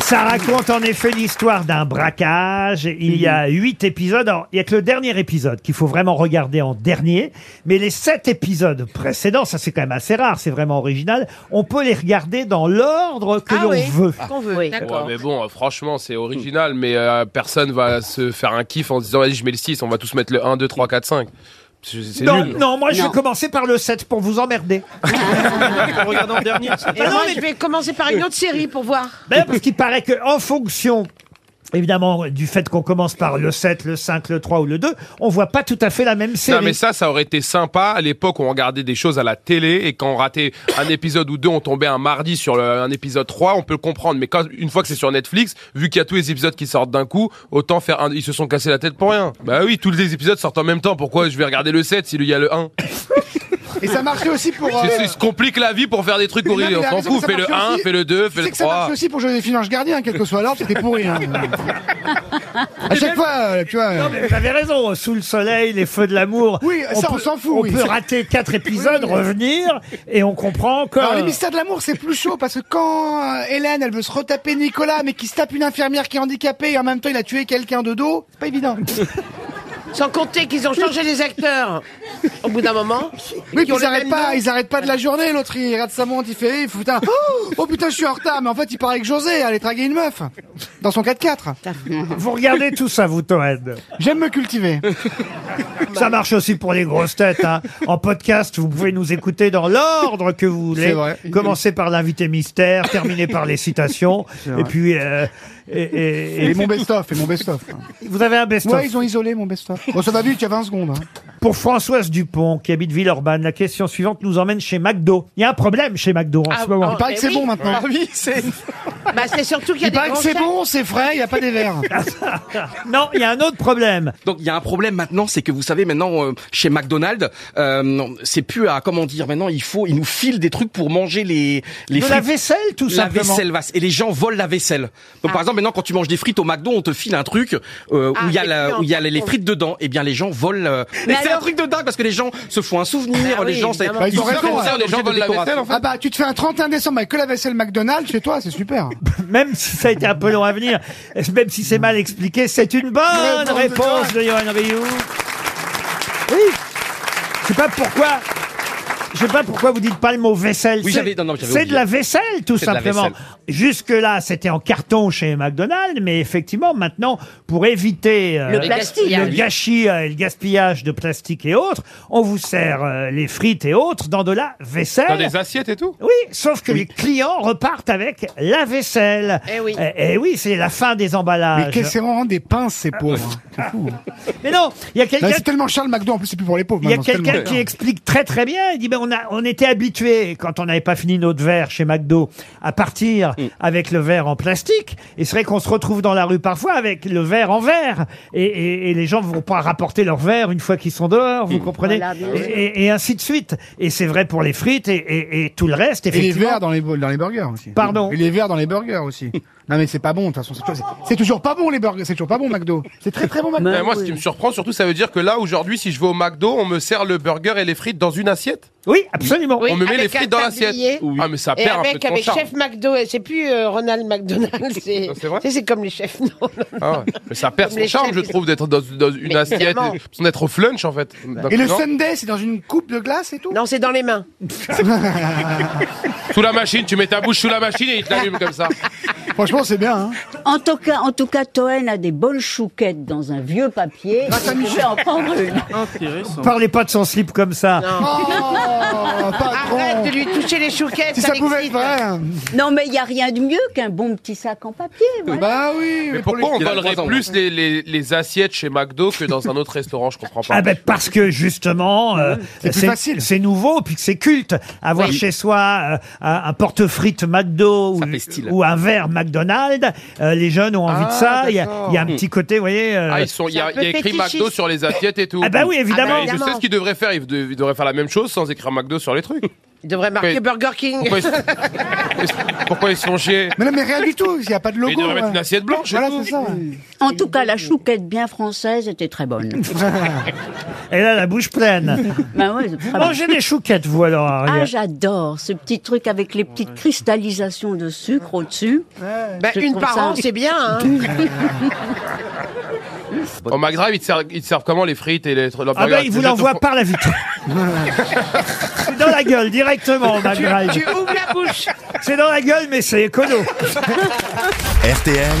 B: Ça raconte en effet l'histoire d'un braquage. Il y a huit épisodes. Alors, il y a que le dernier épisode qu'il faut vraiment regarder en dernier. Mais les sept épisodes précédents, ça c'est quand même assez rare, c'est vraiment original. On peut les regarder dans l'ordre que l'on veut.
H: Ouais, mais bon, euh, franchement, c'est original, mais euh, personne va se faire un kiff en se disant, vas-y, je mets le 6, on va tous mettre le 1, 2, 3, 4, 5. C'est c'est
B: Non,
H: nul.
B: non, moi je vais commencer par le 7 pour vous emmerder.
G: Regardons le dernier.
E: Et moi, je vais commencer par une autre série pour voir.
B: Ben, parce qu'il paraît que en fonction, évidemment, du fait qu'on commence par le 7, le 5, le 3 ou le 2, on voit pas tout à fait la même série.
H: Non, mais ça, ça aurait été sympa. À l'époque, on regardait des choses à la télé et quand on ratait un épisode ou deux, on tombait un mardi sur le- un épisode 3, on peut le comprendre. Mais quand, une fois que c'est sur Netflix, vu qu'il y a tous les épisodes qui sortent d'un coup, autant faire un, ils se sont cassés la tête pour rien. Bah oui, tous les épisodes sortent en même temps. Pourquoi je vais regarder le 7 s'il y a le 1?
F: Et ça marchait aussi pour. euh,
H: C'est- c'est- Il se complique la vie pour faire des trucs
F: Non, mais
H: horribles.
F: il a
H: On s'en
F: raison, mais
H: fout.
F: ça
H: Fais le
F: marche
H: 1,
F: aussi.
H: fais le 2, fais
F: tu sais
H: le
F: que ça
H: 3.
F: marche aussi pour Joséphine Ange Gardien, quel que soit l'ordre, c'était pourri. Hein. à chaque fois, euh, tu vois. euh,
B: Non, mais vous avez raison, euh, sous le soleil, les feux de l'amour.
F: Oui, ça, on
B: peut-
F: s'en fout,
B: On
F: oui.
B: peut rater quatre épisodes,
F: Oui, oui.
B: revenir, et on comprend que.
F: Alors, les mystères de l'amour, c'est plus chaud parce que quand euh, Hélène, elle veut se retaper Nicolas, mais qui se tape une infirmière qui est handicapée et en même temps il a tué quelqu'un de dos, c'est pas évident.
E: Sans compter qu'ils ont changé les acteurs au bout d'un moment.
F: Oui,
E: Qui ont
F: puis ils
E: le
F: arrêtent
E: même
F: pas,
E: nom.
F: ils arrêtent pas de la journée. L'autre, il regarde sa montre, il fait, eh, putain, oh, oh, putain, je suis en retard. Mais en fait, il part avec José, aller draguer une meuf. Dans son 4x4.
B: Vous regardez tout ça, vous, Toed.
F: J'aime me cultiver.
B: Ça marche aussi pour les grosses têtes. hein. En podcast, vous pouvez nous écouter dans l'ordre que vous voulez.
F: C'est vrai.
B: Commencez par l'invité mystère, terminez par les citations.
F: C'est
B: Et
F: vrai.
B: puis. euh, et, et-
F: Et mon best-of, et mon best-of.
B: Vous avez un best-of
F: Ouais, ils ont isolé mon best-of. Bon, ça va vite, il y a 20 secondes. hein.
B: Pour Françoise Dupont, qui habite Villeurbanne, la question suivante nous emmène chez McDo. Il y a un problème chez McDo
E: Ah,
B: en ce moment.
F: Il paraît que c'est bon maintenant.
J: c'est.
E: oh, eh Bah, c'est surtout qu'il y a
F: Il
E: des
F: paraît que
E: grands
F: c'est
E: chefs.
F: bon, c'est frais, il n'y a pas des verres.
B: Ah, Non, il y a un autre problème.
J: Donc il y a un problème maintenant, c'est que vous savez maintenant euh, chez McDonald's, euh, non, c'est plus à comment dire maintenant, il faut, ils nous filent des trucs pour manger les les
B: De la vaisselle, tout
J: la
B: simplement. Ah.
J: vaisselle vaste. et les gens volent la vaisselle. Donc par exemple maintenant quand tu manges des frites au McDo, on te file un truc euh, où il y a
E: et
J: la-
E: puis,
J: où il y a
E: on-
J: les, les frites dedans. Et bien les gens volent. euh,
E: Mais
J: et c'est un
E: alors-
J: truc de dingue parce que les gens se font un souvenir,
B: Ah
E: Bah
J: les
E: oui,
J: gens, c'est-
E: évidemment.
F: Bah, ils ont
J: se font
F: raison,
J: ça,
F: hein.
J: les gens volent la vaisselle.
F: Ah bah, tu te fais un 31 décembre avec que la vaisselle McDonald's chez toi, c'est super.
B: Même si ça a été un peu long à venir, même si c'est mal expliqué, c'est une bonne
F: Réponse de
B: réponse de Johan Rioux. Oui. Je sais pas pourquoi. Je sais pas pourquoi vous dites pas le mot vaisselle.
J: Oui,
B: C'est-
J: j'avais- non, non, j'avais
B: c'est
J: oublié.
B: de la vaisselle, tout
J: C'est de la
B: simplement.
J: vaisselle.
B: Jusque-là, c'était en carton chez McDonald's, mais effectivement, maintenant, pour éviter euh,
E: Le plastique.
B: le gâchis euh, et le gaspillage de plastique et autres, on vous sert euh, les frites et autres dans de la vaisselle.
H: Dans des assiettes et tout
B: Oui, sauf que les clients repartent avec la vaisselle.
E: Eh oui.
B: Eh, eh oui, c'est la fin des emballages.
F: Mais qu'est-ce que c'est vraiment des pinces, ces
B: Ah,
F: pauvres. C'est fou.
B: Mais non, il y a quelqu'un
F: Là, C'est tellement Charles McDo, en plus, c'est plus pour les pauvres.
B: il y a
F: maintenant, c'est
B: quelqu'un
F: tellement-
B: qui explique très très bien. Il dit ben on a on était habitué quand on n'avait pas fini notre verre chez McDo à partir avec le verre en plastique. Et c'est vrai qu'on se retrouve dans la rue parfois avec le verre en verre. Et, et- et les gens vont pas rapporter leur verre une fois qu'ils sont dehors. Vous comprenez
E: Voilà, bien
B: et,
E: sûr.
B: et- et ainsi de suite. Et c'est vrai pour les frites et, et- et tout le reste.
F: Et les
B: Effectivement.
F: verres dans les, bo- dans les burgers aussi.
B: Pardon.
F: Et les verres dans les burgers aussi. Non mais c'est pas bon de toute façon. C'est toujours, c'est toujours pas bon les burgers. C'est toujours pas bon McDo. C'est très très bon McDo.
H: Mais moi, ce qui me surprend surtout, ça veut dire que là, aujourd'hui, si je vais au McDo, on me sert le burger et les frites dans une assiette.
B: Oui, absolument.
E: Oui,
H: on me met les
E: avec un
H: frites dans l'assiette.
E: tablier.
H: Ah, mais ça
E: Et
H: perd un peu
E: avec,
H: de son
E: avec
H: charme.
E: chef McDo, et c'est plus euh, Ronald McDonald, c'est
H: Non, c'est vrai
E: c'est- c'est comme les chefs. Non, non, non.
H: Ah ouais. Mais ça perd
E: Comme
H: son
E: les
H: charme,
E: chefs,
H: je
E: ils-
H: trouve, d'être dans, dans une
E: Mais
H: assiette,
E: évidemment.
H: et- sans être au flunch, en fait.
F: Et le
H: Non
F: Sunday, c'est dans une coupe de glace et tout.
E: Non, c'est dans les mains.
H: Sous la machine, tu mets ta bouche sous la machine et il te l'allume comme ça.
F: Franchement, c'est bien. Hein.
I: En tout cas, en tout cas, Toen a des bonnes chouquettes dans un vieux papier. Je vais en prendre une.
G: Intéressant.
B: Parlez pas de son slip comme ça.
F: Oh,
E: Arrête de
F: patron.
E: lui toucher les chouquettes.
F: Si ça
E: Alexis.
F: pouvait être vrai. hein.
I: Non, mais il n'y a rien de mieux qu'un bon petit sac en papier. voilà.
F: Bah oui.
H: Mais pourquoi on
J: Il a
H: volerait
J: trois ans.
H: plus les, les- les assiettes chez McDo que dans un autre restaurant Je comprends pas.
B: Ah ben parce que justement, euh,
F: plus facile.
B: c'est nouveau, puis que c'est culte. Avoir
J: Oui.
B: chez soi euh, un, un porte-frites McDo
J: Ça fait style.
B: ou, ou un verre McDonald's, euh, les jeunes ont envie
F: Ah,
B: de ça. Il y, a- il y a un petit côté, vous voyez. euh,
H: Ah, ils sont, il y a,
E: c'est un peu
H: il y a écrit
E: fétichiste.
H: McDo sur les assiettes et tout.
B: Ah bah oui, évidemment.
H: Et je sais ce qu'ils devraient faire. Ils dev- ils devraient faire la même chose sans écrire McDo sur les trucs.
E: Il devrait marquer
H: Mais-
E: Burger King.
H: Pourquoi ils, pourquoi ils se font chier
F: Mais non mais rien du tout. Il n'y a pas de
H: Ils
F: logo.
H: devraient mettre
F: ouais.
H: une assiette blanche. et
F: Voilà
H: tout.
F: c'est ça. ouais.
I: En tout cas, la chouquette bien française était très bonne.
B: Elle a la bouche
E: Ah
B: pleine.
I: Ben ouais, c'est
B: Ah, bah, Vous
I: très bon.
B: mangez des chouquettes, vous alors,
I: Ah,
B: Ariel
I: j'adore ce petit truc avec les petites cristallisations de sucre au-dessus.
E: Bah,
I: Je
E: une
I: trouve
E: par
I: ça-
E: an, c'est bien. hein.
H: Au McDrive, ils te servent, ils te servent comment les frites et les
B: Ah ben, il vous l'envoie par la vitre. c'est dans la gueule, directement, McDonald's.
E: tu ouvres la bouche.
B: C'est dans la gueule, mais c'est écolo.
A: RTL,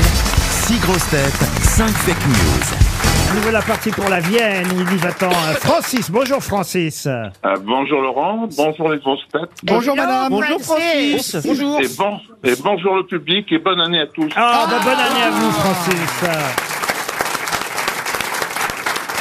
A: 6 grosses têtes, 5 fake news.
B: Nous voilà partie pour la Vienne, où il nous attend euh, Francis. Bonjour, Francis.
S: Euh, bonjour Laurent, bonjour les grosses têtes.
F: Bonjour madame.
G: Bonjour Francis.
S: Bonjour. Et, bon, et bonjour le public et bonne année à tous.
B: Ah, bah, bonne année à vous, Francis.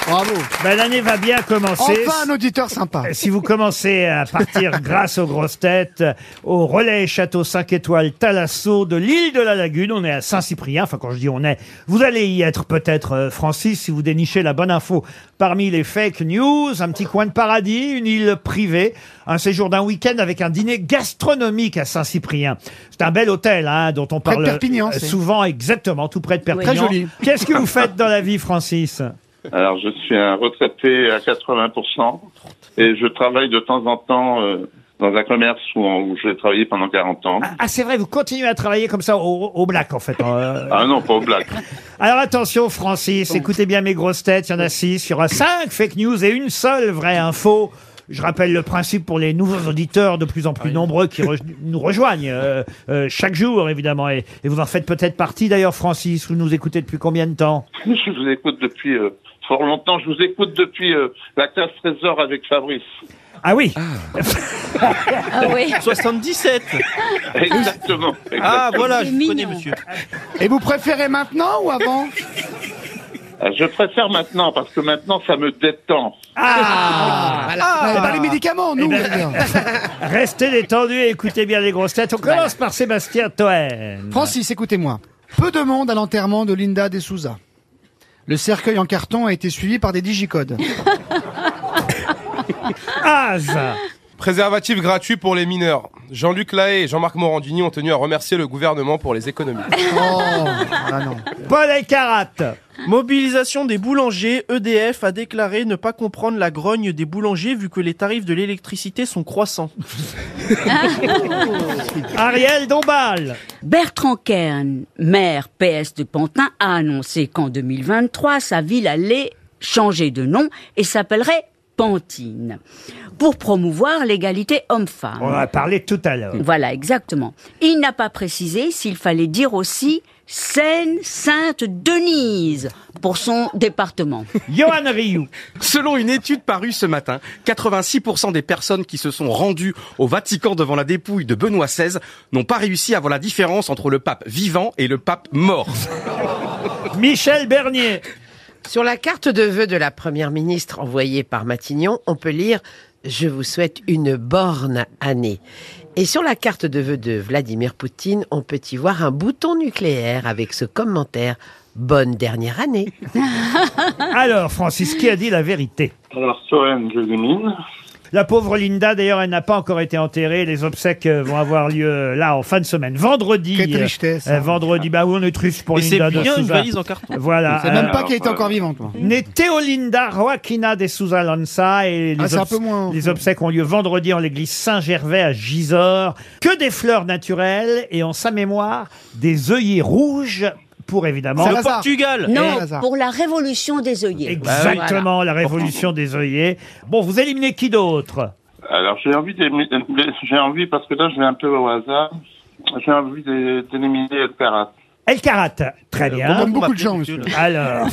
F: Bravo.
B: Ben, L'année va bien commencer. Euh,
F: Enfin un auditeur sympa.
B: Si vous commencez à partir grâce aux grosses têtes, euh, au relais château 5 étoiles Talasso de l'île de la Lagune, on est à Saint-Cyprien, enfin quand je dis on est, vous allez y être peut-être euh, Francis si vous dénichez la bonne info parmi les fake news, un petit coin de paradis, une île privée, un séjour d'un week-end avec un dîner gastronomique à Saint-Cyprien. C'est un bel hôtel hein, dont on
F: Près de
B: parle
F: Perpignan,
B: euh,
F: c'est.
B: souvent, exactement, tout près de Perpignan.
F: joli.
B: Qu'est-ce que vous faites dans la vie Francis
S: Alors je suis un retraité à 80% et je travaille de temps en temps euh, dans un commerce où, où j'ai travaillé pendant 40 ans.
B: Ah, c'est vrai, vous continuez à travailler comme ça au, au black, en fait. hein.
S: Ah non, pas au black.
B: Alors attention, Francis, écoutez bien mes grosses têtes. Il y en a six, il y aura cinq fake news et une seule vraie info. Je rappelle le principe pour les nouveaux auditeurs de plus en plus nombreux qui re- nous rejoignent euh, euh, chaque jour, évidemment. Et, et vous en faites peut-être partie d'ailleurs, Francis. Vous nous écoutez depuis combien de temps
S: Je vous écoute depuis euh, fort longtemps. Je vous écoute depuis euh, la classe Trésor avec Fabrice.
B: Ah oui
G: Ah oui. 77
S: Exactement.
G: Ah
S: exactement.
G: voilà, je vous connais monsieur.
F: Et vous préférez maintenant ou avant
S: Ah, Je préfère maintenant parce que maintenant ça me détend.
B: Ah,
F: Ah, bah, les médicaments, nous, on est bien.
B: Restez détendus et écoutez bien les grosses têtes. On commence par Sébastien Toen.
F: Francis, écoutez-moi. Peu de monde à l'enterrement de Linda de Souza. Le cercueil en carton a été suivi par des digicodes.
B: Az
H: Préservatif gratuit pour les mineurs. Jean-Luc Lahaye et Jean-Marc Morandini ont tenu à remercier le gouvernement pour les économies.
B: Paul Elkarat.
G: Mobilisation des boulangers, EDF a déclaré ne pas comprendre la grogne des boulangers vu que les tarifs de l'électricité sont croissants.
B: Ariel Dombal.
I: Bertrand Kern, maire PS de Pantin, a annoncé qu'en 2023, sa ville allait changer de nom et s'appellerait Pantine pour promouvoir l'égalité homme-femme.
B: On en a parlé tout à l'heure.
I: Voilà, exactement. Il n'a pas précisé s'il fallait dire aussi Seine-Sainte-Denise pour son département.
B: Johan Rioux.
J: Selon une étude parue ce matin, 86% des personnes qui se sont rendues au Vatican devant la dépouille de Benoît XVI n'ont pas réussi à voir la différence entre le pape vivant et le pape mort.
B: Michel Bernier.
E: Sur la carte de vœux de la première ministre envoyée par Matignon, on peut lire Je vous souhaite une borne année. Et sur la carte de vœux de Vladimir Poutine, on peut y voir un bouton nucléaire avec ce commentaire Bonne dernière année.
B: Alors, Francis, qui a dit la vérité
S: Alors Soren Josemine,
B: La pauvre Linda, d'ailleurs, elle n'a pas encore été enterrée. Les obsèques euh, vont avoir lieu euh, là en fin de semaine, vendredi.
F: Quelle tristesse,
B: Euh,
F: hein.
B: vendredi, bah oui, on est triste pour
G: Mais c'est
B: Linda. de
G: bien une
B: Souza.
G: valise en carton.
B: Voilà.
F: C'est même
B: euh,
F: pas qu'elle était encore vivante. moi.
B: Née Théolinda Joaquina de Souza Lanza et les,
F: Ah, c'est un
B: obs-
F: peu moins.
B: les obsèques ont lieu vendredi en l'église Saint-Gervais à Gisors. Que des fleurs naturelles et en sa mémoire des œillets rouges pour évidemment
I: Le
G: Portugal.
I: Non,
B: Et-
I: pour la révolution des œillets.
B: Exactement, la révolution des œillets. Bon, vous éliminez qui d'autre
S: alors j'ai envie, d'émi- j'ai envie parce que là je vais un peu au hasard. J'ai envie d'é- d'éliminer El Karat.
B: El Karat, très bien.
F: comme Euh, beaucoup de gens, monsieur.
B: Alors,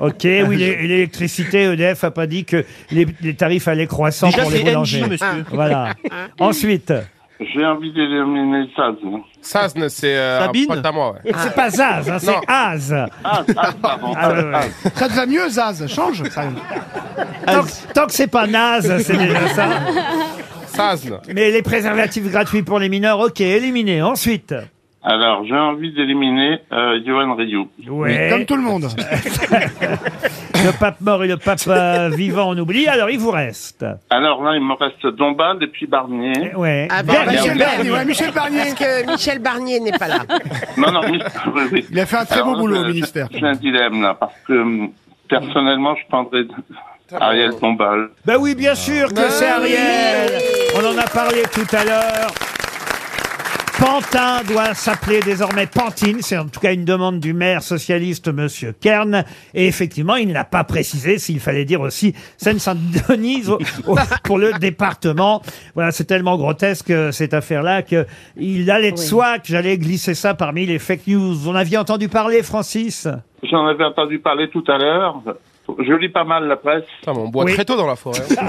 B: ok, oui, l'é- l'électricité, EDF a pas dit que les, les tarifs allaient croissant
G: Déjà,
B: pour les
G: c'est NJ,
B: boulangers. Ah.
G: monsieur. Hein
B: Voilà. Ensuite,
S: J'ai envie d'éliminer Saz.
H: Saz, c'est euh, un
G: Sabine
H: pote à moi. ouais.
B: c'est pas Zaz, hein,
H: Non.
B: c'est Az.
S: Ah, Saz, pardon.
B: Ah, ouais, ouais.
F: Ça te va mieux, Zaz Change. ça.
B: Tant, que- tant que c'est pas naze, c'est déjà ça.
H: Saz.
B: Mais les préservatifs gratuits pour les mineurs, ok, éliminés. Ensuite,
S: Alors j'ai envie d'éliminer euh, Johan Rioux.
B: ouais,
F: Comme tout le monde.
B: le pape mort et le pape euh, vivant, on oublie. Alors, il vous reste.
S: Alors là il me reste Dombal et puis Barnier.
B: Ouais.
E: Ah,
B: Dernier,
E: Michel
B: dernier.
F: Barnier, ouais, Michel Barnier.
E: Parce que Michel Barnier n'est pas là.
S: Non, non, oui, oui, oui.
F: Il a fait un très
S: Alors
F: beau
S: là,
F: boulot au
S: j'ai-
F: ministère.
S: J'ai un dilemme là parce que hum, personnellement je prendrais Ariel Dombal.
B: Ben oui, bien sûr que c'est Ariel. On en a parlé tout à l'heure. Pantin doit s'appeler désormais Pantine. C'est en tout cas une demande du maire socialiste, monsieur Kern. Et effectivement, il n'a pas précisé s'il fallait dire aussi Seine-Saint-Denis au- au- pour le département. Voilà, c'est tellement grotesque, euh, cette affaire-là, que il allait de soi que j'allais glisser ça parmi les fake news. Vous en aviez entendu parler, Francis?
S: J'en avais entendu parler tout à l'heure. Je lis pas mal la presse.
H: Putain, mais on boit
B: Oui.
H: très tôt dans la forêt. hein.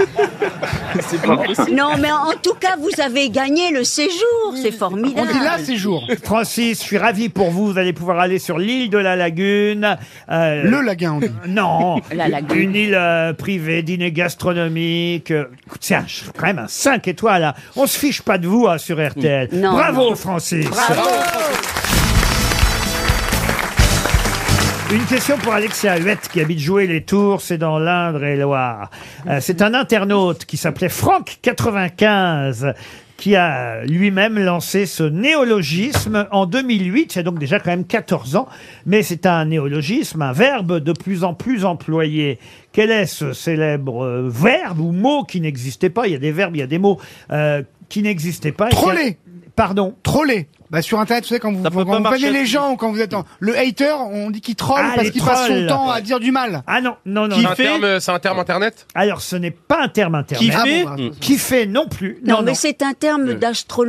H: c'est pas possible.
I: Non, mais en tout cas, vous avez gagné le séjour. C'est
F: On
I: formidable.
F: dit là, c'est jour.
B: Francis, je suis ravi pour vous. Vous allez pouvoir aller sur l'île de la Lagune. Euh,
F: Le laguin, on dit.
B: Non,
I: La lagune.
B: une île euh, privée, dîner gastronomique. euh, écoute, C'est un- quand même un 5 étoiles. hein. On se fiche pas de vous hein, sur RTL.
I: Non,
B: Bravo, Francis. Une question pour Alexia Huette qui habite jouer les tours, c'est dans l'Indre et Loire. Euh, c'est un internaute qui s'appelait Franck95 qui a lui-même lancé ce néologisme en 2008, c'est donc déjà quand même 14 ans, mais c'est un néologisme, un verbe de plus en plus employé. Quel est ce célèbre euh, verbe ou mot qui n'existait pas Il y a des verbes, il y a des mots euh, qui n'existait pas. et qui a-
F: Troller
B: Pardon
F: Troller bah sur internet, vous savez, quand vous, quand
B: pas
F: vous
B: marcher
F: pannez les
B: aussi.
F: gens, quand vous êtes en- le hater, on dit qu'il troll
B: Ah,
F: parce
B: les
F: qu'il passe son
B: trolls.
F: temps à dire du mal.
B: Ah non, non, non.
H: C'est un, terme, c'est un terme internet
B: Alors, ce n'est pas un terme internet.
H: Qui fait
B: Ah bon, bah, Qui fait non plus.
I: Non, mais c'est un terme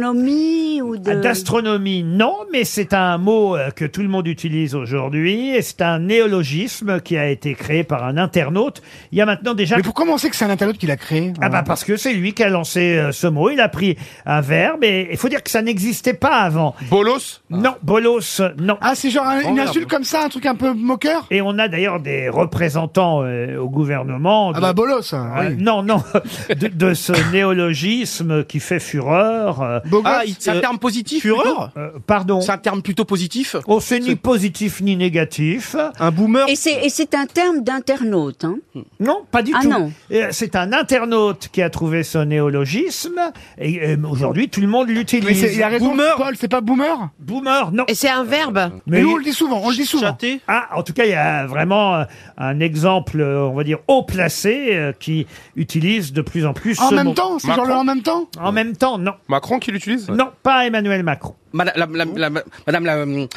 I: d'astronomie ou de...
B: Ah, D'astronomie, non, mais c'est un mot euh, que tout le monde utilise aujourd'hui et c'est un néologisme qui a été créé par un internaute. Il y a maintenant déjà. Mais
F: pourquoi on sait que c'est un internaute qui l'a créé
B: Ah bah parce que c'est lui qui a lancé euh, ce mot. Il a pris un verbe et il faut dire que ça n'existait pas avant.
H: Bolos Oh,
B: Non, bolos, euh, non.
F: Ah c'est genre un- une insulte comme ça, un truc un peu moqueur
B: Et on a d'ailleurs des représentants euh, au gouvernement. de-
F: Ah bah bolos,
J: hein,
B: Euh,
F: oui.
B: Non, non, de, de ce néologisme qui fait fureur. euh.
J: Ah, il- c'est un terme positif
B: Fureur
J: plutôt
B: Euh, Pardon.
J: C'est un terme plutôt positif
B: Oh, c'est ni positif ni négatif.
J: Un boomer
I: Et c'est et c'est un terme d'internaute. hein.
B: Non, pas du
I: Ah
B: tout.
I: non.
B: Euh, C'est un internaute qui a trouvé ce néologisme et euh, aujourd'hui tout le monde
F: Mais c'est-
B: l'utilise.
F: il a raison, Paul, c'est pas boomer
B: Boomer, non. Euh,
E: Et c'est un verbe
F: Mais nous, on le dit souvent, on le dit souvent.
B: Ah, en tout cas, il y a vraiment euh, un exemple, euh, on va dire, haut placé euh, qui utilise de plus en plus
F: En
B: ce
F: même
B: mot.
F: temps, c'est genre le en même temps
B: En même temps, non.
H: Macron qui l'utilise
B: Non, pas Emmanuel Macron.
J: Madame, la, la- la- madame, la-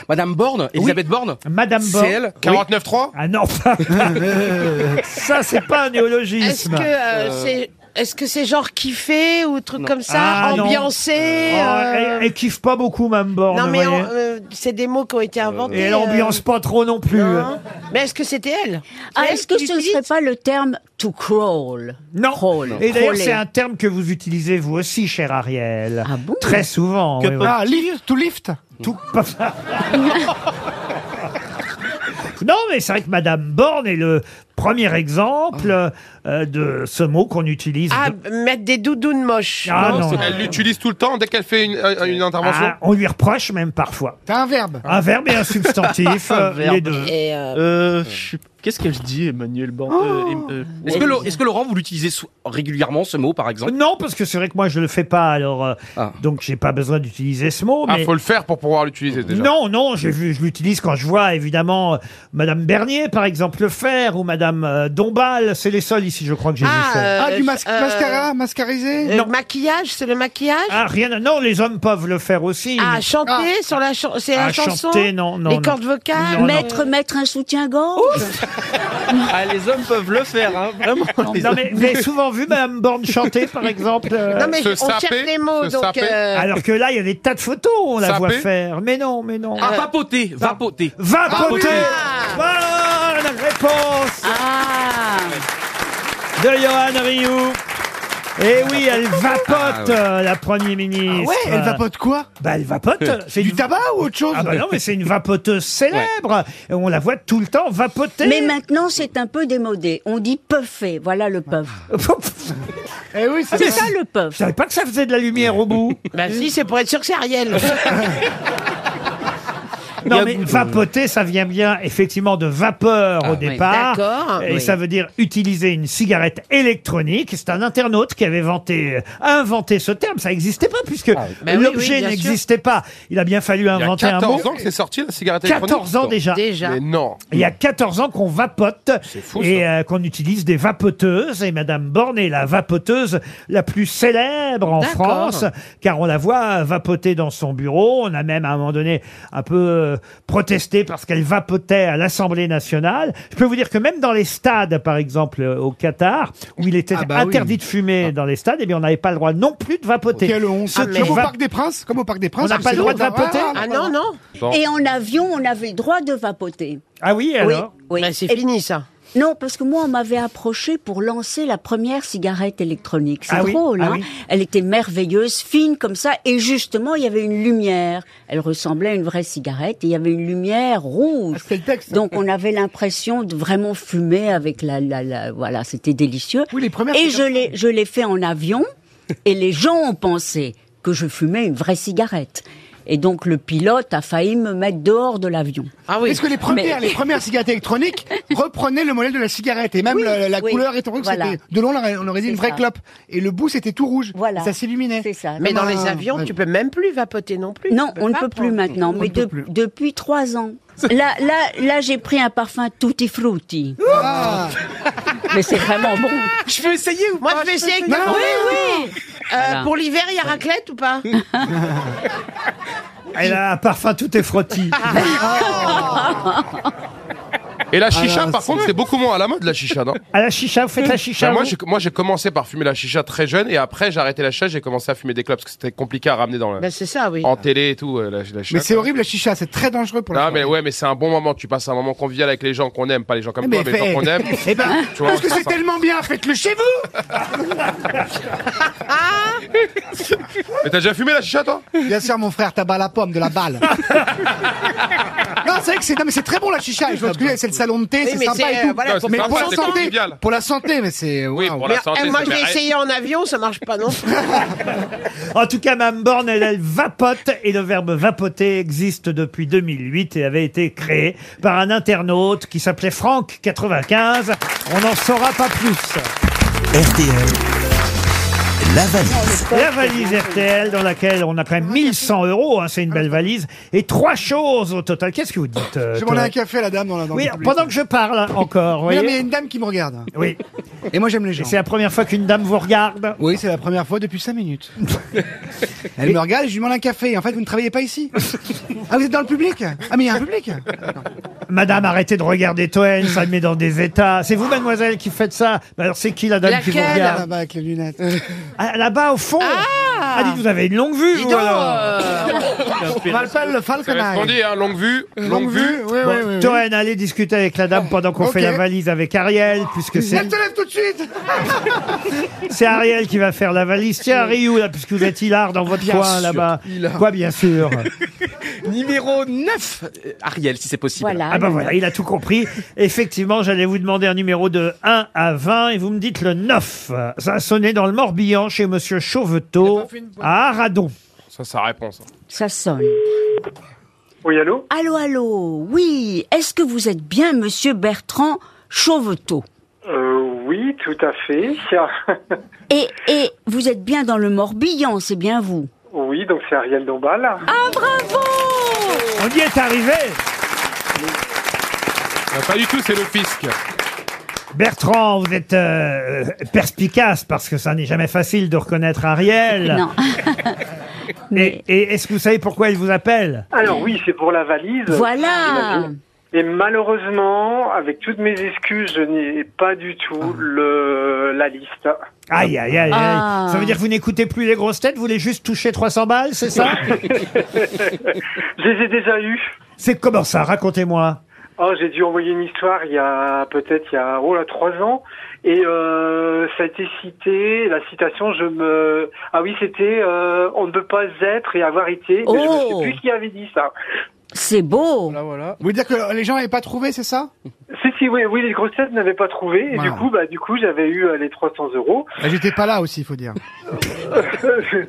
J: madame Borne, Elisabeth Borne
B: Madame Borne.
J: C'est elle
B: Oui.
J: 49.3
B: Ah non Ça, c'est pas un
E: Est-ce
B: néologisme.
E: que euh, c'est est-ce que c'est genre kiffer ou truc comme ça,
B: Ah, non.
E: ambiancé
B: Oh,
E: euh,
B: elle, elle kiffe pas beaucoup, Mme Borne.
E: Non mais
B: voyez. Euh,
E: en- euh, c'est des mots qui ont été inventés. euh,
B: Et elle ambiance pas trop non plus.
E: non. Mais est-ce que c'était
I: Ah,
E: elle C'est elle
I: Est-ce que
E: qui
I: ce ne serait pas le terme to crawl
B: Non.
I: Crawl.
B: Et d'ailleurs,
I: Crawler.
B: c'est un terme que vous utilisez vous aussi, cher Ariel.
E: Ah
B: Très souvent.
F: Que
B: oui, oui.
F: Ah, lift, to lift
B: Tout. Non, mais c'est vrai que Madame Borne est le premier exemple euh, de ce mot qu'on utilise.
E: Ah,
B: de-
E: mettre des doudounes moches.
B: Ah, non, non.
H: Elle l'utilise tout le temps dès qu'elle fait une, euh, une intervention.
B: Ah, on lui reproche même parfois.
F: T'as un verbe
B: Un verbe et un substantif,
G: Un
B: euh,
G: verbe.
B: les deux.
E: Ah. Et, euh,
G: Euh, je suis- Qu'est-ce qu'elle dit, Emmanuel Borne
B: Oh
G: Euh, em- euh,
J: Est-ce que, Lo- est-ce que Laurent, vous l'utilisez sou- régulièrement, ce mot, par exemple
B: Non, parce que c'est vrai que moi je le fais pas, alors euh, donc j'ai pas besoin d'utiliser ce mot.
H: Ah,
B: oh, mais-
H: faut le faire pour pouvoir l'utiliser déjà.
B: Non, non, j'ai vu, je l'utilise quand je vois évidemment euh, Madame Bernier, par exemple, le faire, ou Madame euh, Dombal. C'est les seuls ici, je crois que j'ai vu ça.
F: Ah, du mas-
E: euh,
F: mascara, mascarisé
E: Le maquillage, c'est le maquillage
B: Ah, rien. à- Non, les hommes peuvent le faire aussi.
E: Ah, chanter sur la chanson, c'est
B: Ah,
E: la chanson.
B: chanter, non, non,
E: Les
B: non.
E: cordes vocales.
B: Non, non.
I: Mettre, mettre un soutien-gorge
G: Ah, les hommes peuvent le faire, hein, vraiment. les
B: Non,
G: hommes.
B: mais vous avez souvent vu Madame Borne chanter, par exemple. euh,
E: Non, mais on cherche les mots, donc. euh,
B: Alors que là, il y a des tas de photos, on la
J: Saper
B: voit faire. Mais non, mais non.
J: Ah, vapoter, vapoter.
B: Vapoter Bonne réponse de Johan Rioux. Et oui, elle vapote,
J: Ah, ouais.
B: euh, la Premier ministre.
F: Ouais, elle vapote quoi
B: Bah, elle vapote. C'est
F: Du
B: une-
F: tabac ou autre chose
B: Ah bah non, mais c'est une vapoteuse célèbre. Et on la voit tout le temps vapoter.
I: Mais maintenant, c'est un peu démodé. On dit puffer. Voilà le puff.
F: Eh oui, c'est
I: C'est
F: ça.
I: ça le
B: Je
I: puff.
B: savais pas que ça faisait de la lumière au bout.
E: Bah si, c'est pour être sûr que c'est Ariel.
B: Non, mais vapoter, ça vient bien effectivement de vapeur au
E: Ah,
B: départ.
E: D'accord,
B: Et
E: oui.
B: ça veut dire utiliser une cigarette électronique. C'est un internaute qui avait inventé, inventé ce terme. Ça n'existait pas puisque
E: Bah oui, oui,
B: l'objet
E: bien sûr.
B: n'existait pas. Il a bien fallu
H: Il y a
B: inventer un mot.
H: 14 ans que c'est sorti la cigarette électronique
B: 14 ans déjà.
E: Déjà.
H: Mais non.
B: Il y a 14 ans qu'on vapote
H: fou,
B: et euh, qu'on utilise des vapoteuses. Et Madame Borne est la vapoteuse la plus célèbre en
E: D'accord.
B: France, car on la voit vapoter dans son bureau. On a même à un moment donné un peu euh, protesté parce qu'elle vapotait à l'Assemblée nationale. Je peux vous dire que même dans les stades, par exemple euh, au Qatar, où il était
F: Ah bah oui.
B: interdit de fumer dans les stades, eh bien on n'avait pas le droit non plus de vapoter.
F: Quelle honte
B: Ceux qui
F: Comme au
B: va-
F: Parc des Princes Comme au Parc des Princes
B: n'a
F: tu
B: pas
F: sais,
B: le droit de
F: on va-
B: vapoter
F: Ah,
E: ah non, non.
I: Et en avion, on avait le droit de vapoter.
B: Ah oui, alors
I: Oui.
E: Bah, c'est
I: Et-
E: fini ça.
I: Non, parce que moi, on m'avait approché pour lancer la première cigarette électronique. C'est
B: Ah oui,
I: drôle,
B: ah
I: hein
B: oui.
I: Elle était merveilleuse, fine comme ça, et justement, il y avait une lumière. Elle ressemblait à une vraie cigarette, et il y avait une lumière rouge.
F: C'était Ah, le texte.
I: Donc, on avait l'impression de vraiment fumer avec la, la, la voilà, c'était délicieux.
F: Oui, les premières
I: et
F: cigarettes.
I: je l'ai, je l'ai fait en avion, et les gens ont pensé que je fumais une vraie cigarette. Et donc, le pilote a failli me mettre dehors de l'avion.
E: Ah oui.
F: Parce que les premières,
I: Mais-
F: les premières cigarettes électroniques reprenaient le modèle de la cigarette et même
I: Oui,
F: la, la
I: oui,
F: couleur et ton truc,
I: voilà.
F: c'était de long, on aurait- on aurait dit
I: C'est
F: une vraie
I: ça.
F: clope et le bout c'était tout rouge.
I: Voilà.
F: Et ça s'illuminait.
I: C'est ça.
E: Mais dans
F: Ah,
E: les avions,
F: ouais.
E: tu peux même plus vapoter non plus.
I: Non,
E: Tu
I: on ne
E: pas
I: peut plus
E: prendre-
I: maintenant, mais de- depuis trois ans. Là, là, là, j'ai pris un parfum Tutti Frutti.
F: Ah.
T: Mais c'est vraiment bon.
E: Je peux essayer ou Moi, je vais essayer avec
T: essayer
E: ma-
T: Non,
E: Oui,
T: non,
E: oui.
T: non.
E: Euh,
T: Voilà.
E: Pour l'hiver, il y a raclette ou
F: Oh.
E: pas
B: Elle a un parfum tout est frotti.
H: Et la chicha,
F: Ah,
B: Alors,
H: par
B: Ah, c'est-
H: contre, c'est beaucoup moins à la mode, la chicha, non
B: À la chicha, vous faites la chicha
H: Ben, moi,
B: vous
H: j'ai- moi, j'ai commencé par fumer la chicha très jeune et après, j'ai arrêté la chicha, j'ai commencé à fumer des clubs parce que c'était compliqué à ramener dans la...
E: Ben, c'est ça, oui.
H: en télé et tout, euh, la, la chicha.
F: Mais c'est horrible la chicha, c'est très dangereux pour la
H: Non, mais ouais, mais c'est un bon moment. Tu passes un moment convivial avec les gens qu'on aime, pas les gens comme
F: Eh, Mais
H: toi, mais les gens qu'on aime.
F: Eh ben,
H: Tu vois,
F: parce que
H: c'est
F: c'est
H: ça.
F: tellement bien, faites-le chez vous
H: Mais t'as déjà fumé la chicha, toi
F: Bien sûr, mon frère, t'as bas la pomme, de la balle. non, c'est vrai que c'est, non, mais c'est très bon la chicha. Je veux dire, c'est le salon de thé,
E: Oui, mais
F: c'est sympa
E: c'est,
F: et tout.
E: euh, voilà, Non, c'est
F: mais
E: sympa,
F: pour la
E: c'est
F: santé,
H: hein.
E: convivial.
F: pour la santé, mais c'est. Oui,
E: Mais, eh, Moi, j'ai essayé en avion, ça marche pas non plus.
B: En tout cas, Mme Borne, elle, elle vapote, et le verbe vapoter existe depuis 2008 et avait été créé par un internaute qui s'appelait Franck95. On n'en saura pas plus.
A: RTL, la valise.
B: La valise RTL dans laquelle on a quand même 1100 euros, hein, c'est une belle valise, et trois choses au total. Qu'est-ce que vous dites euh,
F: Je demandé
B: Thomas
F: un café à la dame dans la dans
B: Oui,
F: le public.
B: pendant que je parle hein, encore.
F: Mais
B: voyez.
F: non, mais il y a une dame qui me regarde.
B: Oui.
F: Et moi, j'aime les gens.
B: C'est la première fois qu'une dame vous regarde.
F: Oui, c'est la première fois depuis 5 minutes. Elle me regarde et je lui demande un café. En fait, vous ne travaillez pas ici Ah, vous êtes dans le public Ah, mais il y a un public
B: Madame, arrêtez de regarder Toen, ça le met dans des états. C'est vous, mademoiselle, qui faites ça Bah Alors, c'est qui la dame qui vous
F: Laquelle
B: regarde
F: Là-bas avec les lunettes.
B: Ah, Là-bas, au fond Ah, dites, vous avez une longue vue, vous, alors.
F: Euh,
H: euh,
F: On m'appelle le
H: Ça va
F: Falcon
H: être qu'on dit, hein, longue vue, longue vue.
B: Bon, Toen, allez discuter avec la dame pendant qu'on
F: Ok.
B: fait la valise avec Ariel, puisque c'est
F: Elle te lève tout de suite
B: c'est Ariel qui va faire la valise. Tiens, Ryu, là, puisque vous êtes hilar dans votre
J: Bien
B: coin,
J: sûr,
B: là-bas.
J: hilar.
B: Quoi, bien sûr
J: Numéro 9, euh, Ariel, si c'est possible.
B: Ah bah voilà, il a tout compris. Effectivement, j'allais vous demander un numéro de 1 à 20 et vous me dites le 9. Ça a sonné dans le Morbihan chez monsieur Chauvetot à Aradon.
H: Ça, sa réponse.
I: Ça sonne.
R: Oui, allô
I: Allô, allô, oui, est-ce que vous êtes bien Monsieur Bertrand Chauvetot
R: Euh, oui, tout à fait.
I: et, et vous êtes bien dans le Morbihan, c'est bien vous
R: oui, donc c'est Ariel Dombal.
I: Ah, bravo
B: On y est arrivé
H: Ah, pas du tout, c'est le fisc.
B: Bertrand, vous êtes euh, perspicace parce que ça n'est jamais facile de reconnaître Ariel.
I: Non.
B: Et, et est-ce que vous savez pourquoi il vous appelle
R: Alors oui, c'est pour la valise.
I: Voilà.
R: j'imagine. Et malheureusement, avec toutes mes excuses, je n'ai pas du tout le, la liste.
B: Ah. Aïe, aïe, aïe, aïe.
R: Ah.
B: Ça veut dire que vous n'écoutez plus les grosses têtes, vous voulez juste toucher 300 balles, c'est ça
R: je les ai déjà eus.
B: C'est comment ça Racontez-moi.
R: Oh, j'ai dû envoyer une histoire il y a peut-être il y a oh là trois ans et euh, ça a été cité la citation je me ah oui c'était euh, on ne peut pas être et avoir été mais je ne
I: Oh.
R: sais plus qui avait dit ça
I: C'est beau
F: Vous voulez dire que les gens n'avaient pas trouvé, c'est ça
R: si si oui oui les grosses têtes n'avaient pas trouvé et du coup bah du coup j'avais eu euh, les 300 euros
F: Ah, J'étais pas là aussi, il faut dire.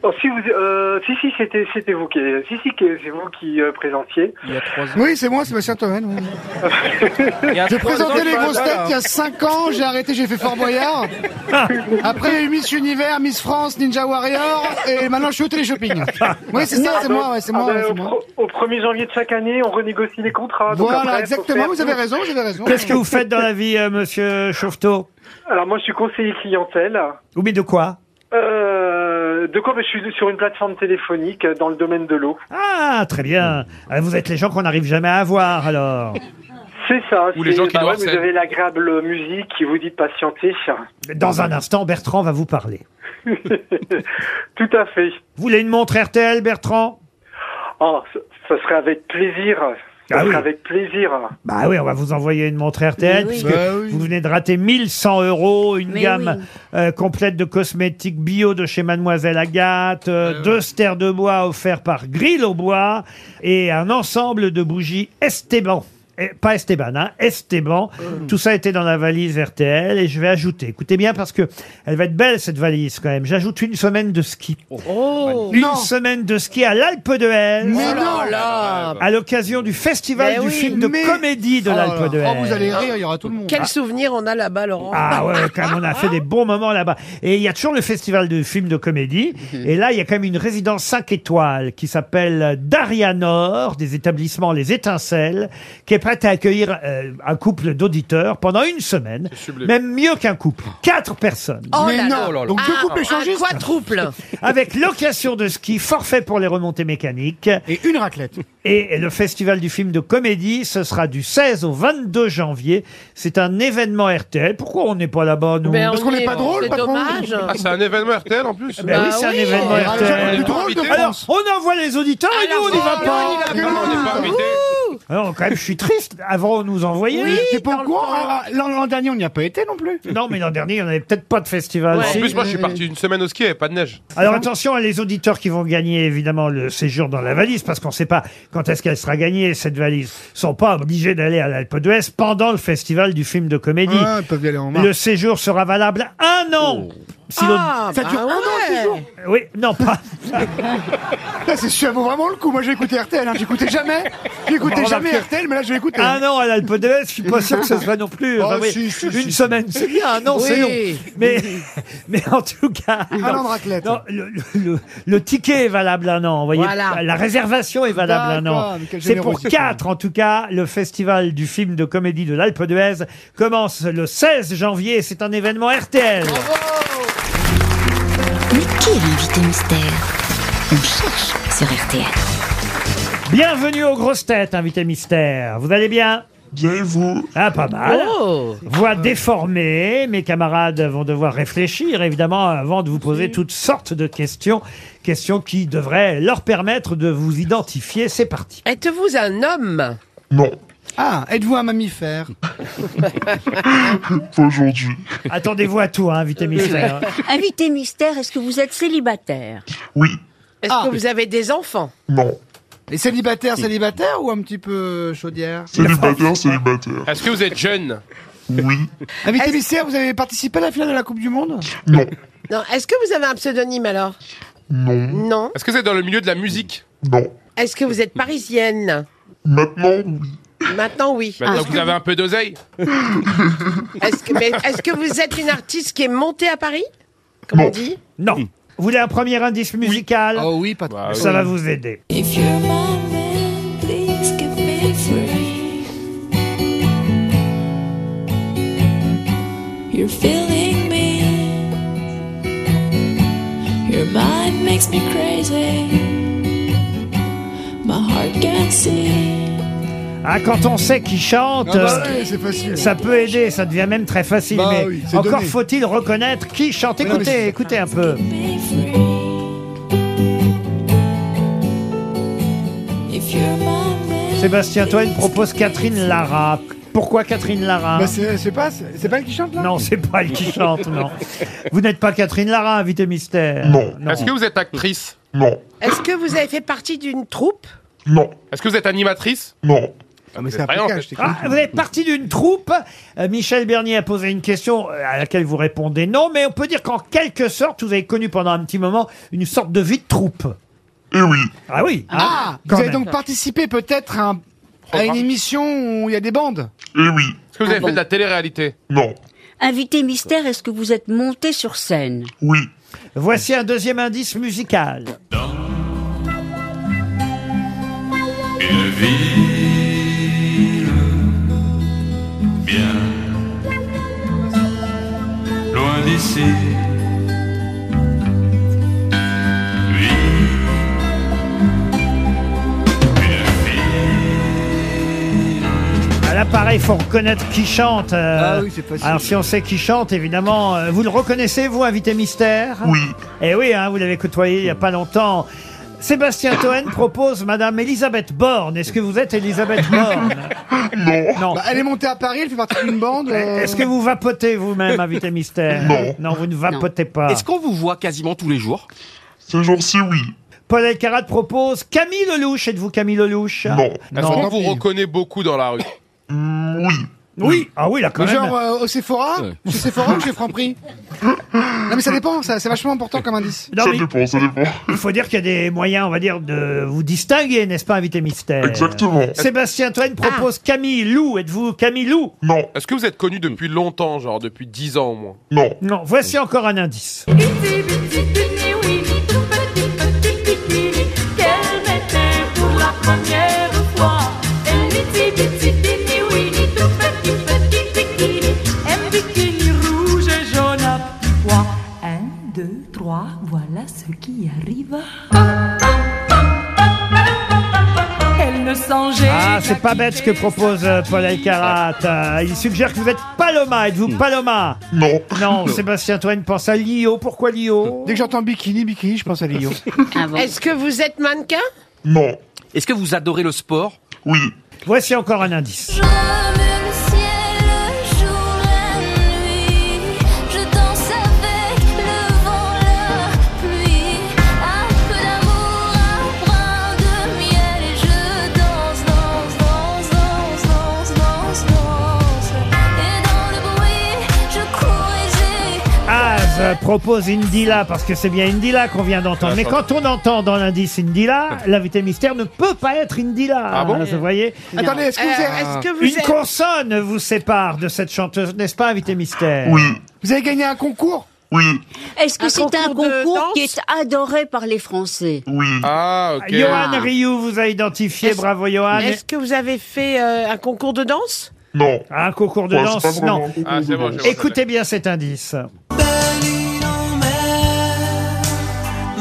R: Oh, si vous euh, si si c'était c'était vous qui si si que- c'est vous qui euh, présentiez
G: il y a trois
F: Oui, c'est moi, Sébastien Thoen. oui.
R: je
F: J'ai présenté les grosses têtes il y a 5 ans, j'ai arrêté, j'ai fait Fort Boyard. Après, il y a eu Miss Univers, Miss France, Ninja Warrior, et maintenant je suis au télé-shopping. Oui, c'est ça,
R: Ah
F: c'est
R: ben-
F: moi, ouais, c'est
R: ah
F: moi.
R: ben,
F: ouais, c'est
R: au,
F: moi.
R: pro- au 1er janvier de chaque année, on renégocie les contrats. Donc
F: Voilà,
R: après, faut
F: exactement,
R: faire
F: vous avez
R: tout.
F: raison, vous avez raison.
B: Qu'est-ce que vous faites dans la vie, euh, monsieur Chauvetot
R: Alors moi, je suis conseiller clientèle.
B: Ou mais de quoi
R: Euh, de quoi Ben, Je suis sur une plateforme téléphonique euh, dans le domaine de l'eau.
B: Ah, très bien. Ah, Vous êtes les gens qu'on n'arrive jamais à voir, alors.
R: C'est ça.
B: Ou les
R: c'est-
B: gens qui
R: bah
B: nous
R: ouais,
B: harcèlent.
R: Vous avez l'agréable musique qui vous dit de patienter.
B: Dans un instant, Bertrand va vous parler.
R: Tout à fait.
B: Vous voulez une montre RTL, Bertrand
R: Oh, ce ce serait avec plaisir. Ça
B: Ah
R: serait
B: oui.
R: avec plaisir.
B: Bah oui, on va vous envoyer une montre RTL,
R: Mais oui.
B: puisque
R: Bah oui.
B: vous venez de rater 1100 euros, une
R: Mais
B: gamme euh, complète de cosmétiques bio de chez Mademoiselle Agathe, euh,
R: Ah
B: deux stères de bois offerts par Grill au bois, et un ensemble de bougies Esteban. Eh, pas Esteban, hein, Esteban.
R: Hum.
B: Tout ça était dans la valise RTL et je vais ajouter. Écoutez bien parce que elle va être belle cette valise quand même. J'ajoute une semaine de ski.
R: Oh.
F: Oh.
B: une semaine de ski à l'Alpe d'Huez.
F: Mais Oh là non.
B: À l'occasion du festival
F: Mais
B: du
F: oui,
B: film de
F: mais-
B: comédie de
F: Oh là
B: l'Alpe
F: là.
B: d'Huez.
F: Oh, vous allez rire, il y aura tout le monde.
E: Quel souvenir on a là-bas, Laurent
B: Ah ouais, ouais, quand même, on a fait des bons moments là-bas. Et il y a toujours le festival de films de comédie. Et là, il y a quand même une résidence 5 étoiles qui s'appelle Daria Nord, des établissements Les Étincelles, qui est prête à accueillir euh, un couple d'auditeurs pendant une semaine, même mieux qu'un couple, quatre personnes.
E: Oh Mais là non, là. Oh là là.
B: donc deux
E: Un-
B: couples
E: un
B: échangistes.
E: quadruple.
B: Avec location de ski, forfait pour les remontées mécaniques. Et une raclette. Et le festival du film de comédie, ce sera du 16 au 22 janvier. C'est un événement RTL. Pourquoi on n'est pas là-bas, nous
H: Mais Parce Ben, on qu'on est est- pas drôle, oh, c'est patron. dommage.
B: Ah, c'est un événement RTL en plus.
H: Bah
B: Ben oui, c'est un
H: oui.
B: événement
H: Ah, c'est le
B: RTL.
H: plus drôle de
B: Alors,
H: France.
B: on envoie les auditeurs et nous, on n'y va pas. Alors, quand même, je suis triste. Avant, on nous envoyait.
F: Oui, T'es pas au courant hein, L'an l'an dernier, on n'y a pas été non plus.
B: Non, mais l'an dernier, il n'y en avait peut-être pas de festival.
H: En
B: Si.
H: plus, moi, je suis parti une semaine au ski, il n'y avait pas de neige.
B: Alors
F: Hein
B: attention à les auditeurs qui vont gagner évidemment le séjour dans la valise parce qu'on ne sait pas quand est-ce qu'elle sera gagnée cette valise. Ils sont pas obligés d'aller à l'Alpe d'Huez pendant le festival du film de comédie.
F: Ouais, ils peuvent y aller en mars.
B: Le séjour sera valable un an. Si l'autre-
F: Ah, Ça dure bah un an, le ouais. séjour
B: Oui, non pas.
F: Là, c'est sûr, ça vaut vraiment le coup. Moi, j'ai écouté RTL, hein. j'écoutais jamais. J'écoutais
B: Remarquez.
F: jamais RTL, mais là, je vais écouter.
B: Un an à l'Alpe d'Huez, je suis pas sûr que ce soit non plus.
F: Oh,
B: Enfin, oui,
F: si, si,
B: une
F: si.
B: semaine, c'est bien. Un an,
F: Oui.
B: c'est long. Mais, mais en tout cas,
F: Un an de raclette.
B: non, le, le- le- le ticket est valable un an. vous voyez,
F: Voilà.
B: la réservation est valable un
F: D'accord,
B: an.
F: mais quelle
B: C'est pour
F: générosité.
B: quatre, en tout cas. Le festival du film de comédie de l'Alpe d'Huez commence le 16 janvier. et C'est un événement RTL.
K: Mais qui est l'invité mystère On cherche sur RTL.
B: Bienvenue aux grosses têtes, invité mystère. Vous allez bien Bien vous. Ah, pas mal.
F: Oh
B: Voix déformée. Mes camarades vont devoir réfléchir, évidemment, avant de vous poser toutes sortes de questions. Questions qui devraient leur permettre de vous identifier. C'est parti.
E: Êtes-vous un homme
B: Non.
F: Ah, êtes-vous un mammifère
B: Aujourd'hui. Attendez-vous à tout, hein, invité mystère.
I: Invité mystère, est-ce que vous êtes célibataire
E: Est-ce que vous avez des enfants
F: Non. Et célibataire, célibataire ou un petit peu euh, chaudière
H: Célibataire, célibataire. Est-ce que vous êtes jeune Oui.
F: Invité mystère, Ah, vous avez participé à la finale de la Coupe du Monde
H: Non.
E: Non. Est-ce que vous avez un pseudonyme alors
H: Non.
E: Non.
H: Est-ce que vous êtes dans le milieu de la musique Non.
E: Est-ce que vous êtes parisienne
H: Maintenant, oui.
E: Maintenant, oui.
B: Ah,
H: Maintenant que Bah, vous avez un peu d'oseille
E: Est-ce que, mais est-ce que vous êtes une artiste qui est montée à Paris Comme on dit
B: Non. Vous voulez un premier indice musical Oh oui, pas Ça
E: oui.
B: va vous aider.
D: If you're my man, please give me free. You're feeling me. Your mind makes me crazy. My heart can't see.
B: Ah, quand on sait qui chante,
D: Ah bah
B: euh,
D: oui, c'est facile.
B: ça peut aider, ça devient même très facile.
D: Bah
B: mais
D: oui, c'est
B: encore
D: donné.
B: faut-il reconnaître qui chante.
D: Mais non, mais
B: Écoutez,
D: c'est-
B: écoutez un peu.
D: me free. If you're my
B: Sébastien Toine propose Catherine Lara. Pourquoi Catherine Lara
F: Bah, c'est c'est pas, c'est c'est pas elle qui chante là
B: Non, c'est pas elle qui chante, non. Vous n'êtes pas Catherine Lara, invité mystère.
H: Est-ce que vous êtes actrice Non.
E: Est-ce que vous avez fait partie d'une troupe
H: Non. Est-ce que vous êtes animatrice Non. Ah, mais c'est
B: Ah, vous êtes parti d'une troupe. Euh, Michel Bernier a posé une question euh, à laquelle vous répondez non, mais on peut dire qu'en quelque sorte, vous avez connu pendant un petit moment une sorte de vie de troupe.
F: Eh oui.
B: Ah oui.
F: Ah,
B: hein,
F: Vous
B: quand
F: avez
B: même.
F: donc participé peut-être à, un- à une émission où il y a des bandes
H: Eh oui. Est-ce que vous avez fait
I: Ah bon.
H: de la télé-réalité Non.
I: Invité mystère, est-ce que vous êtes monté sur scène
H: Oui.
B: Voici un deuxième indice musical.
D: Une ville bien loin d'ici. Oui,
B: À l'appareil, il faut reconnaître qui chante. euh,
F: Ah oui, c'est facile.
B: Alors, si on sait qui chante, évidemment, euh, vous le reconnaissez, vous, invité mystère
F: Oui.
B: Eh oui, hein, vous l'avez côtoyé il n'y a pas longtemps. Sébastien Toen propose Madame Elisabeth Borne. Est-ce que vous êtes Elisabeth Borne Non.
F: Bah, Elle est montée à Paris, elle fait partie d'une bande. euh,
B: Est-ce que vous vapotez vous-même, invité mystère
J: Non.
B: vous ne vapotez pas.
J: Est-ce qu'on vous voit quasiment tous les jours
B: Ce jour-ci, oui. Paul Elkarat propose Camille Lelouch. Êtes-vous Camille Lelouch
H: Non. Est-ce qu'on vous reconnaît beaucoup dans la rue
B: Oui. Oui. Ah oui, là, quand même.
F: Genre euh, au Sephora
H: Ouais.
F: Chez Sephora ou chez Franprix Non mais ça dépend, ça, c'est vachement important comme indice.
B: Non, mais Il faut dire qu'il y a des moyens, on va dire, de vous distinguer, n'est-ce pas, invité mystère
H: Exactement.
B: Sébastien Toine propose Camille Lou. Êtes-vous Camille Lou
H: Non. Est-ce que vous êtes connu depuis longtemps, genre depuis 10 ans au moins
B: Non. Non, voici encore un indice.
D: Quelle m'était pour la première fois. Elle était petite, danger.
B: Ah, c'est pas bête ce que propose euh, Paul Alcarat. Euh, Il suggère que vous êtes Paloma. Êtes-vous Paloma Hmm. Non. Non, Sébastien Toine pense à Lio. Pourquoi Lio Dès que j'entends bikini, bikini, je pense à Lio.
E: Est-ce que vous êtes mannequin
B: Non.
J: Est-ce que vous adorez le sport
B: Oui. Voici encore un indice.
D: Je danse avec le vent, la pluie. Un peu d'amour, un brin de miel. Et je danse, danse, danse, danse, danse, danse, danse. Et dans le bruit, je cours et j'ai.
B: Az propose Indila parce que c'est bien Indila qu'on vient d'entendre. Mais quand on entend dans l'indice Indila, l'invité mystère ne peut pas être Indila.
F: Ah bon
B: Hein, Vous voyez
F: Attendez, est-ce que vous Euh, êtes- est-ce que vous
B: Une
F: êtes-
B: consonne vous sépare de cette chanteuse, n'est-ce pas, invité mystère
F: Oui.
B: Vous avez gagné un concours Oui.
I: Est-ce que c'est un concours qui est adoré par les Français
B: Oui.
H: Ah,
I: ok.
B: Johan Rioux vous a identifié, bravo Johan.
E: Est-ce que vous avez fait euh, un concours de danse
B: Non. Un concours de
E: Ouais, c'est
B: danse,
E: pas vraiment
B: non.
E: un concours Ah, de c'est bon, danse. je vois.
B: Écoutez bien cet indice.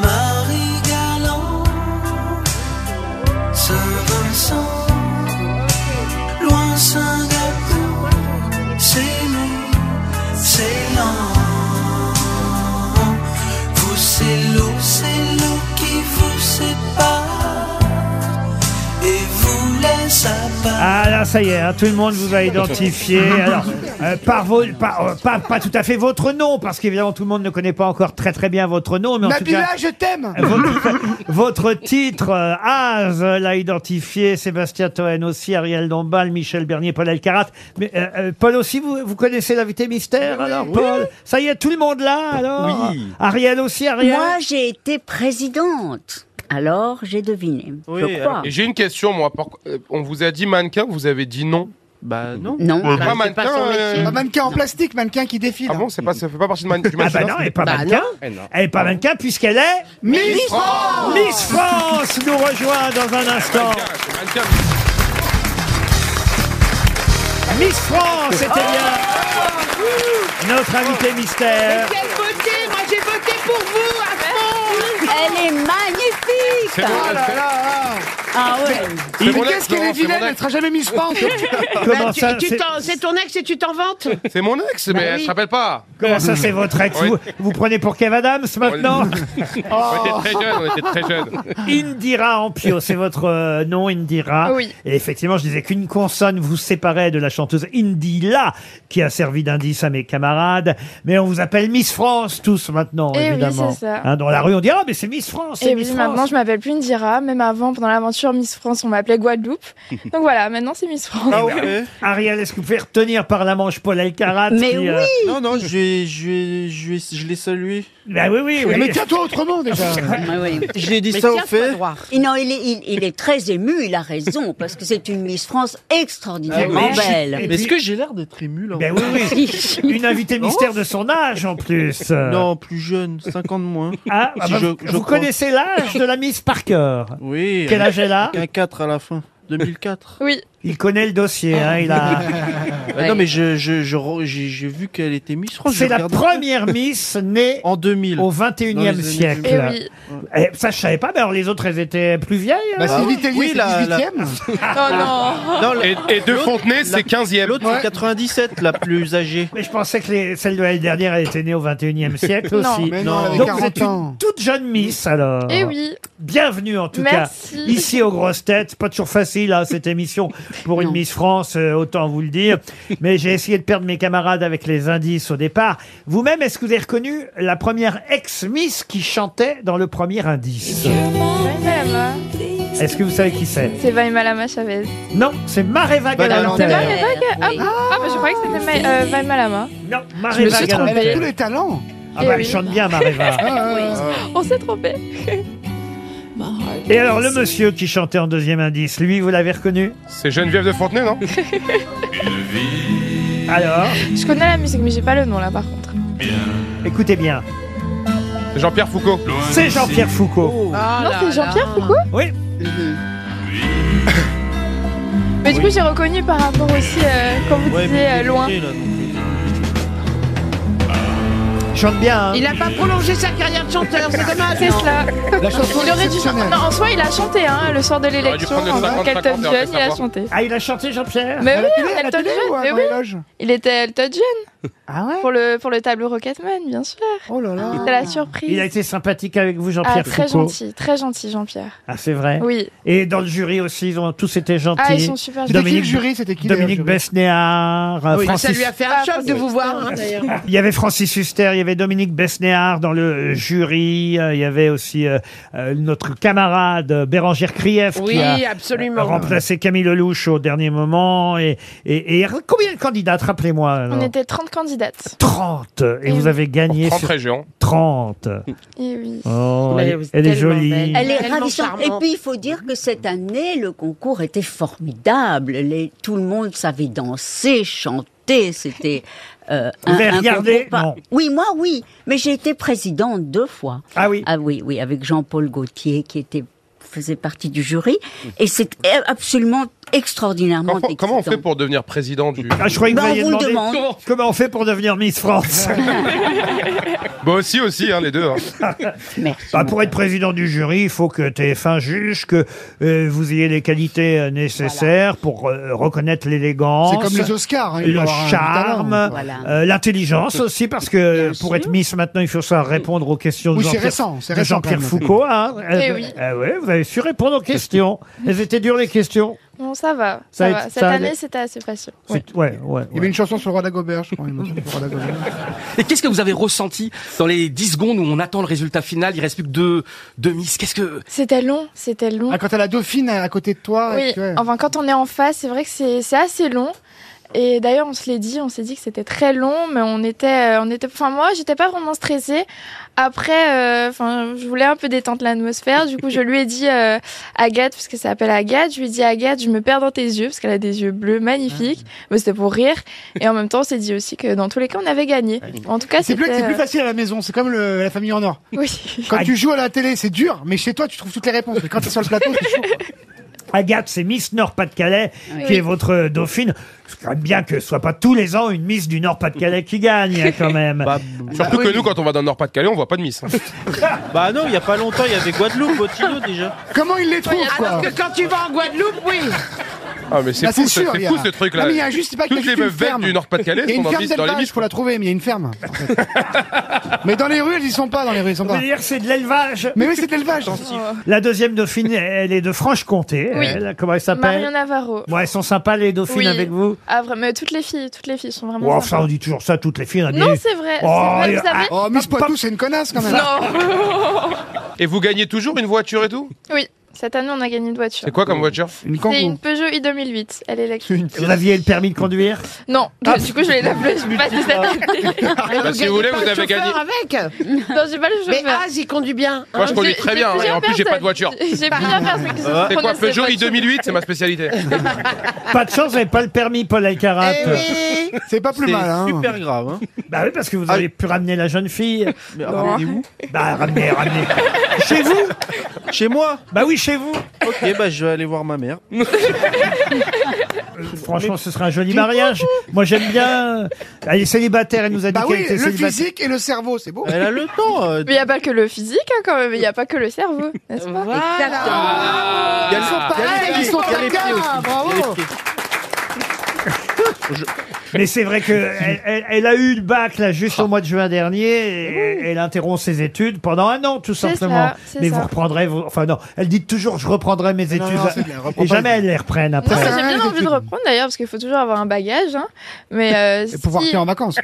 D: Marie Galant, Saint-Vincent, loin Singapour, c'est nous, c'est l'an. Vous, c'est l'eau, c'est l'eau qui vous sépare et vous laisse à part.
B: Ah là, ça y est, hein, tout le monde vous a identifié. Alors, euh, par vos, par- euh, pas, pas tout à fait votre nom, parce qu'évidemment tout le monde ne connaît pas encore très très bien votre nom, mais en tout
F: Nabila,
B: cas,
F: je t'aime
B: votre titre, euh, Az euh, l'a identifié, Sébastien Toen aussi, Ariel Dombal, Michel Bernier, Paul Alcarat. Mais euh, euh, Paul aussi, vous, vous connaissez l'invité mystère alors, Paul Ça y est, tout le monde là
F: Ah.
B: alors
I: Oui.
B: Ariel aussi, Ariel
I: Moi, j'ai été présidente. Alors, j'ai deviné. je crois.
H: Et j'ai une question, moi. Pourquoi- euh, On vous a dit mannequin, vous avez dit non
G: Bah non.
I: Non.
F: Bah,
H: Pas
F: c'est
H: mannequin.
F: pas son métier.
H: euh,
F: Un mannequin en plastique, mannequin qui défile.
H: Ah bon, c'est pas, ça fait pas partie de man- du Eh
B: Ah
H: mannequin
B: bah non, elle n'est pas mannequin. Elle n'est pas mannequin puisqu'elle est
F: Miss France
B: Miss France nous rejoint dans un instant. Miss France, c'était bien
T: Ah.
B: notre invité mystère.
D: Quelle beauté Moi j'ai voté pour vous à fond
I: Elle est magnifique
D: C'est bon, elle hein. fait-
I: Ah ouais
F: Mais qu'est-ce qu'elle est vilaine, elle sera jamais Miss France
B: Comment
E: tu-
B: ça,
E: tu
B: c'est-
E: t'en- C'est ton ex et tu t'en vantes
H: C'est mon ex, mais
E: Bah
H: elle
E: oui.
H: se rappelle pas.
B: Comment ça, c'est votre ex
H: Oui.
B: vous, vous prenez pour Kev Adams maintenant
E: Oh,
F: Oh.
H: On était très jeunes, on était très jeunes.
B: Indira Ampio, c'est votre euh, nom, Indira.
T: Ah
H: Oui.
B: Et effectivement, je disais qu'une consonne vous séparait de la chanteuse Indila, qui a servi d'indice à mes camarades. Mais on vous appelle Miss France tous maintenant,
T: Eh oui,
B: évidemment.
T: c'est ça.
B: Hein, dans la rue, on dit Ah, mais c'est Miss France, c'est
T: Et
B: Miss
T: oui,
B: France.
T: maintenant je m'appelle plus Indira, même avant, pendant l'aventure Miss France, on m'appelait Guadeloupe. Donc voilà, maintenant c'est Miss France.
B: Ah, Ariel, est-ce que vous pouvez retenir par la manche Paul Alcarat qui, euh,
G: Non, non, je vais- je vais- je vais- je l'ai salué.
B: Bah oui, oui, oui. Mais tiens-toi
G: autrement déjà. Je l'ai dit
I: Mais
G: ça au
I: tiens,
G: fait.
I: Et Non, il est, il, il est très ému, il a raison, parce que c'est une Miss France
B: Ah
H: Ah
I: extraordinairement belle.
G: Mais est-ce que j'ai l'air d'être ému là
B: Ben oui, oui. Une invitée
G: Non
B: mystère de son âge en plus. Euh,
G: Non, plus jeune, 5 ans de moins.
B: Ah, ah bah, vous- vous connaissez l'âge de la Miss Parker
G: Oui.
B: Quel âge elle a
G: Un 4 à la fin. 2004.
T: Oui.
B: Il connaît le dossier, hein, il a.
G: Bah, non, mais je, je, je re- j'ai, j'ai vu qu'elle était Miss France.
B: C'est la première Miss née
G: en 2000. Dans
B: au
G: les
B: 21e
G: années
B: siècle.
G: 2000. Eh oui.
B: Eh, ça, je savais pas, mais alors les autres, elles étaient plus vieilles. hein.
G: Bah, c'est Ah oui. Vitellier, Oui, c'est la- la-
B: 18e.
G: Oh
H: et, et De Fontenay, c'est 15e.
G: L'autre, c'est 97, la plus âgée.
B: Mais je pensais que les- celle de l'année dernière, elle était née au 21e siècle
G: Non.
B: aussi.
G: Mais non, elle avait
B: Donc vous
G: 40
B: êtes une toute jeune Miss alors.
T: Eh oui.
B: Bienvenue en tout
T: Merci.
B: cas ici aux grosses têtes. C'est pas toujours facile hein, cette émission pour une Miss France, euh, autant vous le dire. Mais j'ai essayé de perdre mes camarades avec les indices au départ. Vous-même, est-ce que vous avez reconnu la première ex-Miss qui chantait dans le premier indice Est-ce que vous savez qui c'est
T: hein. C'est Vaima Lama Chavez.
B: Non, c'est Mareva
T: C'est
B: Galanter.
T: Vaima Ga- Ah, ah, bah, je croyais que c'était Ma- euh, Vaima Lama.
B: Non, Mareva
F: Elle a
B: Galanter.
F: tous les talents.
B: Ah bah, elle chante bien Mareva.
T: On s'est trompé.
B: Ah. Et alors le monsieur qui chantait en deuxième indice, lui, vous l'avez reconnu
H: C'est Geneviève de Fontenay, non
F: Ah.
B: Alors
T: Je connais la musique, mais j'ai pas le nom là par contre.
B: Écoutez bien,
H: C'est Jean-Pierre Foucault.
B: c'est Jean-Pierre Foucault.
E: Ah
T: non, c'est Jean-Pierre Foucault
B: Oui.
T: Mais du coup, j'ai reconnu par rapport aussi, euh, quand vous disiez euh, loin.
B: Chante bien. hein.
E: Il n'a pas prolongé sa carrière de chanteur, c'est dommage.
T: C'est cela.
B: La chanson
T: il aurait dû
B: exceptionnelle.
T: Non, en soi, il a chanté hein, le soir de
B: aurait dû
T: l'élection.
B: prendre le
T: en
B: 50,
T: tant qu'Elton
B: 50,
T: John, il
B: on va
T: a
B: savoir.
T: chanté.
B: Ah, il a chanté Jean-Pierre
T: Mais
F: À
T: oui,
F: la télé, à la
T: Elton
F: télé ou
T: John.
F: à-
T: mais
F: dans
T: oui.
F: les loges
T: Il était Elton John. Pour le, pour le tableau Rocketman, bien sûr.
F: Oh là là.
T: C'était la surprise.
B: Il a été sympathique avec vous, Jean-Pierre
T: ah, très
B: Foucault.
T: gentil, très gentil, Jean-Pierre.
B: Ah, c'est vrai
T: Oui.
B: Et dans le jury aussi, ils ont tous été gentils.
T: Ah, ils sont super gentils. C'était qui le
B: Dominique-
T: jury C'était qui, le
B: Dominique
T: jury
B: Besnéard, euh,
E: Ah, ça
B: Francis-
E: lui a fait un choc de vous voir, hein, d'ailleurs.
B: Il y avait Francis Huster, il y avait Dominique Besnéard dans le euh, jury, euh, il y avait aussi euh, euh, notre camarade euh, Bérangère Krief
E: Oui,
B: qui a
E: absolument.
B: remplacé Camille Lelouch au dernier moment. Et, et, et combien de candidates, rappelez-moi alors
T: On était 30 candidates.
B: 30 Et vous avez gagné
H: 30
B: sur
H: régions.
B: 30
G: Eh
T: Et oui.
B: Oh,
E: Mais
B: elle,
E: vous êtes
B: elle est
E: tellement
B: jolie.
E: belle.
I: Elle est
E: Tellement
I: ravissante. Et
E: charmante.
I: puis, il faut dire que cette année, le concours était formidable. Les- tout le monde savait danser, chanter. C'était euh,
B: Vous avez regardé,
I: concours par-
B: non.
I: Oui, moi, oui. Mais j'ai été présidente deux fois.
B: Ah oui
I: Ah oui, oui, avec Jean-Paul Gaultier qui était faisait partie du jury. Et c'est absolument extraordinairement
H: Comment, comment on fait
I: excitant.
H: pour devenir président du.
B: Ah, je croyais que
I: Ben,
B: vous alliez
I: on vous le
B: demander
I: demande.
B: comment on fait pour devenir Miss France.
H: Bah aussi, aussi, hein, les deux. hein.
B: Bah, pour être président du jury, il faut que TF1 juge, que euh, vous ayez les qualités euh, nécessaires pour euh, reconnaître l'élégance.
F: C'est comme les Oscars, hein, il faut
B: le
F: avoir un
B: charme,
F: talent. Voilà.
B: euh, l'intelligence aussi, parce que pour être Miss maintenant, il faut savoir répondre aux questions de
F: Oui, c'est
B: Jean-Pierre
F: récent, c'est
B: de
F: récent
B: Jean-Pierre
F: quand même.
B: Foucault. Hein,
T: Eh
B: Euh,
T: oui.
B: euh, ouais, vous avez su répondre aux questions. Elles étaient dures les questions.
T: Bon, ça va. Ça,
B: Ça a
T: va.
B: été-
T: Cette
B: ça a
T: année,
B: été-
T: c'était assez facile.
B: C'est- Ouais, ouais.
F: Il y avait une chanson sur le roi d'Agobert, je crois. une chanson sur le roi d'Agobert.
J: Et qu'est-ce que vous avez ressenti dans les 10 secondes où on attend le résultat final Il reste plus que deux, deux miss. Qu'est-ce que.
T: C'était long, c'était long.
F: Ah, quand t'as la dauphine à à côté de toi. et
T: Oui,
F: que, ouais.
T: enfin quand on est en face, c'est vrai que c'est c'est assez long. Et d'ailleurs, on se l'est dit, on s'est dit que c'était très long, mais on était, euh, on était, enfin moi, j'étais pas vraiment stressée. Après, euh, enfin, je voulais un peu détendre l'atmosphère. Du coup, je lui ai dit euh, Agathe, parce que ça s'appelle Agathe, je lui ai dit Agathe, je me perds dans tes yeux, parce qu'elle a des yeux bleus magnifiques. Mais c'était pour rire. Et en même temps, on s'est dit aussi que dans tous les cas, on avait gagné. En tout cas,
F: C'est plus,
T: c'était,
F: c'est plus
T: euh,
F: facile à la maison, c'est comme le- la famille en or.
T: Oui.
H: Ah.
F: Quand tu joues à la télé, c'est dur, mais chez toi, tu trouves toutes les réponses. Mais quand t'es sur le plateau, c'est chaud.
B: Agathe, c'est Miss Nord-Pas-de-Calais qui est votre euh, dauphine. C'est quand même bien que ce soit pas tous les ans une Miss du Nord-Pas-de-Calais qui gagne hein, quand même.
H: Surtout que nous, quand on va dans le Nord-Pas-de-Calais, on voit pas de miss. hein.
G: Bah non, il y a pas longtemps, il y avait Guadeloupe, Bottineau déjà.
F: Comment il les trouve, quoi
E: Alors que quand tu vas en Guadeloupe, oui.
H: Ah, mais c'est
F: Bah,
H: fou, ce-
F: sûr, il
H: c'est
F: y a-
H: fou ce truc-là.
F: Non, mais il y a juste pas qu'il y a
H: Toutes les
F: juste une
H: meufs vertes
F: ferme.
H: du
F: Il y
H: Nord-Pas-de-Calais
F: a
H: sont
F: une
H: dans,
F: ferme
H: miss- dans les
F: d'élevage,
H: miss.
F: faut la trouver, mais il y a une ferme. en fait. mais dans les rues, ils y sont pas, dans les rues, ils sont
B: Vous
F: pas.
B: voulez dire que c'est de l'élevage
F: Mais oui, c'est de l'élevage.
T: Oh.
B: La deuxième dauphine, elle est de Franche-Comté.
T: Oui.
B: Elle, comment elle
T: Marion
B: s'appelle
T: Navarro.
B: Bon, elles sont sympas les dauphines
T: Oui.
B: avec vous.
T: Ah vraiment, toutes les filles, toutes les filles sont vraiment.
B: Oh,
T: sympas.
B: ça, on dit toujours ça, toutes les filles. on dit-
T: Non, c'est vrai. c'est
B: Oh,
T: vrai,
B: il-
T: vous savez.
F: Oh, Miss Poitou, c'est une connasse quand même.
T: Non.
H: Et vous gagnez toujours une voiture et tout
T: oui, cette année, on a gagné une voiture.
H: C'est quoi comme voiture
F: Une
T: C'est
F: kangourou.
T: une Peugeot i2008. Elle est électrique.
B: Vous aviez le permis de conduire
T: Non, du-
B: Ah.
T: du coup, je l'ai
E: Bah,
T: l'appelée. Je passe de cette année.
H: Bah, Si vous voulez, vous avez gagné.
E: avec.
T: Non, j'ai pas le
E: Mais
T: chauffeur.
E: Az, il conduit bien.
H: Moi, je
E: hein. Ah.
H: conduis
T: J'ai-
H: très
T: j'ai
H: bien, hein, et en
T: plusieurs
H: plus, j'ai pas de voiture.
T: personnes- J'ai plusieurs personnes qui se sont
H: C'est quoi
T: prononcées
H: Peugeot
T: voiture.
H: i2008, c'est ma spécialité.
B: Pas de chance, vous n'avez pas le permis, Paul Alcarat.
E: Eh oui.
F: Ah, C'est pas plus
G: C'est
F: mal, hein.
G: super grave. Hein. Ah,
B: Bah oui, parce que vous avez pu ramener la jeune fille.
G: Mais ramenez où
B: Bah, ramener, ramener. chez vous
G: Chez moi
B: Bah oui, chez vous.
G: Ok, bah je vais aller voir ma mère.
B: Franchement, ce serait un joli mariage. Moi, j'aime bien. Elle est célibataire, elle nous a dit
F: Bah
B: qu'elle
F: oui,
B: était
F: le
B: célibataire.
F: physique et le cerveau, c'est beau.
G: Elle a le temps. euh,
T: Mais il n'y a pas que le physique, hein, quand même. Il n'y a pas que le cerveau, n'est-ce pas
G: il y a le- il y a les
F: pareils,
G: pieds,
F: Ah, ils sont
G: il y a les
F: taquins,
G: pieds aussi,
F: bravo.
G: il y a les pieds.
B: Mais c'est vrai que elle, elle- elle a eu le bac là juste au mois de juin dernier. Et elle interrompt ses études pendant un an tout
T: C'est
B: simplement.
T: ça, c'est
B: Mais
T: ça.
B: vous reprendrez vos. Enfin non, elle dit toujours je reprendrai mes études.
F: non, c'est clair, reprends
B: et
F: pas
B: jamais
F: les
B: elle les reprenne
T: Non,
B: après.
T: j'ai bien envie de reprendre d'ailleurs, parce qu'il faut toujours avoir un bagage. Hein. Mais euh,
F: Et pouvoir
T: si-
F: partir en vacances.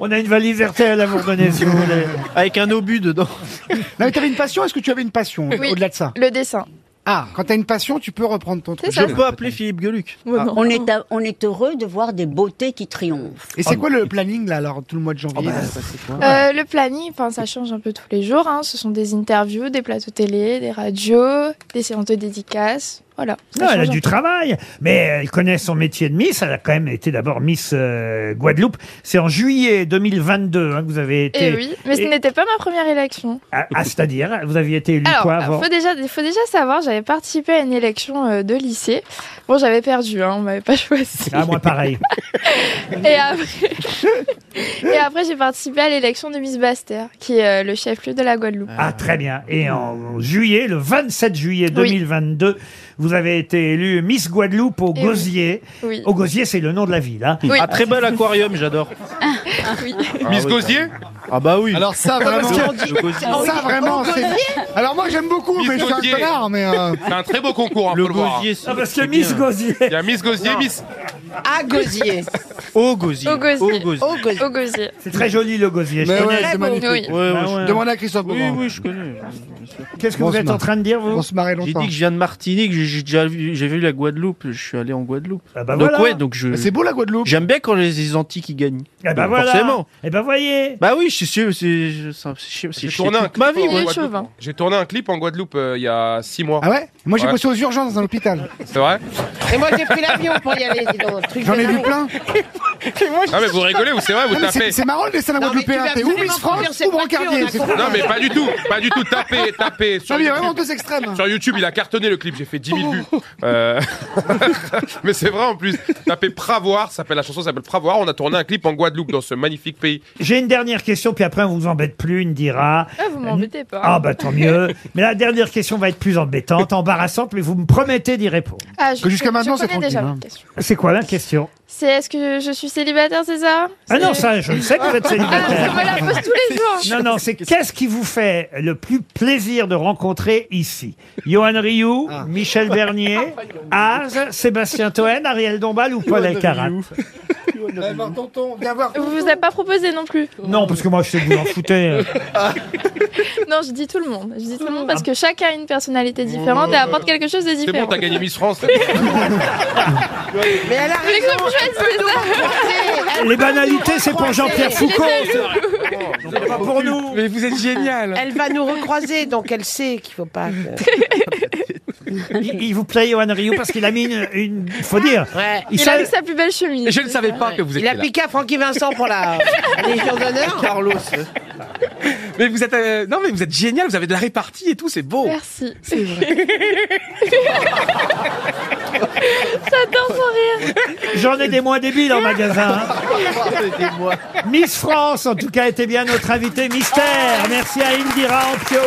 B: On a une valise RTL à vous redonner si vous voulez.
G: Avec un obus dedans.
F: Non, mais t'avais une passion, est-ce que tu avais une passion
T: Oui.
F: au-delà de ça
T: le dessin.
F: Ah, quand t'as une passion, tu peux reprendre ton truc.
T: C'est ça.
G: Je peux appeler Philippe Gueluc.
T: Ouais, non.
I: Ah, On est, à- on est heureux de voir des beautés qui triomphent.
T: Ah,
F: Et c'est quoi le planning là, alors, tout le mois de janvier là, ça, c'est quoi
T: bah, Euh, le planning, enfin, ça change un peu tous les jours. Hein. Ce sont des interviews, des plateaux télé, des radios, des séances de dédicaces. Voilà.
B: Non,
T: Ça
B: elle a
T: change un
B: du
T: peu.
B: travail, mais elle connaît son métier de Miss. Elle a quand même été d'abord Miss euh, Guadeloupe. C'est en juillet 2022 hein, que vous avez
T: Et
B: été.
T: Eh oui, mais ce
B: Et-
T: n'était pas ma première élection.
B: Ah, ah, c'est-à-dire, vous aviez été élue
T: Alors, euh,
B: quoi avant
T: faut déjà, il faut déjà savoir, j'avais participé à une élection euh, de lycée. Bon, j'avais perdu, hein, on m'avait pas choisi.
B: Ah, moi pareil.
T: Et après, et après j'ai participé à l'élection de Miss Bastère, qui est euh, le chef-lieu de la Guadeloupe.
B: Ah, très bien. Et en juillet, le 27 juillet 2022, vous avez été élue Miss Guadeloupe au
T: Eh oui.
B: Gosier.
T: Oui.
B: Au Gosier, c'est le nom de la ville. Hein.
F: Ah,
T: Oui. Un très
G: bel aquarium, j'adore.
T: Ah oui.
H: Miss Gosier
G: Ah bah oui.
H: Alors
F: Ça vraiment, ça vraiment, c'est- Alors moi j'aime beaucoup,
H: Miss
F: mais je suis un
H: Gauthier.
F: connard, mais. euh,
H: C'est un très beau concours, hein, le faut
G: Gosier,
H: le
G: c'est-
H: voir.
G: Ah, parce qu'il y a Miss
B: Gosier.
H: Il y a Miss Gosier,
G: Non.
H: Miss.
E: Ah, Gosier.
G: Au gosier.
T: Au gosier.
G: Au gosier.
T: Au gosier.
B: C'est très joli le Gosier. je
F: Mais
B: connais.
F: ouais, c'est magnifique.
T: Oui.
G: Ouais, ouais,
B: Ah
G: je-
B: ouais.
F: Demande à Christophe
G: Oui,
F: Beaugrand.
G: oui, je connais.
B: Qu'est-ce que vous êtes en train de dire, vous
F: On se marrait
G: J'ai
F: longtemps.
G: dit que je viens de Martinique, j'ai j'ai déjà vu, j'ai vu la Guadeloupe, je suis allé en Guadeloupe.
B: bah
G: donc
B: voilà.
G: ouais, donc je.
F: Mais c'est beau, la Guadeloupe.
G: J'aime bien quand les, les Antilles qui gagnent.
B: Eh ben
G: Donc,
B: voilà.
G: Forcément.
B: Eh ben voyez.
G: Bah oui, je suis sûr, c'est je- ça- c'est c'est- c'est-
H: J'ai tourné un
G: toute ma
H: clip
G: vie.
H: en
G: moi.
H: Guadeloupe.
T: hein.
H: J'ai tourné un clip en Guadeloupe euh, il y a six mois.
F: Ah ouais Moi j'ai
H: Ouais.
F: bossé aux urgences dans un hôpital.
H: C'est vrai
E: Et moi, j'ai pris l'avion pour y aller, dis donc. truc
F: J'en
E: de
F: ai vu
E: dingue.
F: plein.
H: Ah mais vous rigolez ou c'est vrai, vous
F: Non, mais c'est-
H: tapez
F: C'est marrant le dessin d'un
E: Non, mais tu
F: Guadeloupéen.
E: vas
F: T'es ou
E: absolument
F: Miss France
E: conduire cette
F: ou
E: voiture, on a
F: Brancardier. C'est
E: compris.
F: ça.
H: Non mais pas du tout, pas du tout, tapez, tapez
F: Non,
H: sur
F: mais il y a
H: YouTube.
F: vraiment Oh. deux extrêmes.
H: Sur YouTube, il a cartonné le clip, j'ai fait 10 000 vues. Euh, Mais c'est vrai en plus. Tapez Pravoir, ça s'appelle la chanson s'appelle Pravoir. On a tourné un clip en Guadeloupe dans ce magnifique pays.
B: J'ai une dernière question, puis après on vous embête plus, une dira.
T: Ah, vous m'embêtez pas.
B: Ah bah tant mieux. Mais la dernière question va être plus embêtante, embarrassante, mais vous me promettez d'y répondre.
T: Ah, je-
F: Que jusqu'à
T: je
F: maintenant, c'est
T: connais déjà
F: tranquille,
T: la
F: hein.
T: question.
B: C'est quoi la question
T: C'est est-ce que je suis célibataire, c'est ça
B: Ah non,
T: C'est-
B: ça, je le sais que vous êtes
T: Ah, parce qu'on
B: célibataire.
T: me la pose tous les jours.
B: Non, non, c'est qu'est-ce qui vous fait le plus plaisir de rencontrer ici Johan Rioux, Michel Bernier, Az, Sébastien Toen, Ariel Dombal ou Paul Elkarat
F: tonton, viens voir.
T: Vous vous avez pas proposé non plus
B: Non, parce que moi, je sais que vous en foutez. hein.
T: Non, je dis tout le monde. Je dis tout le monde parce que chacun a une personnalité différente et apporte quelque chose de
H: C'est bon,
T: différent.
H: t'as gagné Miss France.
E: Mais elle a
T: Vous voulez que je me choisisse, c'est ça
B: Les banalités, c'est pour Jean-Pierre Foucault. C'est pas pour nous.
J: Mais vous êtes génial.
E: Elle va nous recroiser, donc elle sait qu'il faut pas. que-
B: Il, il vous plaît, Johan Rioux, parce qu'il a mis une, une- faut dire.
E: Ouais.
B: Il
T: Il
B: savait-
T: a mis sa plus belle chemise.
J: Et je ne savais pas que vous
E: Il
J: étiez
E: a
J: là.
E: piqué à Francky Vincent pour la la Légion d'honneur.
J: Mais vous êtes euh, non mais vous êtes génial. Vous avez de la répartie et tout. C'est beau.
T: Merci. C'est vrai. J'adore son rire.
B: J'en ai des moins débiles en
F: Ah,
B: magasin. hein. Miss France, en tout cas, était bien notre invitée mystère. Merci à Indira Ampio.